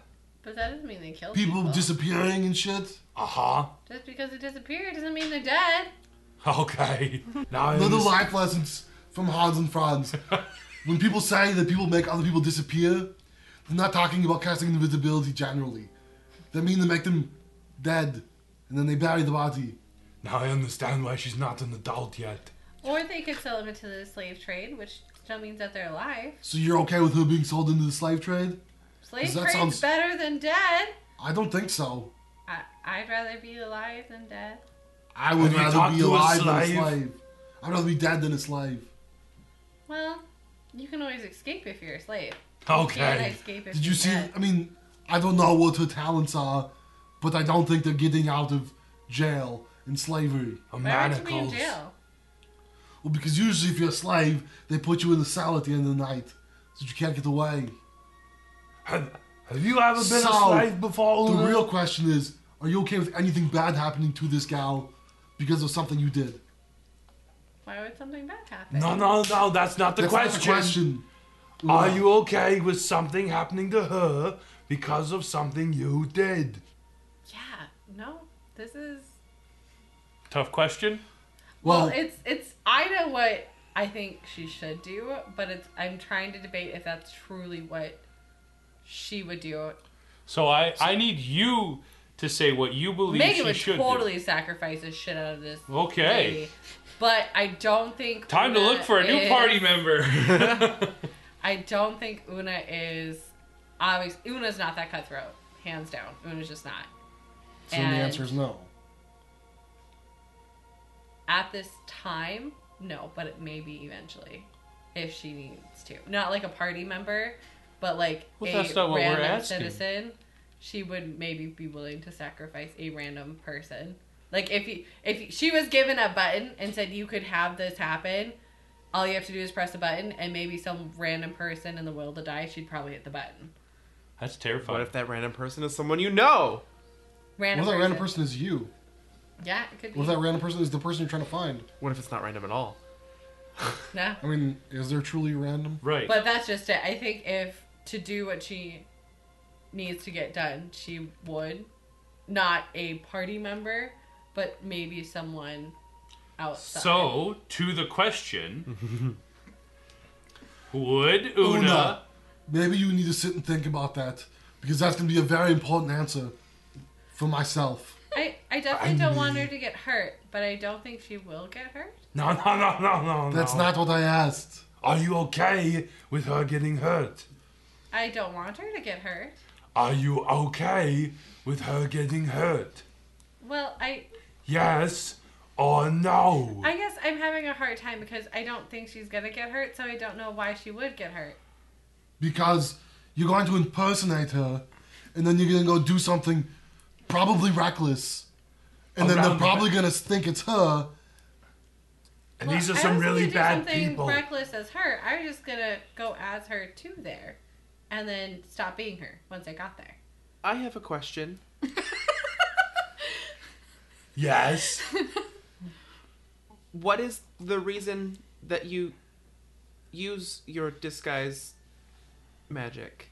S12: But that doesn't mean they kill people.
S3: People disappearing and shit.
S14: Uh huh.
S12: Just because they disappeared doesn't mean they're dead.
S14: Okay. Now I
S3: Another
S14: understand.
S3: life lessons from Hans and Franz. when people say that people make other people disappear, they're not talking about casting invisibility generally. They mean to make them dead, and then they bury the body.
S14: Now I understand why she's not an adult yet.
S12: Or they could sell them into the slave trade, which still means that they're alive.
S3: So you're okay with her being sold into the slave trade?
S12: Slave
S3: Does that
S12: trade's
S3: sound-
S12: better than dead.
S3: I don't think so.
S12: I, I'd rather be alive than dead.
S3: I would
S14: Have you
S3: rather
S14: talked
S3: be
S14: to a
S3: alive than a
S14: slave?
S3: slave. I'd rather be dead than a slave.
S12: Well, you can always escape if you're a slave. You can't
S14: Okay.
S12: escape if
S3: Did you
S12: you're
S3: see?
S12: dead.
S3: I mean, I don't know what her talents are, but I don't think they're getting out of jail and slavery.
S14: A
S12: Why would you be in
S14: manacles.
S12: jail?
S3: Well, because usually if you're a slave, they put you in the cell at the end of the night so that you can't get away.
S14: Have, have you ever been
S3: So,
S14: a slave before?
S3: The
S14: Una?
S3: real question is, are you okay with anything bad happening to this gal because of something you did?
S12: Why would something bad happen?
S14: No, no, no. That's not the
S3: That's not
S14: question.
S3: the question.
S14: Are you okay with something happening to her because of something you did?
S12: Yeah. No. This is
S5: Tough question.
S12: Well,
S3: Well,
S12: it's it's I know what I think she should do, but it's I'm trying to debate if that's truly what she would do.
S5: So I, I need you to say what you believe
S12: Megan
S5: she
S12: would
S5: should
S12: totally sacrifice the shit out of this.
S5: do. Okay.
S12: lady, But I don't think
S5: Time to
S12: Una
S5: look for a new
S12: is-
S5: party member.
S12: I don't think Una is obvious. Una's not that cutthroat, hands down. Una's just not.
S3: so the answer is no.
S12: at this time, no, but it may be eventually if she needs to. Not like a party member, but like
S5: Well,
S12: a
S5: that's not what we're
S12: random
S5: asking.
S12: citizen. She would maybe be willing to sacrifice a random person. Like if you, if you- she was given a button and said you could have this happen, all you have to do is press a button, and maybe some random person in the world to die, she'd probably hit the button.
S5: That's
S2: What
S5: terrifying.
S2: if that random person is someone you know?
S3: What
S12: Random,
S3: if that random person is you?
S12: Yeah, it could be.
S3: What if that random person is the person you're trying to find?
S2: What if it's not random at all?
S12: no.
S3: I mean, is there truly random?
S5: Right.
S12: But that's just it. I think if to do what she needs to get done, she would not a party member, but maybe someone outside.
S5: so, to the question Would Una,
S3: Una. Maybe you need to sit and think about that because that's going to be a very important answer for myself.
S12: I, I definitely don't want her to get hurt, but I don't think she will get hurt.
S14: No, no, no, no, no.
S3: That's
S14: no.
S3: not what I asked.
S14: Are you okay with her getting hurt?
S12: I don't want her to get hurt.
S14: Are you okay with her getting hurt?
S12: Well, I
S14: Yes or no?
S12: I guess I'm having a hard time because I don't think she's gonna get hurt, so I don't know why she would get hurt.
S3: Because you're going to impersonate her and then you're going to go do something probably reckless. And then they're
S14: Around the-
S3: probably going to think it's her.
S14: and these are
S12: Well, I
S14: some
S12: wasn't
S14: really
S12: gonna do
S14: bad
S12: something
S14: people.
S12: Reckless as her, I was just gonna go as her to there, and then stop being her once I got there.
S2: I have a question.
S14: Yes.
S2: What is the reason that you use your disguise magic?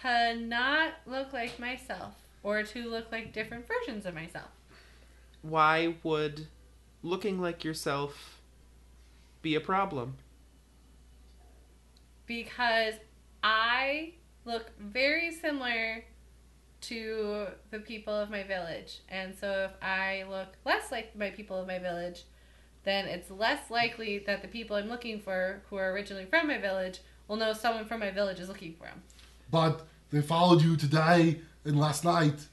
S12: To not look like myself, or to look like different versions of myself.
S2: Why would looking like yourself be a problem?
S12: because I look very similar to the people of my village. And so if I look less like my people of my village, then it's less likely that the people I'm looking for who are originally from my village will know someone from my village is looking for them.
S3: But they followed you today and last night.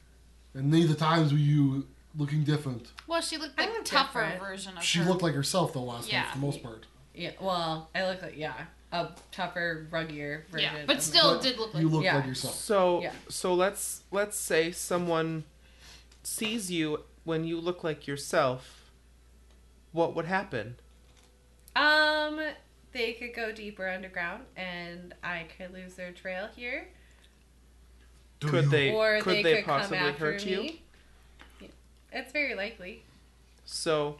S3: And neither times were you looking different.
S7: Well, she looked
S12: I
S7: like a
S12: look
S7: tougher
S12: different.
S7: version of
S3: She
S7: her.
S3: looked like herself though last night
S7: Yeah.
S3: for the most part.
S12: Yeah, well, I look like yeah, a tougher, ruggier version.
S7: yeah,
S12: of
S7: but
S12: me.
S7: still
S3: But
S7: did look like
S3: You look
S12: Yeah.
S3: like yourself.
S2: So
S12: Yeah.
S2: so let's let's say someone sees you when you look like yourself. What would happen?
S12: Um, they could go deeper underground, and I could lose their trail here.
S14: Do
S2: could
S14: you-
S2: they
S12: or
S2: could
S12: they,
S2: they,
S12: could
S2: possibly
S12: come after
S2: hurt you?
S12: me. It's very likely.
S2: So,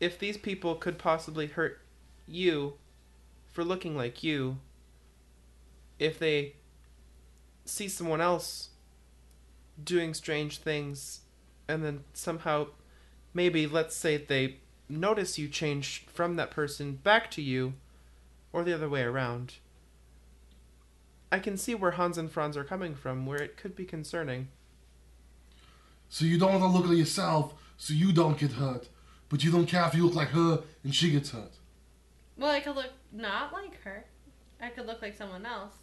S2: if these people could possibly hurt you for looking like you, if they see someone else doing strange things, and then somehow, maybe let's say they notice you change from that person back to you, or the other way around. I can see where Hans and Franz are coming from, where it could be concerning.
S3: So you don't want to look like yourself so you don't get hurt. But you don't care if you look like her and she gets hurt.
S12: Well, I could look not like her. I could look like someone else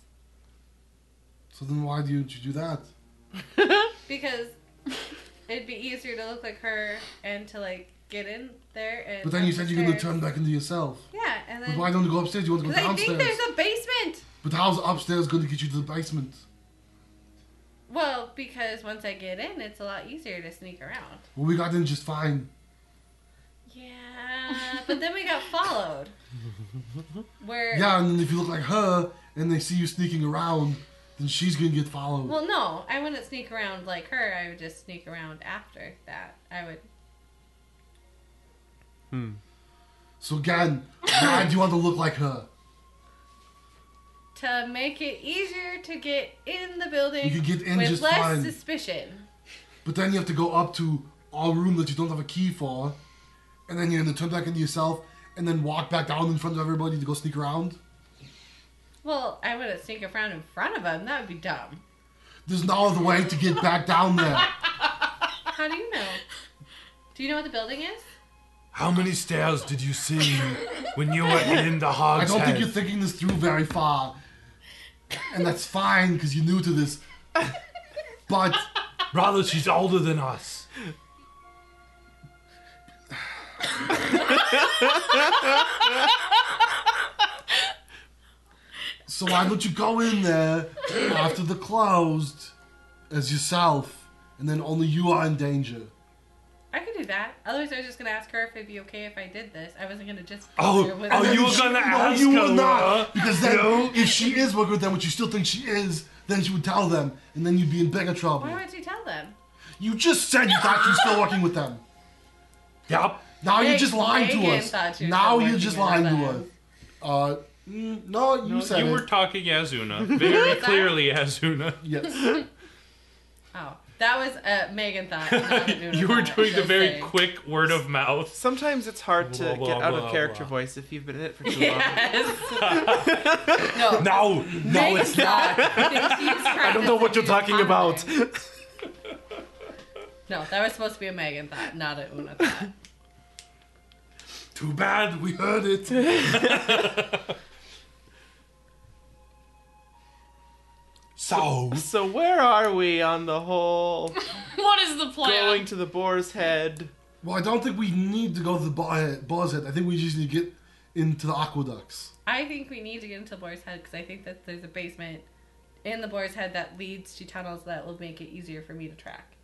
S3: So then why do you, you do that?
S12: because it'd be easier to look like her and to like get in there and.
S3: But then you said you're going to
S12: upstairs.
S3: turn back into yourself.
S12: Yeah, and
S3: But
S12: then.
S3: why don't you go upstairs? You want to go
S12: Because I think
S3: downstairs.
S12: there's a basement.
S3: But how's upstairs going to get you to the basement?
S12: Well, because once I get in, it's a lot easier to sneak around.
S3: Well, we got in just fine.
S12: Yeah, but then we got followed. Where?
S3: Yeah, and if you look like her and they see you sneaking around, then she's gonna get followed.
S12: Well, no, I wouldn't sneak around like her. I would just sneak around after that. I would.
S3: so again, why do you want to look like her?
S12: To make it easier to get in the building
S3: You could get in
S12: with
S3: just
S12: less
S3: fine.
S12: suspicion.
S3: But then you have to go up to a room that you don't have a key for, and then you're gonna turn back into yourself, and then walk back down in front of everybody to go sneak around.
S12: Well, I wouldn't sneak around in front of them. That would be dumb.
S3: There's no other way to get back down there.
S12: How do you know? Do you know what the building is?
S14: How many stairs did you see when you were in the
S3: I
S14: hog's
S3: don't think
S14: head?
S3: you're thinking this through very far, and that's fine because you're new to this. But
S14: Brother, she's older than us.
S3: so why don't you go in there after the closed as yourself, and then only you are in danger.
S12: I could do that. Otherwise, I was just gonna ask her if it'd be okay if I did this. I wasn't gonna just.
S14: Oh,
S12: There was-
S14: oh, you were
S3: She-
S14: gonna ask
S3: you
S14: her,
S3: will
S14: huh?
S3: not, because then
S14: No.
S3: if she is working with them, which you still think she is, then she would tell them, and then you'd be in bigger trouble.
S12: Why would you tell them?
S3: You just said you thought you were still working with them.
S14: Yep.
S3: Now you're
S12: Meg-
S3: just lying to
S12: Megan
S3: us.
S12: thought you were
S3: Now
S12: still
S3: you're
S12: working
S3: just
S12: with
S3: lying to us.
S12: them.
S3: Uh, mm, no, you said
S5: you
S3: it.
S5: were talking Azuna, very clearly Azuna.
S3: yes.
S12: Oh, that was a Megan thought. not a Nuna
S5: You were
S12: thought,
S5: doing the
S12: just
S5: very
S12: saying.
S5: quick word of mouth.
S2: Sometimes it's hard to
S14: Blah, blah,
S2: get out
S14: blah,
S2: of character
S14: blah.
S2: voice if you've been in it for too long.
S12: Yes.
S14: No, no, it's not.
S12: I
S14: I don't know what you're talking about.
S12: No, that was supposed to be a Megan thought, not a Una thought.
S14: Too bad we heard it. so,
S2: So where are we on the whole
S7: What is the plan?
S2: going to the boar's head?
S3: Well, I don't think we need to go to the bar, bar's head. I think we just need to get into the aqueducts.
S12: I think we need to get into Boar's Head because I think that there's a basement in the Boar's Head that leads to tunnels that will make it easier for me to track.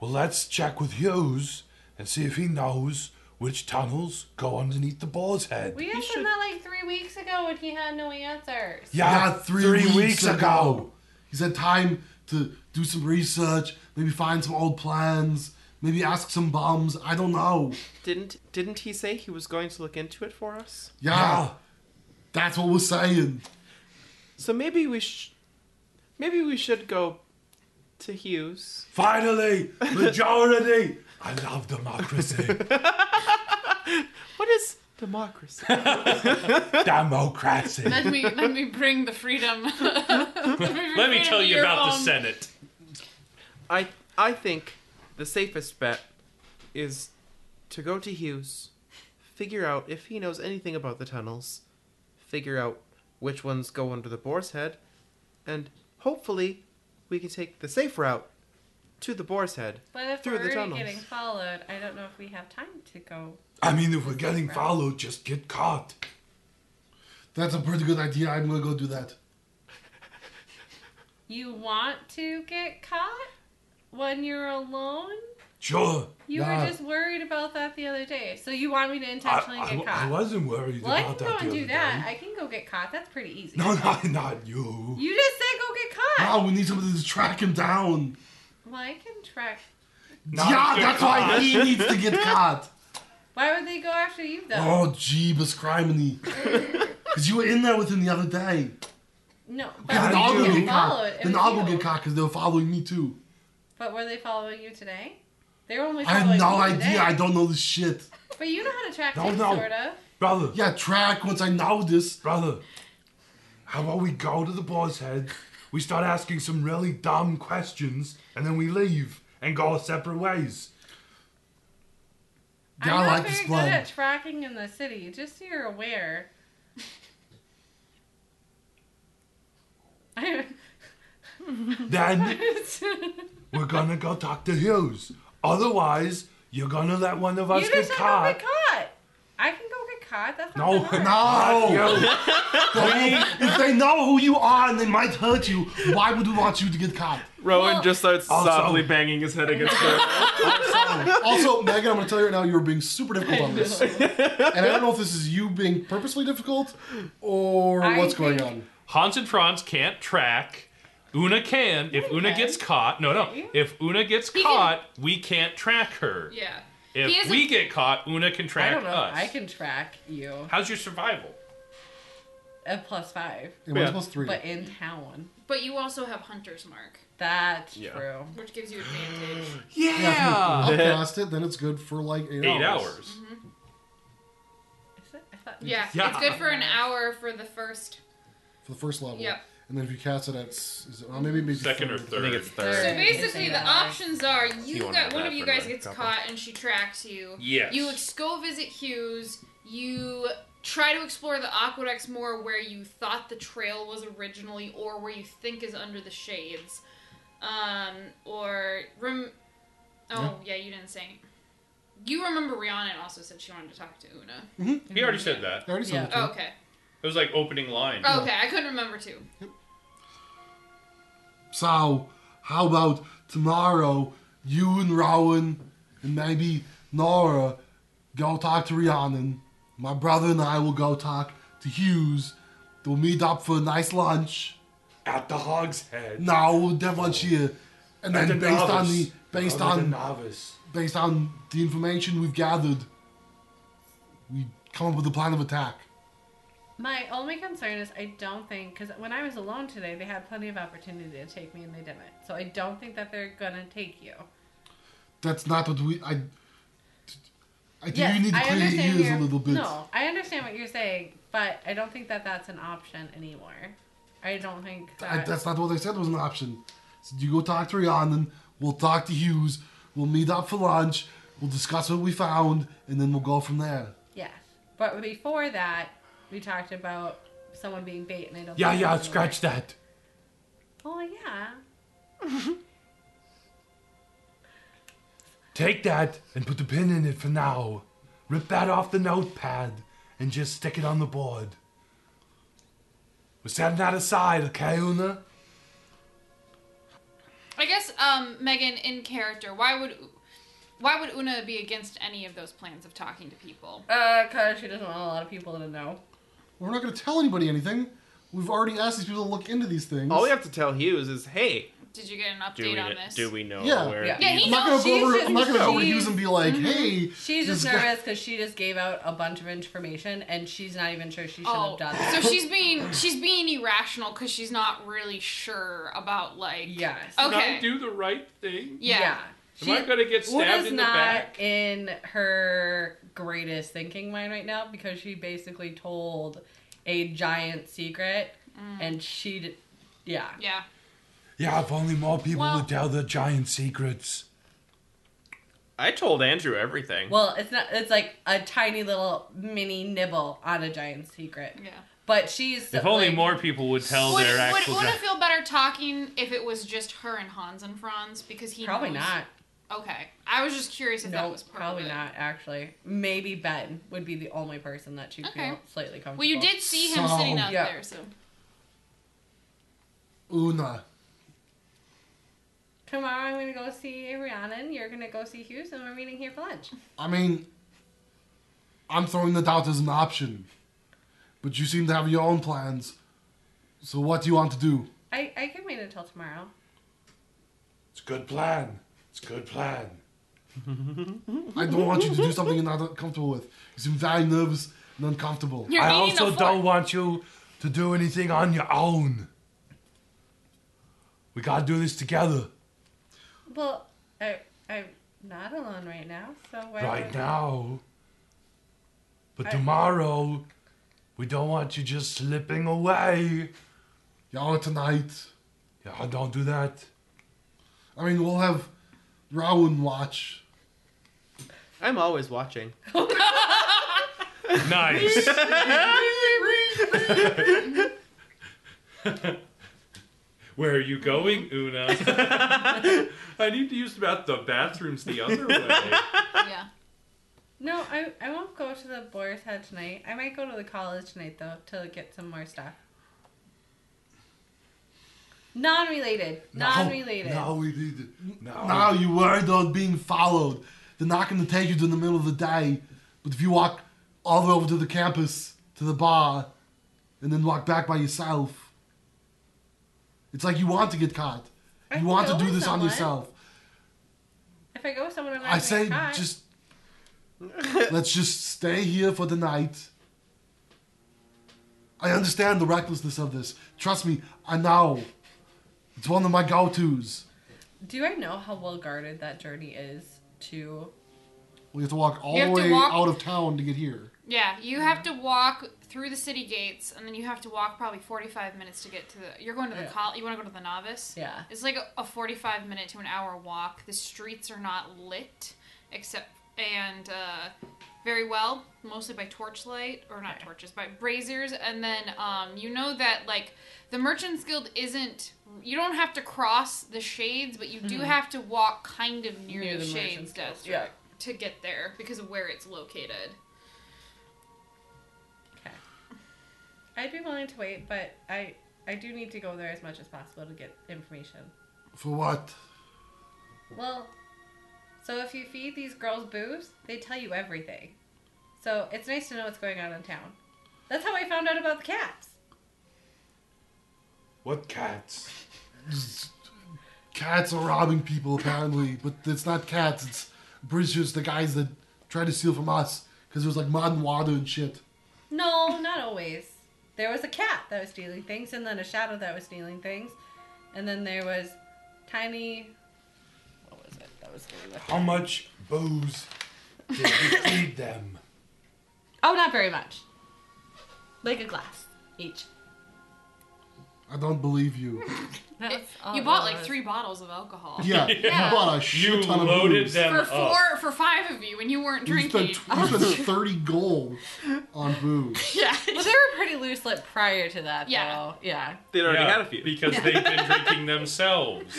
S14: well, let's check with Hughes and see if he knows which tunnels go underneath the boar's head.
S12: We asked him that like three weeks ago and he had no answers.
S14: yeah, three, weeks, ago.
S3: He's had time to do some research, maybe find some old plans, maybe ask some bums. I don't know.
S2: Didn't didn't he say he was going to look into it for us?
S3: Yeah, that's what we're saying.
S2: So maybe we sh- maybe we should go to Hughes.
S14: Finally, majority. I love democracy.
S2: What is democracy?
S14: democracy.
S7: Let me let me bring the freedom. let me,
S5: Let
S7: bring
S5: me
S7: freedom
S5: tell
S7: to
S5: you
S7: your
S5: about the
S7: own-
S5: Senate.
S2: I I think the safest bet is to go to Hughes, figure out if he knows anything about the tunnels, figure out which ones go under the boar's head, and hopefully we can take the safe route to the boar's head.
S12: But if
S2: Through
S12: we're
S2: the
S12: already
S2: tunnels.
S12: getting followed, I don't know if we have time to go.
S14: I mean, if we're getting followed, just get caught.
S3: That's a pretty good idea. I'm gonna go do that.
S12: You want to get caught when you're alone?
S14: Sure.
S12: You
S3: Nah.
S12: were just worried about that the other day. So you want me to
S14: I,
S12: intentionally
S14: I,
S12: get
S14: I
S12: caught.
S14: wasn't worried
S12: well, I can
S14: about
S12: go
S14: that.
S12: and
S14: the
S12: do
S14: other
S12: that.
S14: day.
S12: I can go get caught. That's pretty easy.
S14: No, not, not you.
S12: You just said go get caught.
S3: Now we need somebody to track him down.
S12: Well, I can track.
S14: Not
S3: yeah,
S14: get
S3: that's why he needs to get caught.
S12: Why would they go after you though?
S3: Oh, jeebus criminy. Because you were in there with him the other day.
S12: No, but
S3: Okay, then
S12: they
S3: I'll go
S12: didn't
S3: get
S12: follow
S3: caught.
S12: it. It
S3: Then
S12: was
S3: I'll go
S12: you.
S3: get caught because they were following me too.
S12: But were they following you today? They were only
S3: I
S12: following
S3: have no
S12: you today.
S3: idea. I don't know this shit.
S12: But you know how to track
S14: No,
S12: things,
S14: no.
S12: sort of.
S14: Brother,
S3: Yeah, track once I know this.
S14: brother. How about we go to the boar's head, we start asking some really dumb questions, and then we leave and go our separate ways.
S3: Yeah, I
S12: I'm not
S3: like
S12: very
S3: this
S12: good
S3: plan.
S12: at tracking in the city. Just so you're aware. I-
S14: Then we're gonna go talk to Hughes. Otherwise, you're gonna let one of us
S12: you
S14: get
S12: just said go
S14: caught.
S12: get caught. I can go get caught. That's not
S14: No,
S12: that hard.
S14: not
S3: No.
S14: you.
S3: If they know who you are and they might hurt you, why would we want you to get caught?
S2: Rowan
S12: Well-
S2: just starts
S14: Also-
S2: softly banging his head against her.
S3: also, Megan, I'm going to tell you right now, you were being super difficult on this. and I don't know if this is you being purposely difficult or
S12: I
S3: what's going
S12: think-
S3: on.
S5: Hans and Franz can't track. Una can. If Una
S12: can.
S5: gets caught, no, no. If Una gets
S7: He can-
S5: caught, we can't track her.
S7: Yeah. He
S5: If
S7: isn't-
S5: we get caught, Una can
S12: I
S5: track
S12: don't know.
S5: us.
S12: I can track you
S5: How's your survival?
S12: at plus five,
S3: It was
S2: Yeah.
S3: plus three.
S12: but in town.
S7: But you also have Hunter's Mark,
S12: That's
S2: Yeah.
S12: true.
S7: which gives you advantage.
S3: yeah, if you outcast it, then it's good for like eight,
S5: Eight hours. Mm-hmm.
S12: Is it? I thought.
S7: yeah,
S5: Yeah.
S7: It's good for an hour for the first.
S3: for the first level.
S7: Yep.
S3: And then if you cast it at s- is it, well, maybe maybe
S5: Second or
S3: third.
S5: third.
S7: So
S12: Third.
S7: basically, the
S12: Yeah.
S7: options are
S2: You
S7: you
S2: wanna
S7: got
S2: do
S7: one
S2: that
S7: of you
S2: for
S7: guys
S2: another
S7: gets
S2: couple.
S7: caught and she tracks you.
S5: Yes.
S7: You ex- go visit Hughes. You try to explore the aqueducts more where you thought the trail was originally, or where you think is under the shades, um, or rem. Oh yeah, you didn't say. You remember Rihanna also said she wanted to talk to Una.
S2: Mm-hmm.
S5: he already said that.
S3: I already said
S12: Yeah.
S3: it to you.
S7: Oh, okay.
S5: It was like opening line.
S7: Oh, okay, I couldn't remember too.
S3: So, how about tomorrow you and Rowan and maybe Nora go talk to Rhiannon. My brother and I will go talk to Hughes. We'll meet up for a nice lunch.
S14: At the hog's head.
S3: No, we'll have lunch here. And then
S14: At the
S3: based on
S14: novice.
S3: the based
S14: Rather than
S3: on
S14: novice.
S3: based on the information we've gathered, we come up with a plan of attack.
S12: My only concern is I don't think because when I was alone today, they had plenty of opportunity to take me and they didn't. So I don't think that they're gonna take you.
S3: That's not what we. I. I think
S12: Yes,
S3: you need to
S12: I
S3: clear your
S12: understand
S3: ears
S12: your-
S3: a little bit.
S12: No, I understand what you're saying, but I don't think that that's an option anymore. I don't think
S3: I,
S12: that.
S3: that's not what I said was an option. So you go talk to Rhiannon. We'll talk to Hughes. We'll meet up for lunch. We'll discuss what we found, and then we'll go from there.
S12: yes, but before that, we talked about someone being bait, and I don't.
S14: Yeah,
S12: think
S14: yeah,
S12: that's gonna work.
S14: scratch that.
S12: Well, yeah.
S14: Take that and put the pin in it for now. Rip that off the notepad and just stick it on the board. We're setting that aside, okay, Una?
S7: I guess, um, Megan, in character, why would why would Una be against any of those plans of talking to people?
S12: Uh, cause she doesn't want a lot of people to know.
S3: We're not going to tell anybody anything. We've already asked these people to look into these things.
S2: All we have to tell Hughes is, hey,
S7: Did you get an update
S2: do we,
S7: on this?
S2: do we know
S3: Yeah.
S2: where
S12: Yeah.
S7: Yeah, he
S3: I'm
S7: knows.
S3: not going to go
S12: she's
S3: over.
S12: just-
S3: I'm not going to go over to
S12: she's-
S3: Hughes and be like, "Hey,
S12: She's
S3: this
S12: just
S3: guy-
S12: nervous because she just gave out a bunch of information, and she's not even sure she should
S7: Oh,
S12: have done that.
S7: so she's being she's being irrational because she's not really sure about like
S12: Yes.
S5: Did I
S7: okay
S5: do the right thing?
S7: yeah.
S5: Am I
S12: She-
S5: gonna get stabbed
S12: Una's
S5: in the
S12: not
S5: back?
S12: in her greatest thinking mind right now because she basically told a giant secret, and she, did, yeah,
S7: yeah
S14: Yeah, if only more people
S7: Well-
S14: would tell their giant secrets.
S2: I told Andrew everything.
S12: Well, it's not. It's like a tiny little mini nibble on a giant secret.
S7: yeah.
S12: But she's
S5: If only
S12: like,
S5: more people would tell
S7: Would,
S5: their
S7: would
S5: actual.
S7: Una
S5: dra-
S7: feel better talking if it was just her and Hans and Franz because he
S12: Probably
S7: knows-
S12: not.
S7: okay I was just curious if that
S12: No,
S7: was part
S12: probably
S7: of it.
S12: not. Actually, maybe Ben would be the only person that she'd
S7: Okay.
S12: feel slightly comfortable.
S7: well you did see him
S3: So-
S7: sitting out
S12: Yeah.
S7: there so
S3: Una,
S12: Tomorrow I'm gonna go see Rhiannon. You're gonna go see Hughes, and we're meeting here for lunch.
S3: I mean, I'm throwing that out as an option, but you seem to have your own plans. So what do you want to do?
S12: I I can wait until tomorrow.
S14: It's a good plan. It's a good plan.
S3: I don't want you to do something you're not comfortable with. You seem very nervous and uncomfortable.
S7: you're
S14: I
S7: eating
S14: also
S7: a fork.
S14: don't want you to do anything on your own. We gotta do this together.
S12: Well, I I'm not alone right now, so why
S14: right
S12: would-
S14: now. But
S12: I-
S14: tomorrow, we don't want you just slipping away.
S3: Yeah, tonight.
S14: Yeah, don't do that.
S3: I mean, we'll have Rowan watch.
S2: I'm always watching.
S5: Nice. Where are you going, Una? I need to use about the bathrooms the other way.
S7: yeah
S12: No, I I won't go to the Boar's Head tonight. I might go to the college tonight though to get some more stuff. Non-related. Non-related. oh.
S3: Now we need it.
S14: No.
S3: Now you worried about being followed. They're not going to take you to the middle of the day, but if you walk all the way over to the campus, to the bar, and then walk back by yourself, it's like you want to get caught.
S12: I
S3: you
S12: can
S3: want to
S12: go
S3: do
S12: with
S3: this on
S12: someone.
S3: yourself.
S12: If I go with someone, I'm not
S3: I
S12: gonna
S3: say
S12: cry.
S3: just let's just stay here for the night. I understand the recklessness of this. Trust me, I know. It's one of my go-tos.
S4: Do I know how well guarded that journey is to
S3: We have to walk all
S7: You
S3: the
S7: have to
S3: way
S7: walk-
S3: out of town to get here.
S7: Yeah, you have to walk through the city gates, and then you have to walk probably forty-five minutes to get to the. You're going to the
S4: Yeah.
S7: col. You want to go to the novice?
S4: Yeah.
S7: It's like a, a forty-five minute to an hour walk. The streets are not lit, except and uh, very well, mostly by torchlight or not torches, by braziers. And then um, you know that like the Merchants Guild isn't. You don't have to cross the shades, but you do have to walk kind of near,
S4: Near
S7: the,
S4: the
S7: shades
S4: Merchants Guild,
S7: district
S4: yeah.
S7: to get there because of where it's located.
S4: I'd be willing to wait, but I I do need to go there as much as possible to get information.
S3: For what?
S4: Well, so if you feed these girls booze, they tell you everything. So it's nice to know what's going on in town. That's how I found out about the cats.
S14: What cats?
S3: Cats are robbing people apparently, but it's not cats. It's I'm pretty sure it's the guys that tried to steal from us because it was like mud and water and shit.
S4: No, not always. There was a cat that was stealing things, and then a shadow that was stealing things, and then there was tiny. What was it that was stealing? the-
S14: How much booze did you feed them?
S12: Oh, not very much. Like a glass each.
S3: I don't believe you.
S12: That's all
S7: you
S12: it
S7: bought like
S12: was.
S7: three bottles of alcohol.
S3: Yeah,
S7: Yeah.
S3: you bought a
S5: You
S3: shit ton of
S5: loaded
S3: booze.
S5: them
S7: For
S5: up.
S7: four, for five of you, and you weren't
S3: You
S7: drinking.
S3: spent, you spent 30 gold on booze.
S7: yeah.
S12: Well, they were pretty loose lip prior to that,
S7: Yeah.
S12: though. Yeah.
S2: They'd already
S5: Yeah,
S2: had a few.
S5: because they've been drinking themselves.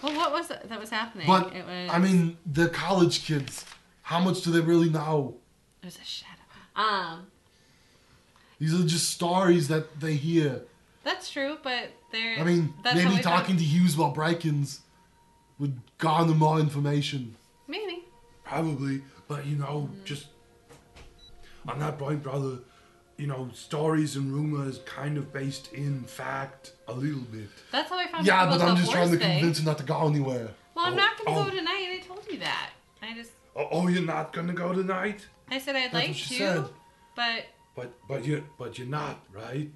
S12: Well, what was that, that was happening?
S3: But,
S12: it was.
S3: I mean, the college kids, how much do they really know?
S12: it was a shadow. Um,
S3: These are just stories that they hear.
S12: that's true, but there.
S3: I mean,
S12: that's how
S3: maybe
S12: we found-
S3: talking to Hughes about Brykins would garner more information.
S12: Maybe.
S14: Probably, but you know, just on that point, brother, you know, stories and rumor is kind of based in fact a little bit.
S12: That's how I found
S3: Yeah,
S12: out about
S3: but I'm
S12: the
S3: just
S12: horse
S3: trying to
S12: thing.
S3: convince you not to go anywhere.
S12: Well, I'm
S14: Oh,
S12: not going to
S14: oh.
S12: go tonight. I told you that. I just,
S14: Oh, oh, you're not gonna go tonight,
S12: I said I'd
S3: That's
S12: like
S3: what
S12: to,
S3: she said.
S12: but
S14: but but you but you're not right.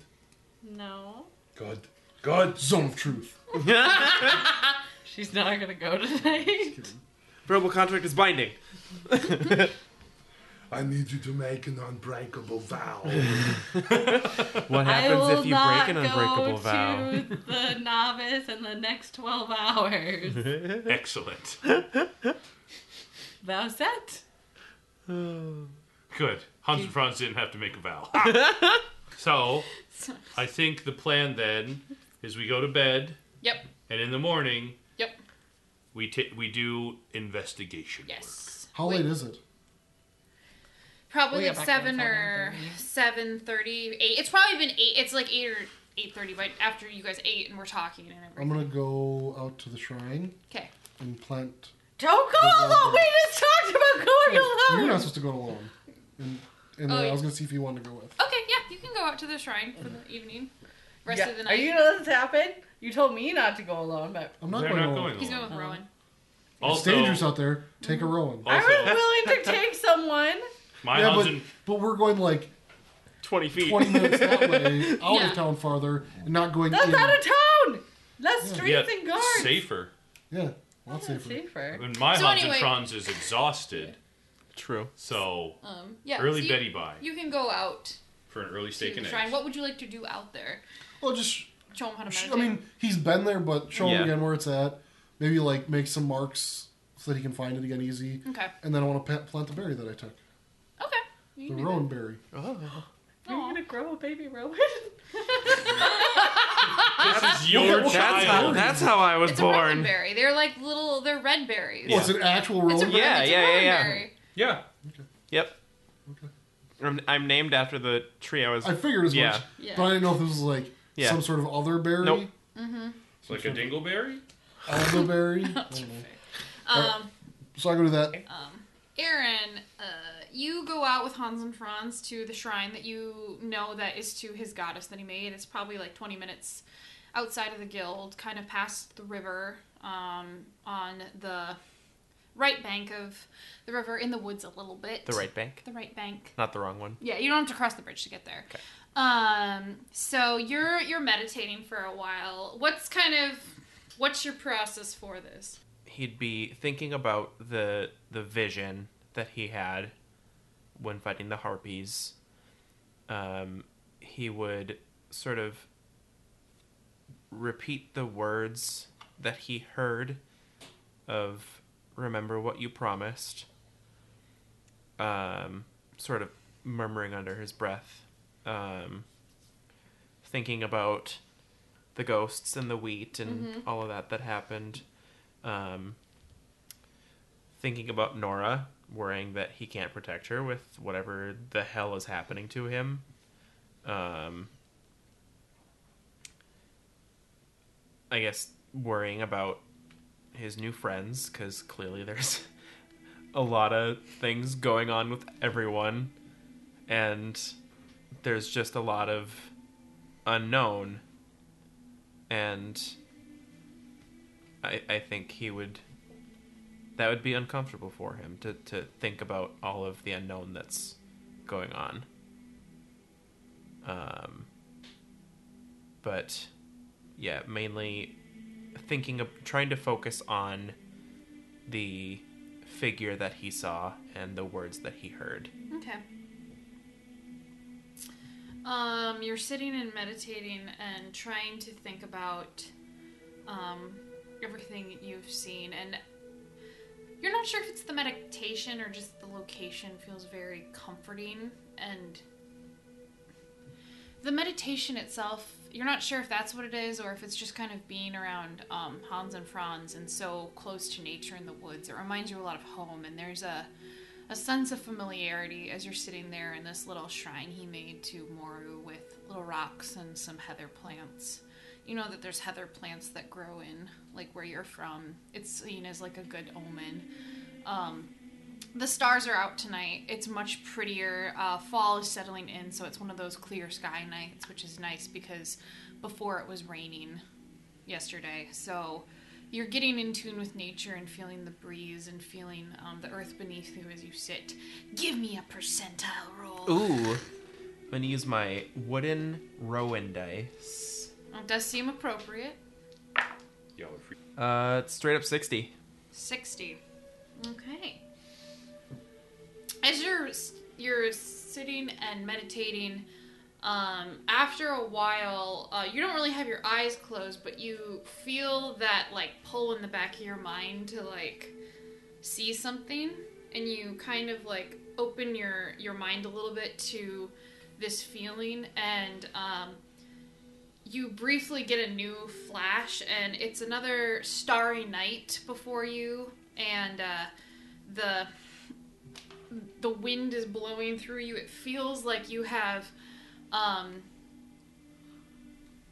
S12: no.
S14: Good, good.
S3: Zone of truth.
S12: She's not going to go tonight.
S2: Verbal contract is binding.
S14: I need you to make an unbreakable vow.
S2: What
S12: I
S2: happens
S12: will
S2: if you
S12: not
S2: break an unbreakable
S12: go
S2: vow?
S12: to the novice in the next 12 hours.
S5: Excellent.
S12: Vow set.
S5: Good. Hans and Franz didn't have to make a vow. so, I think the plan then is we go to bed,
S7: Yep.
S5: and in the morning,
S7: Yep.
S5: we ta we do investigation.
S7: Yes.
S3: How late is it?
S7: Probably
S12: We got
S7: like
S12: back there
S7: seven or seven thirty, eight. It's probably been eight. It's like eight or eight thirty. But after you guys ate and we're talking and
S3: I'm
S7: everything.
S3: gonna go out to the shrine
S7: Okay.
S3: and plant.
S12: Don't go alone. We just talked about going
S3: You're
S12: alone.
S3: not supposed to go alone. And, and uh,
S7: Oh,
S3: I
S7: yeah.
S3: was gonna see if you wanted to go with.
S7: Okay. Yeah, you can go out to the shrine for the evening. Rest
S4: Yeah.
S7: of the
S4: Are
S7: night.
S4: you know this happened? You told me not to go alone, but
S3: I'm not
S5: They're
S3: going
S5: not
S3: alone.
S5: going.
S7: He's going
S5: alone.
S7: with Rowan.
S3: There's
S5: Also,
S3: dangers out there. Take a Rowan.
S5: also,
S4: I was willing to take someone.
S5: my
S3: Yeah,
S5: Hans
S3: but,
S5: and
S3: but we're going like
S2: 20 feet.
S3: 20 minutes that way, out
S7: Yeah.
S3: of town farther, and not going
S4: That's
S3: in.
S4: out of town. Less
S5: yeah,
S4: streets and guards.
S5: safer.
S3: yeah, lots
S4: That's
S3: safer.
S4: safer.
S5: And my
S7: So
S5: Hans
S7: anyway-
S5: and Franz is exhausted,
S2: True.
S5: so
S7: Um. Yeah.
S5: early
S7: so you,
S5: Betty buy
S7: You can go out
S5: for an early
S7: to
S5: steak
S7: the
S5: and
S7: shrine.
S5: eggs.
S7: What would you like to do out there?
S3: Well, just
S7: Show him how to
S3: sh-
S7: meditate.
S3: I mean, he's been there, but show
S2: Yeah.
S3: him again where it's at. Maybe like make some marks so that he can find it again easy.
S7: Okay.
S3: And then I want to plant the berry that I took,
S7: Okay.
S3: the rowan berry.
S2: Oh.
S4: Are you gonna grow a baby Rowan?
S5: This is your
S2: That's how,
S5: child.
S2: that's how I was
S7: It's a rowan
S2: born.
S7: berry. They're like little. They're red berries.
S3: Well, it's an Oh, actual
S7: It's a
S3: rowan.
S7: rowan,
S2: Yeah,
S7: it's a
S2: yeah, yeah,
S7: rowan
S2: yeah.
S7: berry.
S5: Yeah.
S2: Yep. I'm, I'm named after the tree I was.
S3: I figured as
S2: Yeah.
S3: much,
S7: Yeah.
S3: but I didn't know if this was like
S2: Yeah.
S3: some sort of other berry.
S2: Nope.
S5: It's like a dingleberry?
S3: Elderberry.
S7: Um,
S3: so I go to that.
S7: Aaron, uh, you go out with Hans and Franz to the shrine that you know that is to his goddess that he made. It's probably like 20 minutes outside of the guild, kind of past the river, um, on the right bank of the river, in the woods a little bit.
S2: The right bank,
S7: The right bank.
S2: not the wrong one.
S7: Yeah, you don't have to cross the bridge to get there. Um, so you're you're meditating for a while. What's kind of what's your process for this?
S2: He'd be thinking about the the vision that he had when fighting the harpies. Um, he would sort of repeat the words that he heard of "Remember what you promised." Um, sort of murmuring under his breath, um, thinking about the ghosts and the wheat and all of that that happened. Um, thinking about Nora, worrying that he can't protect her with whatever the hell is happening to him. Um, I guess worrying about his new friends because clearly there's a lot of things going on with everyone, and there's just a lot of unknown and I, I think he would that would be uncomfortable for him to, to think about all of the unknown that's going on um, but yeah mainly thinking of trying to focus on the figure that he saw and the words that he heard
S7: Okay. Um, you're sitting and meditating and trying to think about um, everything you've seen, and you're not sure if it's the meditation or just the location feels very comforting and the meditation itself you're not sure if that's what it is or if it's just kind of being around um, hans and franz and so close to nature in the woods it reminds you a lot of home and there's a a sense of familiarity as you're sitting there in this little shrine he made to Moru with little rocks and some heather plants. You know that there's heather plants that grow in like where you're from. It's seen as like a good omen. Um, the stars are out tonight. It's much prettier. Uh, fall is settling in, so it's one of those clear sky nights, which is nice because before it was raining yesterday. So you're getting in tune with nature and feeling the breeze and feeling um, the earth beneath you as you sit. Give me a percentile roll.
S2: ooh i'm gonna use my wooden rowan dice
S7: It does seem appropriate.
S5: Y'all are freaking.
S2: Uh, it's straight up 60.
S7: 60. Okay. As you're you're sitting and meditating, um, after a while, uh, you don't really have your eyes closed, but you feel that like pull in the back of your mind to like see something, and you kind of like open your your mind a little bit to this feeling, and um, you briefly get a new flash, and it's another starry night before you, and uh, the the wind is blowing through you. It feels like you have, um,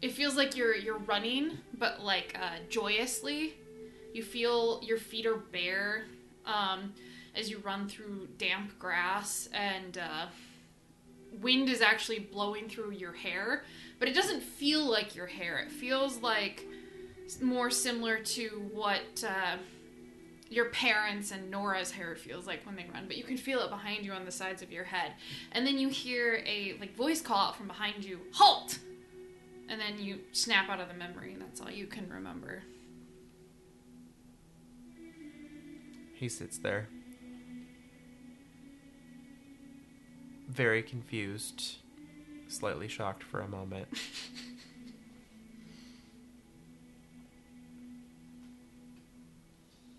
S7: it feels like you're you're running, but like uh, joyously. You feel your feet are bare um, as you run through damp grass and. Uh, wind is actually blowing through your hair, but it doesn't feel like your hair. It feels like s- more similar to what uh, your parents and Nora's hair feels like when they run, but you can feel it behind you on the sides of your head. And then you hear a like voice call out from behind you, "Halt!" And then you snap out of the memory, and that's all you can remember.
S2: He sits there. Very confused, slightly shocked for a moment.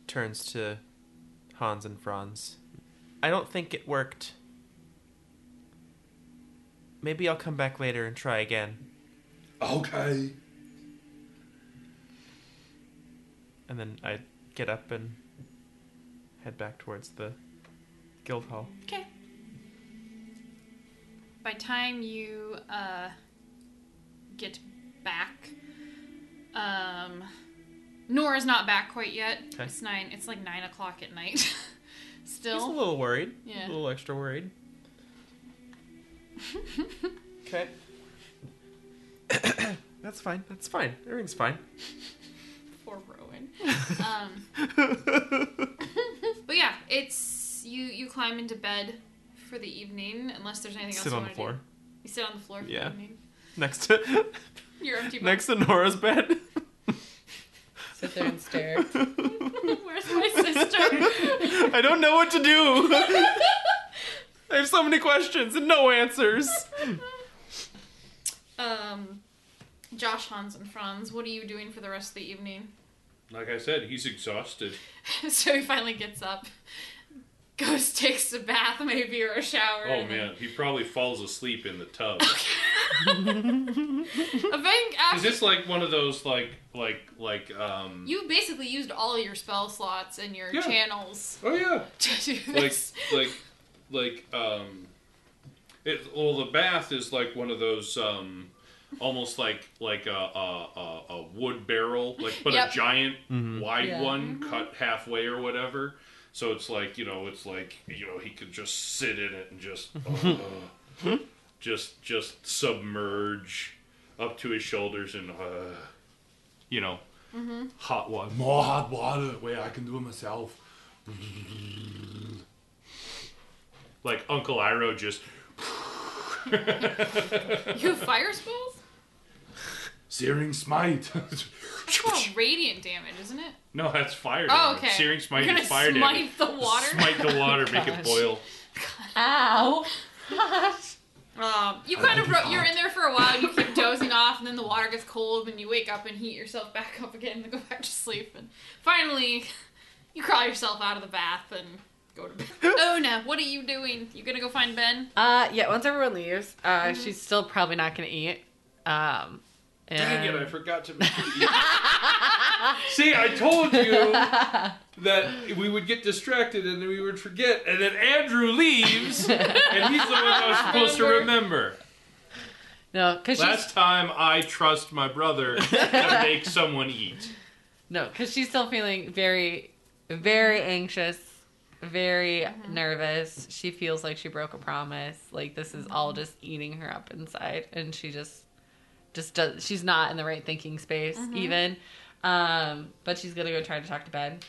S2: Turns to Hans and Franz. I don't think it worked. Maybe I'll come back later and try again.
S14: Okay.
S2: And then I get up and head back towards the guild hall.
S7: Okay. By time you uh, get back, Um, Nora's not back quite yet.
S2: Okay.
S7: It's nine. It's like nine o'clock at night.
S2: He's a
S7: Still.
S2: little worried. A
S7: Yeah.
S2: little extra worried. okay. that's fine. That's fine. Everything's fine.
S7: for Rowan. Um, but yeah, it's you. You climb into bed for the evening, unless there's anything else.
S2: Sit
S7: you
S2: on the
S7: wanna
S2: floor
S7: Do. You sit on the floor. For
S2: Yeah.
S7: The evening.
S2: next to
S7: You're empty.
S2: next to Nora's bed.
S4: Sit there and stare.
S7: Where's my sister?
S2: I don't know what to do. I have so many questions and no answers.
S7: um, Josh, Hans, and Franz, what are you doing for the rest of the evening?
S5: Like I said, he's exhausted.
S7: so he finally gets up, goes takes a bath maybe or a shower.
S5: Oh
S7: and then-
S5: man, he probably falls asleep in the tub.
S7: I think
S5: Is
S7: after
S5: this like one of those like like like um?
S7: you basically used all your spell slots and your
S5: Yeah.
S7: channels
S5: oh yeah.
S7: to do
S5: like
S7: this.
S5: like like um it well the bath is like one of those um almost like like a a, a, a wood barrel like but
S7: Yep.
S5: a giant wide
S4: Yeah.
S5: one cut halfway or whatever so it's like you know it's like you know he could just sit in it and just uh, just just submerge up to his shoulders and uh, you know hot water
S14: More hot water. Wait, I can do it myself.
S5: like uncle iro just
S7: You have fire spells?
S14: Searing smite.
S7: That's called radiant damage, isn't it?
S5: No, that's fire
S7: Oh,
S5: damage.
S7: okay.
S5: Searing smite
S7: You're
S5: is
S7: gonna
S5: fire
S7: smite
S5: damage.
S7: the water?
S5: Smite the water, make it
S4: Gosh.
S5: boil.
S4: Ow!
S7: Um, you kind of
S14: think it's
S7: ro- you're in there for a while, you keep dozing off, and then the water gets cold, and you wake up and heat yourself back up again, and go back to sleep, and finally, you crawl yourself out of the bath and go to bed. Ona, what are you doing? You gonna go find Ben?
S12: Uh, yeah. Once everyone leaves, uh,
S5: Mm-hmm.
S12: she's still probably not gonna eat. Um,
S5: Dang it,
S12: and-
S5: I forgot to make it easy. See, I told you that we would get distracted and we would forget, and then Andrew leaves, and he's the one I was supposed to remember.
S12: no, because she's
S5: Last time I trust my brother to make someone eat.
S12: No, because she's still feeling very, very anxious, very nervous. She feels like she broke a promise. Like this is all just eating her up inside, and she just, just does. She's not in the right thinking space even. Um, but she's gonna go try to talk to Ben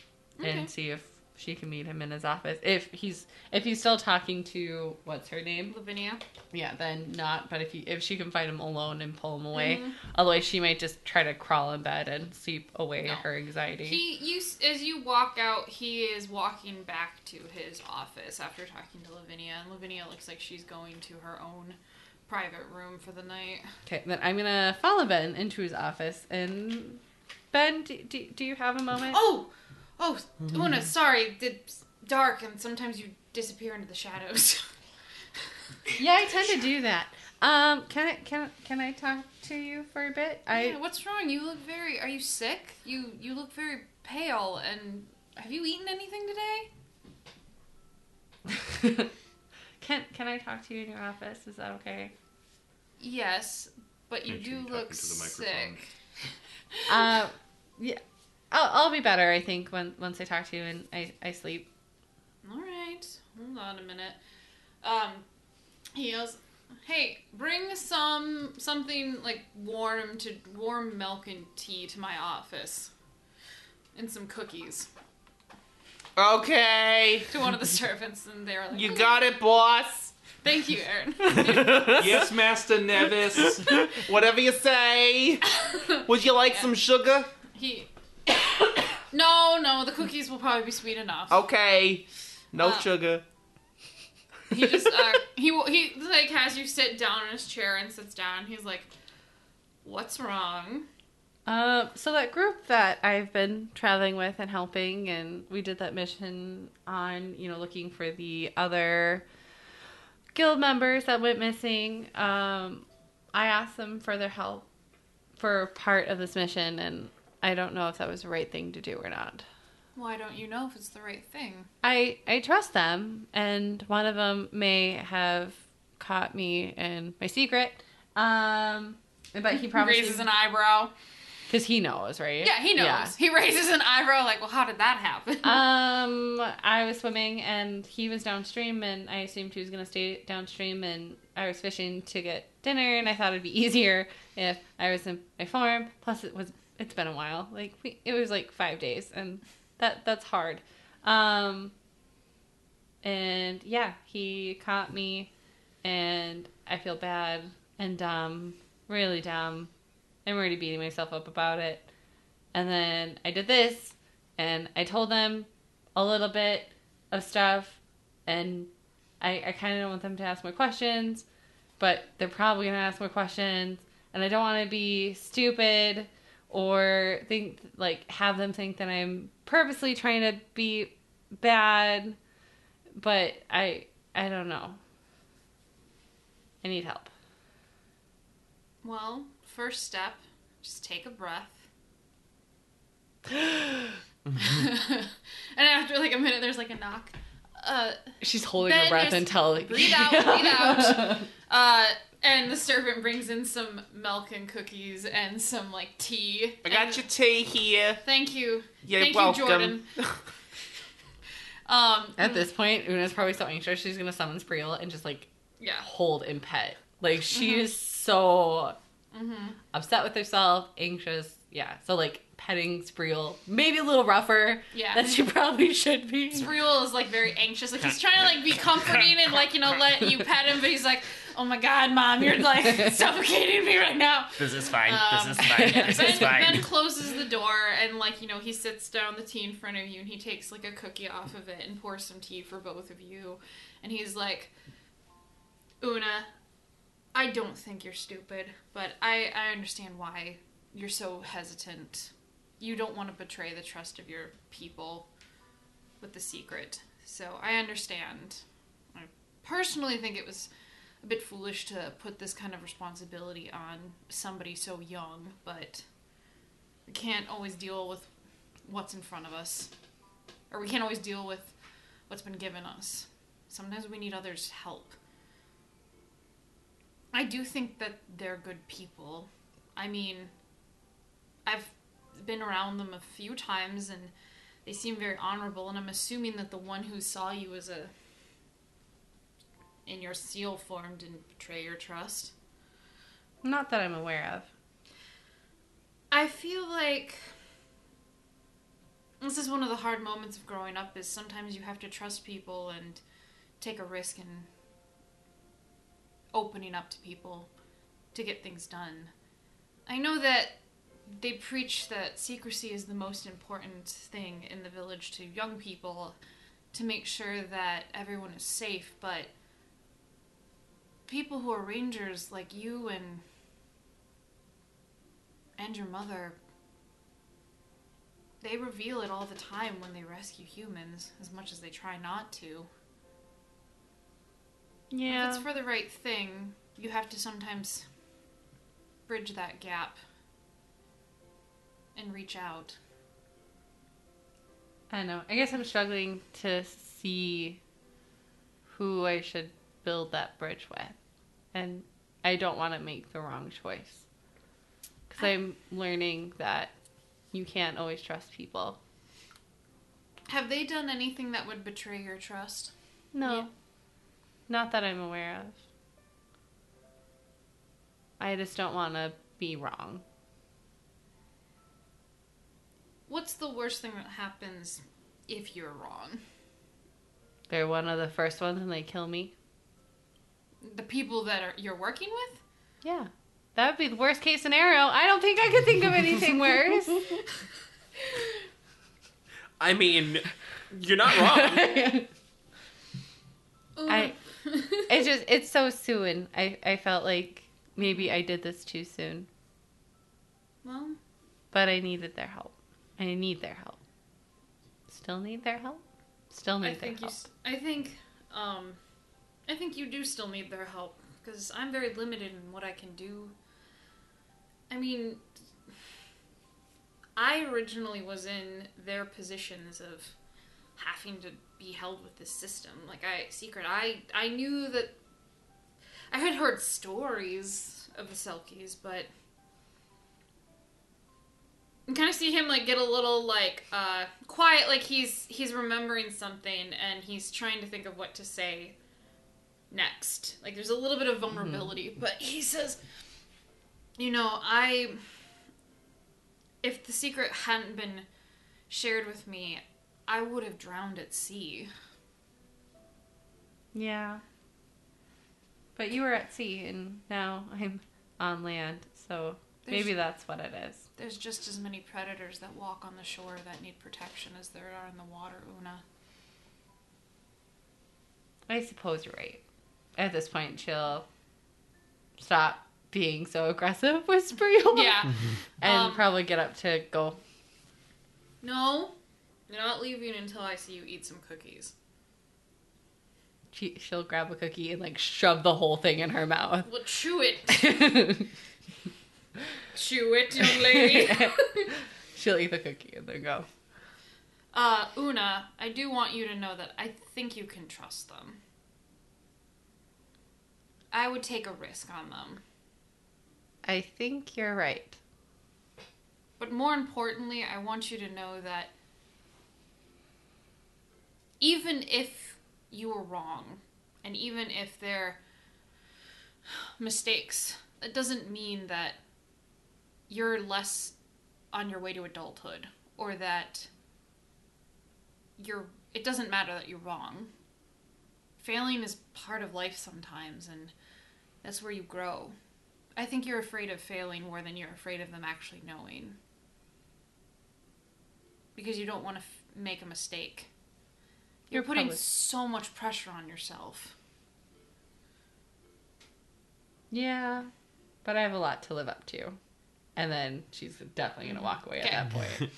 S7: Okay.
S12: and see if she can meet him in his office. If he's if he's still talking to what's her name,
S7: Lavinia.
S12: yeah, then not. But if you if she can find him alone and pull him away,
S7: Mm-hmm.
S12: otherwise she might just try to crawl in bed and sleep away
S7: No.
S12: her anxiety.
S7: He, you, s- as you walk out, he is walking back to his office after talking to Lavinia, and Lavinia looks like she's going to her own private room for the night.
S12: Okay, then I'm gonna follow Ben into his office. And Ben, do, do, do you have a moment?
S7: Oh, oh, oh no, sorry. It's dark, and sometimes you disappear into the shadows.
S12: yeah, I tend to do that. Um, can I can can I talk to you for a bit? I
S7: yeah, what's wrong? You look very. Are you sick? You you look very pale. And have you eaten anything today?
S12: can can I talk to you in your office? Is that okay?
S7: Yes, but you
S5: Make sure
S7: do
S5: you're talking
S7: look
S5: to the
S7: sick.
S5: microphone.
S12: Uh, yeah, I'll I'll be better. I think when once I talk to you and I I sleep.
S7: All right, hold on a minute. Um, he goes, "Hey, bring some something like warm to warm milk and tea to my office, and some cookies."
S2: Okay.
S7: to one of the servants, and they were like, "Okay,
S2: it, boss.
S7: Thank you, Aaron."
S2: yes.
S11: Yes, Master Nevis.
S2: Whatever you say. Would you like some sugar?
S7: he. No, no, the cookies will probably be sweet enough.
S2: Oh. Okay. No
S7: Uh,
S2: sugar.
S7: He just uh, he will- he like has you sit down in his chair and sits down. He's like, "What's wrong?"
S12: Um, so that group that I've been traveling with and helping, and we did that mission on, you know, looking for the other guild members that went missing. Um, I asked them for their help for part of this mission, and I don't know if that was the right thing to do or not.
S7: Why don't you know if it's the right thing?
S12: I I trust them, and one of them may have caught me in my secret. Um, but he promises
S7: Raises an eyebrow.
S12: Because he knows, right?
S7: Yeah, he knows. He raises an eyebrow, like, well, how did that happen?
S12: Um, I was swimming and he was downstream, and I assumed he was gonna stay downstream, and I was fishing to get dinner, and I thought it'd be easier if I was in my farm. Plus, it was it's been a while. Like we, it was like five days, and that that's hard. Um, and yeah, he caught me, and I feel bad and dumb, really dumb. I'm already beating myself up about it. And then I did this, and I told them a little bit of stuff, and I, I kind of don't want them to ask more questions, but they're probably going to ask more questions, and I don't want to be stupid or think, like, have them think that I'm purposely trying to be bad, but I, I don't know. I need help.
S7: well, first step, just take a breath. and after like a minute, there's like a knock. Uh,
S12: She's holding
S7: Then
S12: her breath
S7: just
S12: until like
S7: breathe out, breathe out. Uh, and the servant brings in some milk and cookies and some like tea.
S2: I got
S7: And
S2: your tea here.
S7: Thank you.
S2: You're
S7: Thank
S2: welcome.
S7: you, Jordan. Um,
S12: At this point, Una's probably so anxious she's gonna summon Priel and just like
S7: yeah.
S12: hold and pet. Like she is so
S7: mm-hmm.
S12: upset with herself, anxious. Yeah, so like petting Spriel, maybe a little rougher
S7: Yeah.
S12: than she probably should be.
S7: Spriel is like very anxious. Like he's trying to like be comforting and like you know let you pet him, but he's like, "Oh my god, mom, you're like suffocating me right now."
S16: This is fine.
S7: Um,
S16: this is fine. This
S7: Ben,
S16: is fine.
S7: ben closes the door and like you know he sits down the tea in front of you and he takes like a cookie off of it and pours some tea for both of you, and he's like, "Una, I don't think you're stupid, but I I understand why you're so hesitant. You don't want to betray the trust of your people with the secret, so I understand. I personally think it was." a bit foolish to put this kind of responsibility on somebody so young, but we can't always deal with what's in front of us. Or we can't always deal with what's been given us. Sometimes we need others' help. I do think that they're good people. I mean, I've been around them a few times and they seem very honorable, and I'm assuming that the one who saw you as a in your seal form didn't betray your trust.
S12: Not that I'm aware of.
S7: I feel like this is one of the hard moments of growing up is sometimes you have to trust people and take a risk in opening up to people to get things done. I know that they preach that secrecy is the most important thing in the village to young people to make sure that everyone is safe, but people who are rangers like you and and your mother they reveal it all the time when they rescue humans as much as they try not to if it's for the right thing you have to sometimes bridge that gap and reach out
S12: I don't know. I guess I'm struggling to see who I should build that bridge with. And I don't want to make the wrong choice. Because I'm learning that you can't always trust people.
S7: have they done anything that would betray your trust
S12: No.
S7: Yeah.
S12: Not that I'm aware of. I just don't want to be wrong.
S7: what's the worst thing that happens if you're wrong
S12: They're one of the first ones and they kill me.
S7: the people that are, you're working with
S12: Yeah. That would be the worst case scenario. I don't think I could think of anything worse.
S2: I mean, you're not wrong.
S12: I it's just it's so soon. I I felt like maybe I did this too soon,
S7: well
S12: but I needed their help. I need their help. Still need their help. Still need
S7: I
S12: their
S7: think you.
S12: help.
S7: s- I think. Um, I think you do still need their help because I'm very limited in what I can do. I mean, I originally was in their positions of having to be held with this system. Like I, secret. I I knew that. I had heard stories of the Selkies, but You kind of see him like get a little like uh, quiet, like he's he's remembering something and he's trying to think of what to say next. Like there's a little bit of vulnerability, but he says, "You know, I if the secret hadn't been shared with me, I would have drowned at sea."
S12: Yeah. But you were at sea, and now I'm on land, so
S7: There's-
S12: maybe that's what it is.
S7: There's just as many predators that walk on the shore that need protection as there are in the water, Una.
S12: I suppose you're right. At this point, she'll stop being so aggressive with Spreel.
S7: Yeah.
S12: And
S7: Um,
S12: probably get up to go.
S7: no, I'm not leaving until I see you eat some cookies.
S12: She, she'll grab a cookie and like shove the whole thing in her mouth.
S7: Well, chew it. Chew it, young lady.
S12: she'll eat the cookie and then go.
S7: uh, Una, I do want you to know that I think you can trust them. I would take a risk on them.
S12: I think you're right.
S7: But more importantly, I want you to know that even if you were wrong, and even if they're mistakes, that doesn't mean that you're less on your way to adulthood or that you're it doesn't matter that you're wrong. Failing is part of life sometimes and that's where you grow. I think you're afraid of failing more than you're afraid of them actually knowing. Because you don't want to f- make a mistake. You're,
S12: You're
S7: putting
S12: probably-
S7: so much pressure on yourself.
S12: Yeah, but I have a lot to live up to. And then she's definitely gonna walk away at
S7: Okay.
S12: that point.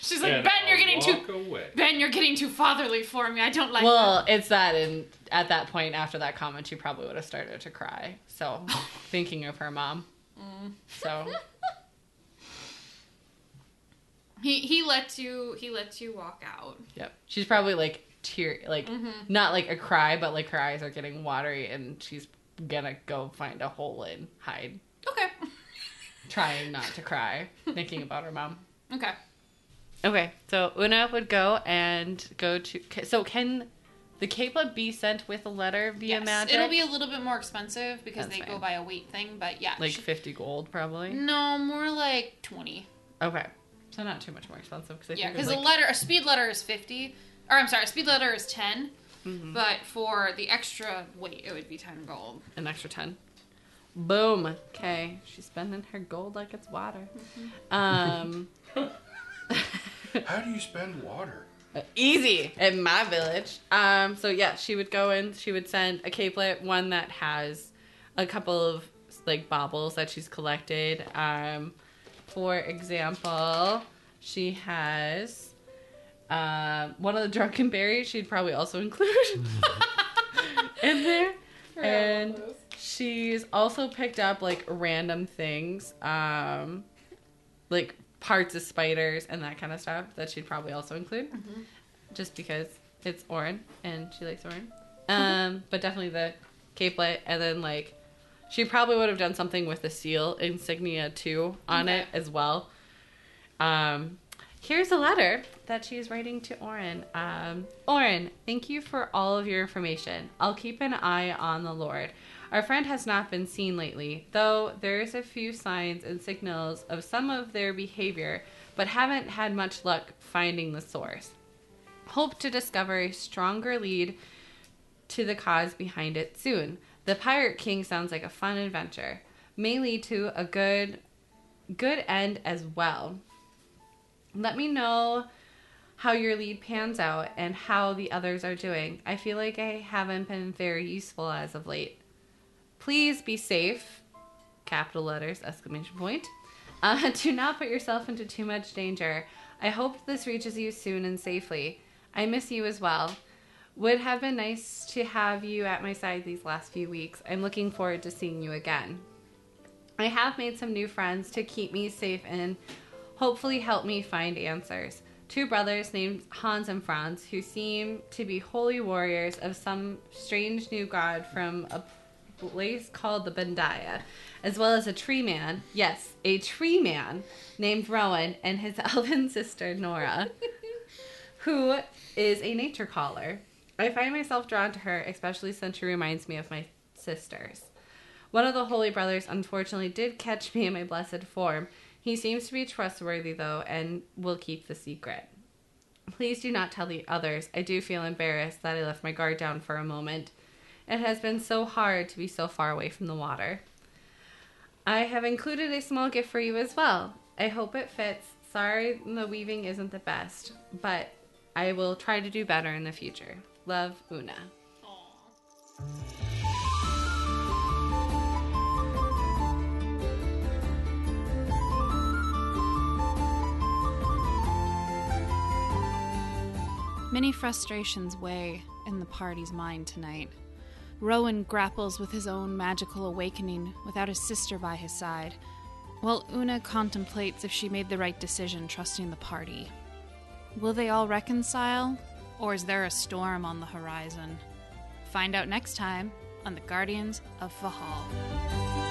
S7: She's like, Ben, you're getting too
S5: walk away.
S7: Ben, you're getting too fatherly for me. I don't like
S12: well, it's that, and at that point, after that comment, she probably would have started to cry. So, thinking of her mom. So,
S7: that. He he lets you he lets you walk out.
S12: yep, she's probably like tear, like not like a cry, but like her eyes are getting watery, and she's gonna go find a hole and hide,
S7: Okay.
S12: trying not to cry, thinking about her mom.
S7: Okay.
S12: Okay, so Una would go and go to. So, can the capelet be sent with a letter via
S7: Yes.
S12: magic?
S7: It'll be a little bit more expensive because
S12: That's
S7: they go
S12: fine.
S7: by a weight thing, but yeah.
S12: like
S7: she-
S12: fifty gold, probably.
S7: no, more like twenty.
S12: Okay. So not too much more expensive because I
S7: Mm-hmm. Yeah,
S12: think
S7: because
S12: it's
S7: a
S12: like,
S7: letter, a speed letter is fifty, or I'm sorry, a speed letter is 10
S12: Mm-hmm.
S7: But for the extra weight, it would be ten gold.
S12: an extra ten. Boom. Okay, she's spending her gold like it's water.
S7: Mm-hmm.
S12: Um,
S14: How do you spend water?
S12: easy in my village. Um, so yeah, she would go in. She would send a capelet, one that has a couple of like baubles that she's collected. Um, for example, she has um one of the drunken berries. She'd probably also include in there. And she's also picked up like random things, um, like parts of spiders and that kind of stuff that she'd probably also include just because it's Orin and she likes Orin. Um, but definitely the capelet, and then like she probably would have done something with the seal insignia too on it as well. Um, here's a letter that she's writing to Orin. Um, Orin, thank you for all of your information. I'll keep an eye on the Lord. Our friend has not been seen lately, though there's a few signs and signals of some of their behavior, but haven't had much luck finding the source hope to discover a stronger lead to the cause behind it soon. The Pirate King sounds like a fun adventure. May lead to a good good end as well. Let me know how your lead pans out and how the others are doing. I feel like I haven't been very useful as of late. Please be safe. Capital letters, exclamation point. Uh, do not put yourself into too much danger. I hope this reaches you soon and safely. I miss you as well. Would have been nice to have you at my side these last few weeks. I'm looking forward to seeing you again. I have made some new friends to keep me safe and hopefully help me find answers. Two brothers named Hans and Franz, who seem to be holy warriors of some strange new god from a place called the Bendaya, as well as a tree man. Yes, a tree man named Rowan and his elven sister Nora, who is a nature caller. I find myself drawn to her, especially since she reminds me of my sisters. One of the holy brothers unfortunately did catch me in my blessed form. He seems to be trustworthy though and will keep the secret. Please do not tell the others. I do feel embarrassed that I left my guard down for a moment. It has been so hard to be so far away from the water. I have included a small gift for you as well. I hope it fits. Sorry the weaving isn't the best, but I will try to do better in the future. Love, Una.
S7: Many frustrations weigh in the party's mind tonight. Rowan grapples with his own magical awakening without his sister by his side, while Una contemplates if she made the right decision trusting the party. Will they all reconcile, or is there a storm on the horizon? Find out next time on the Guardians of Vahal.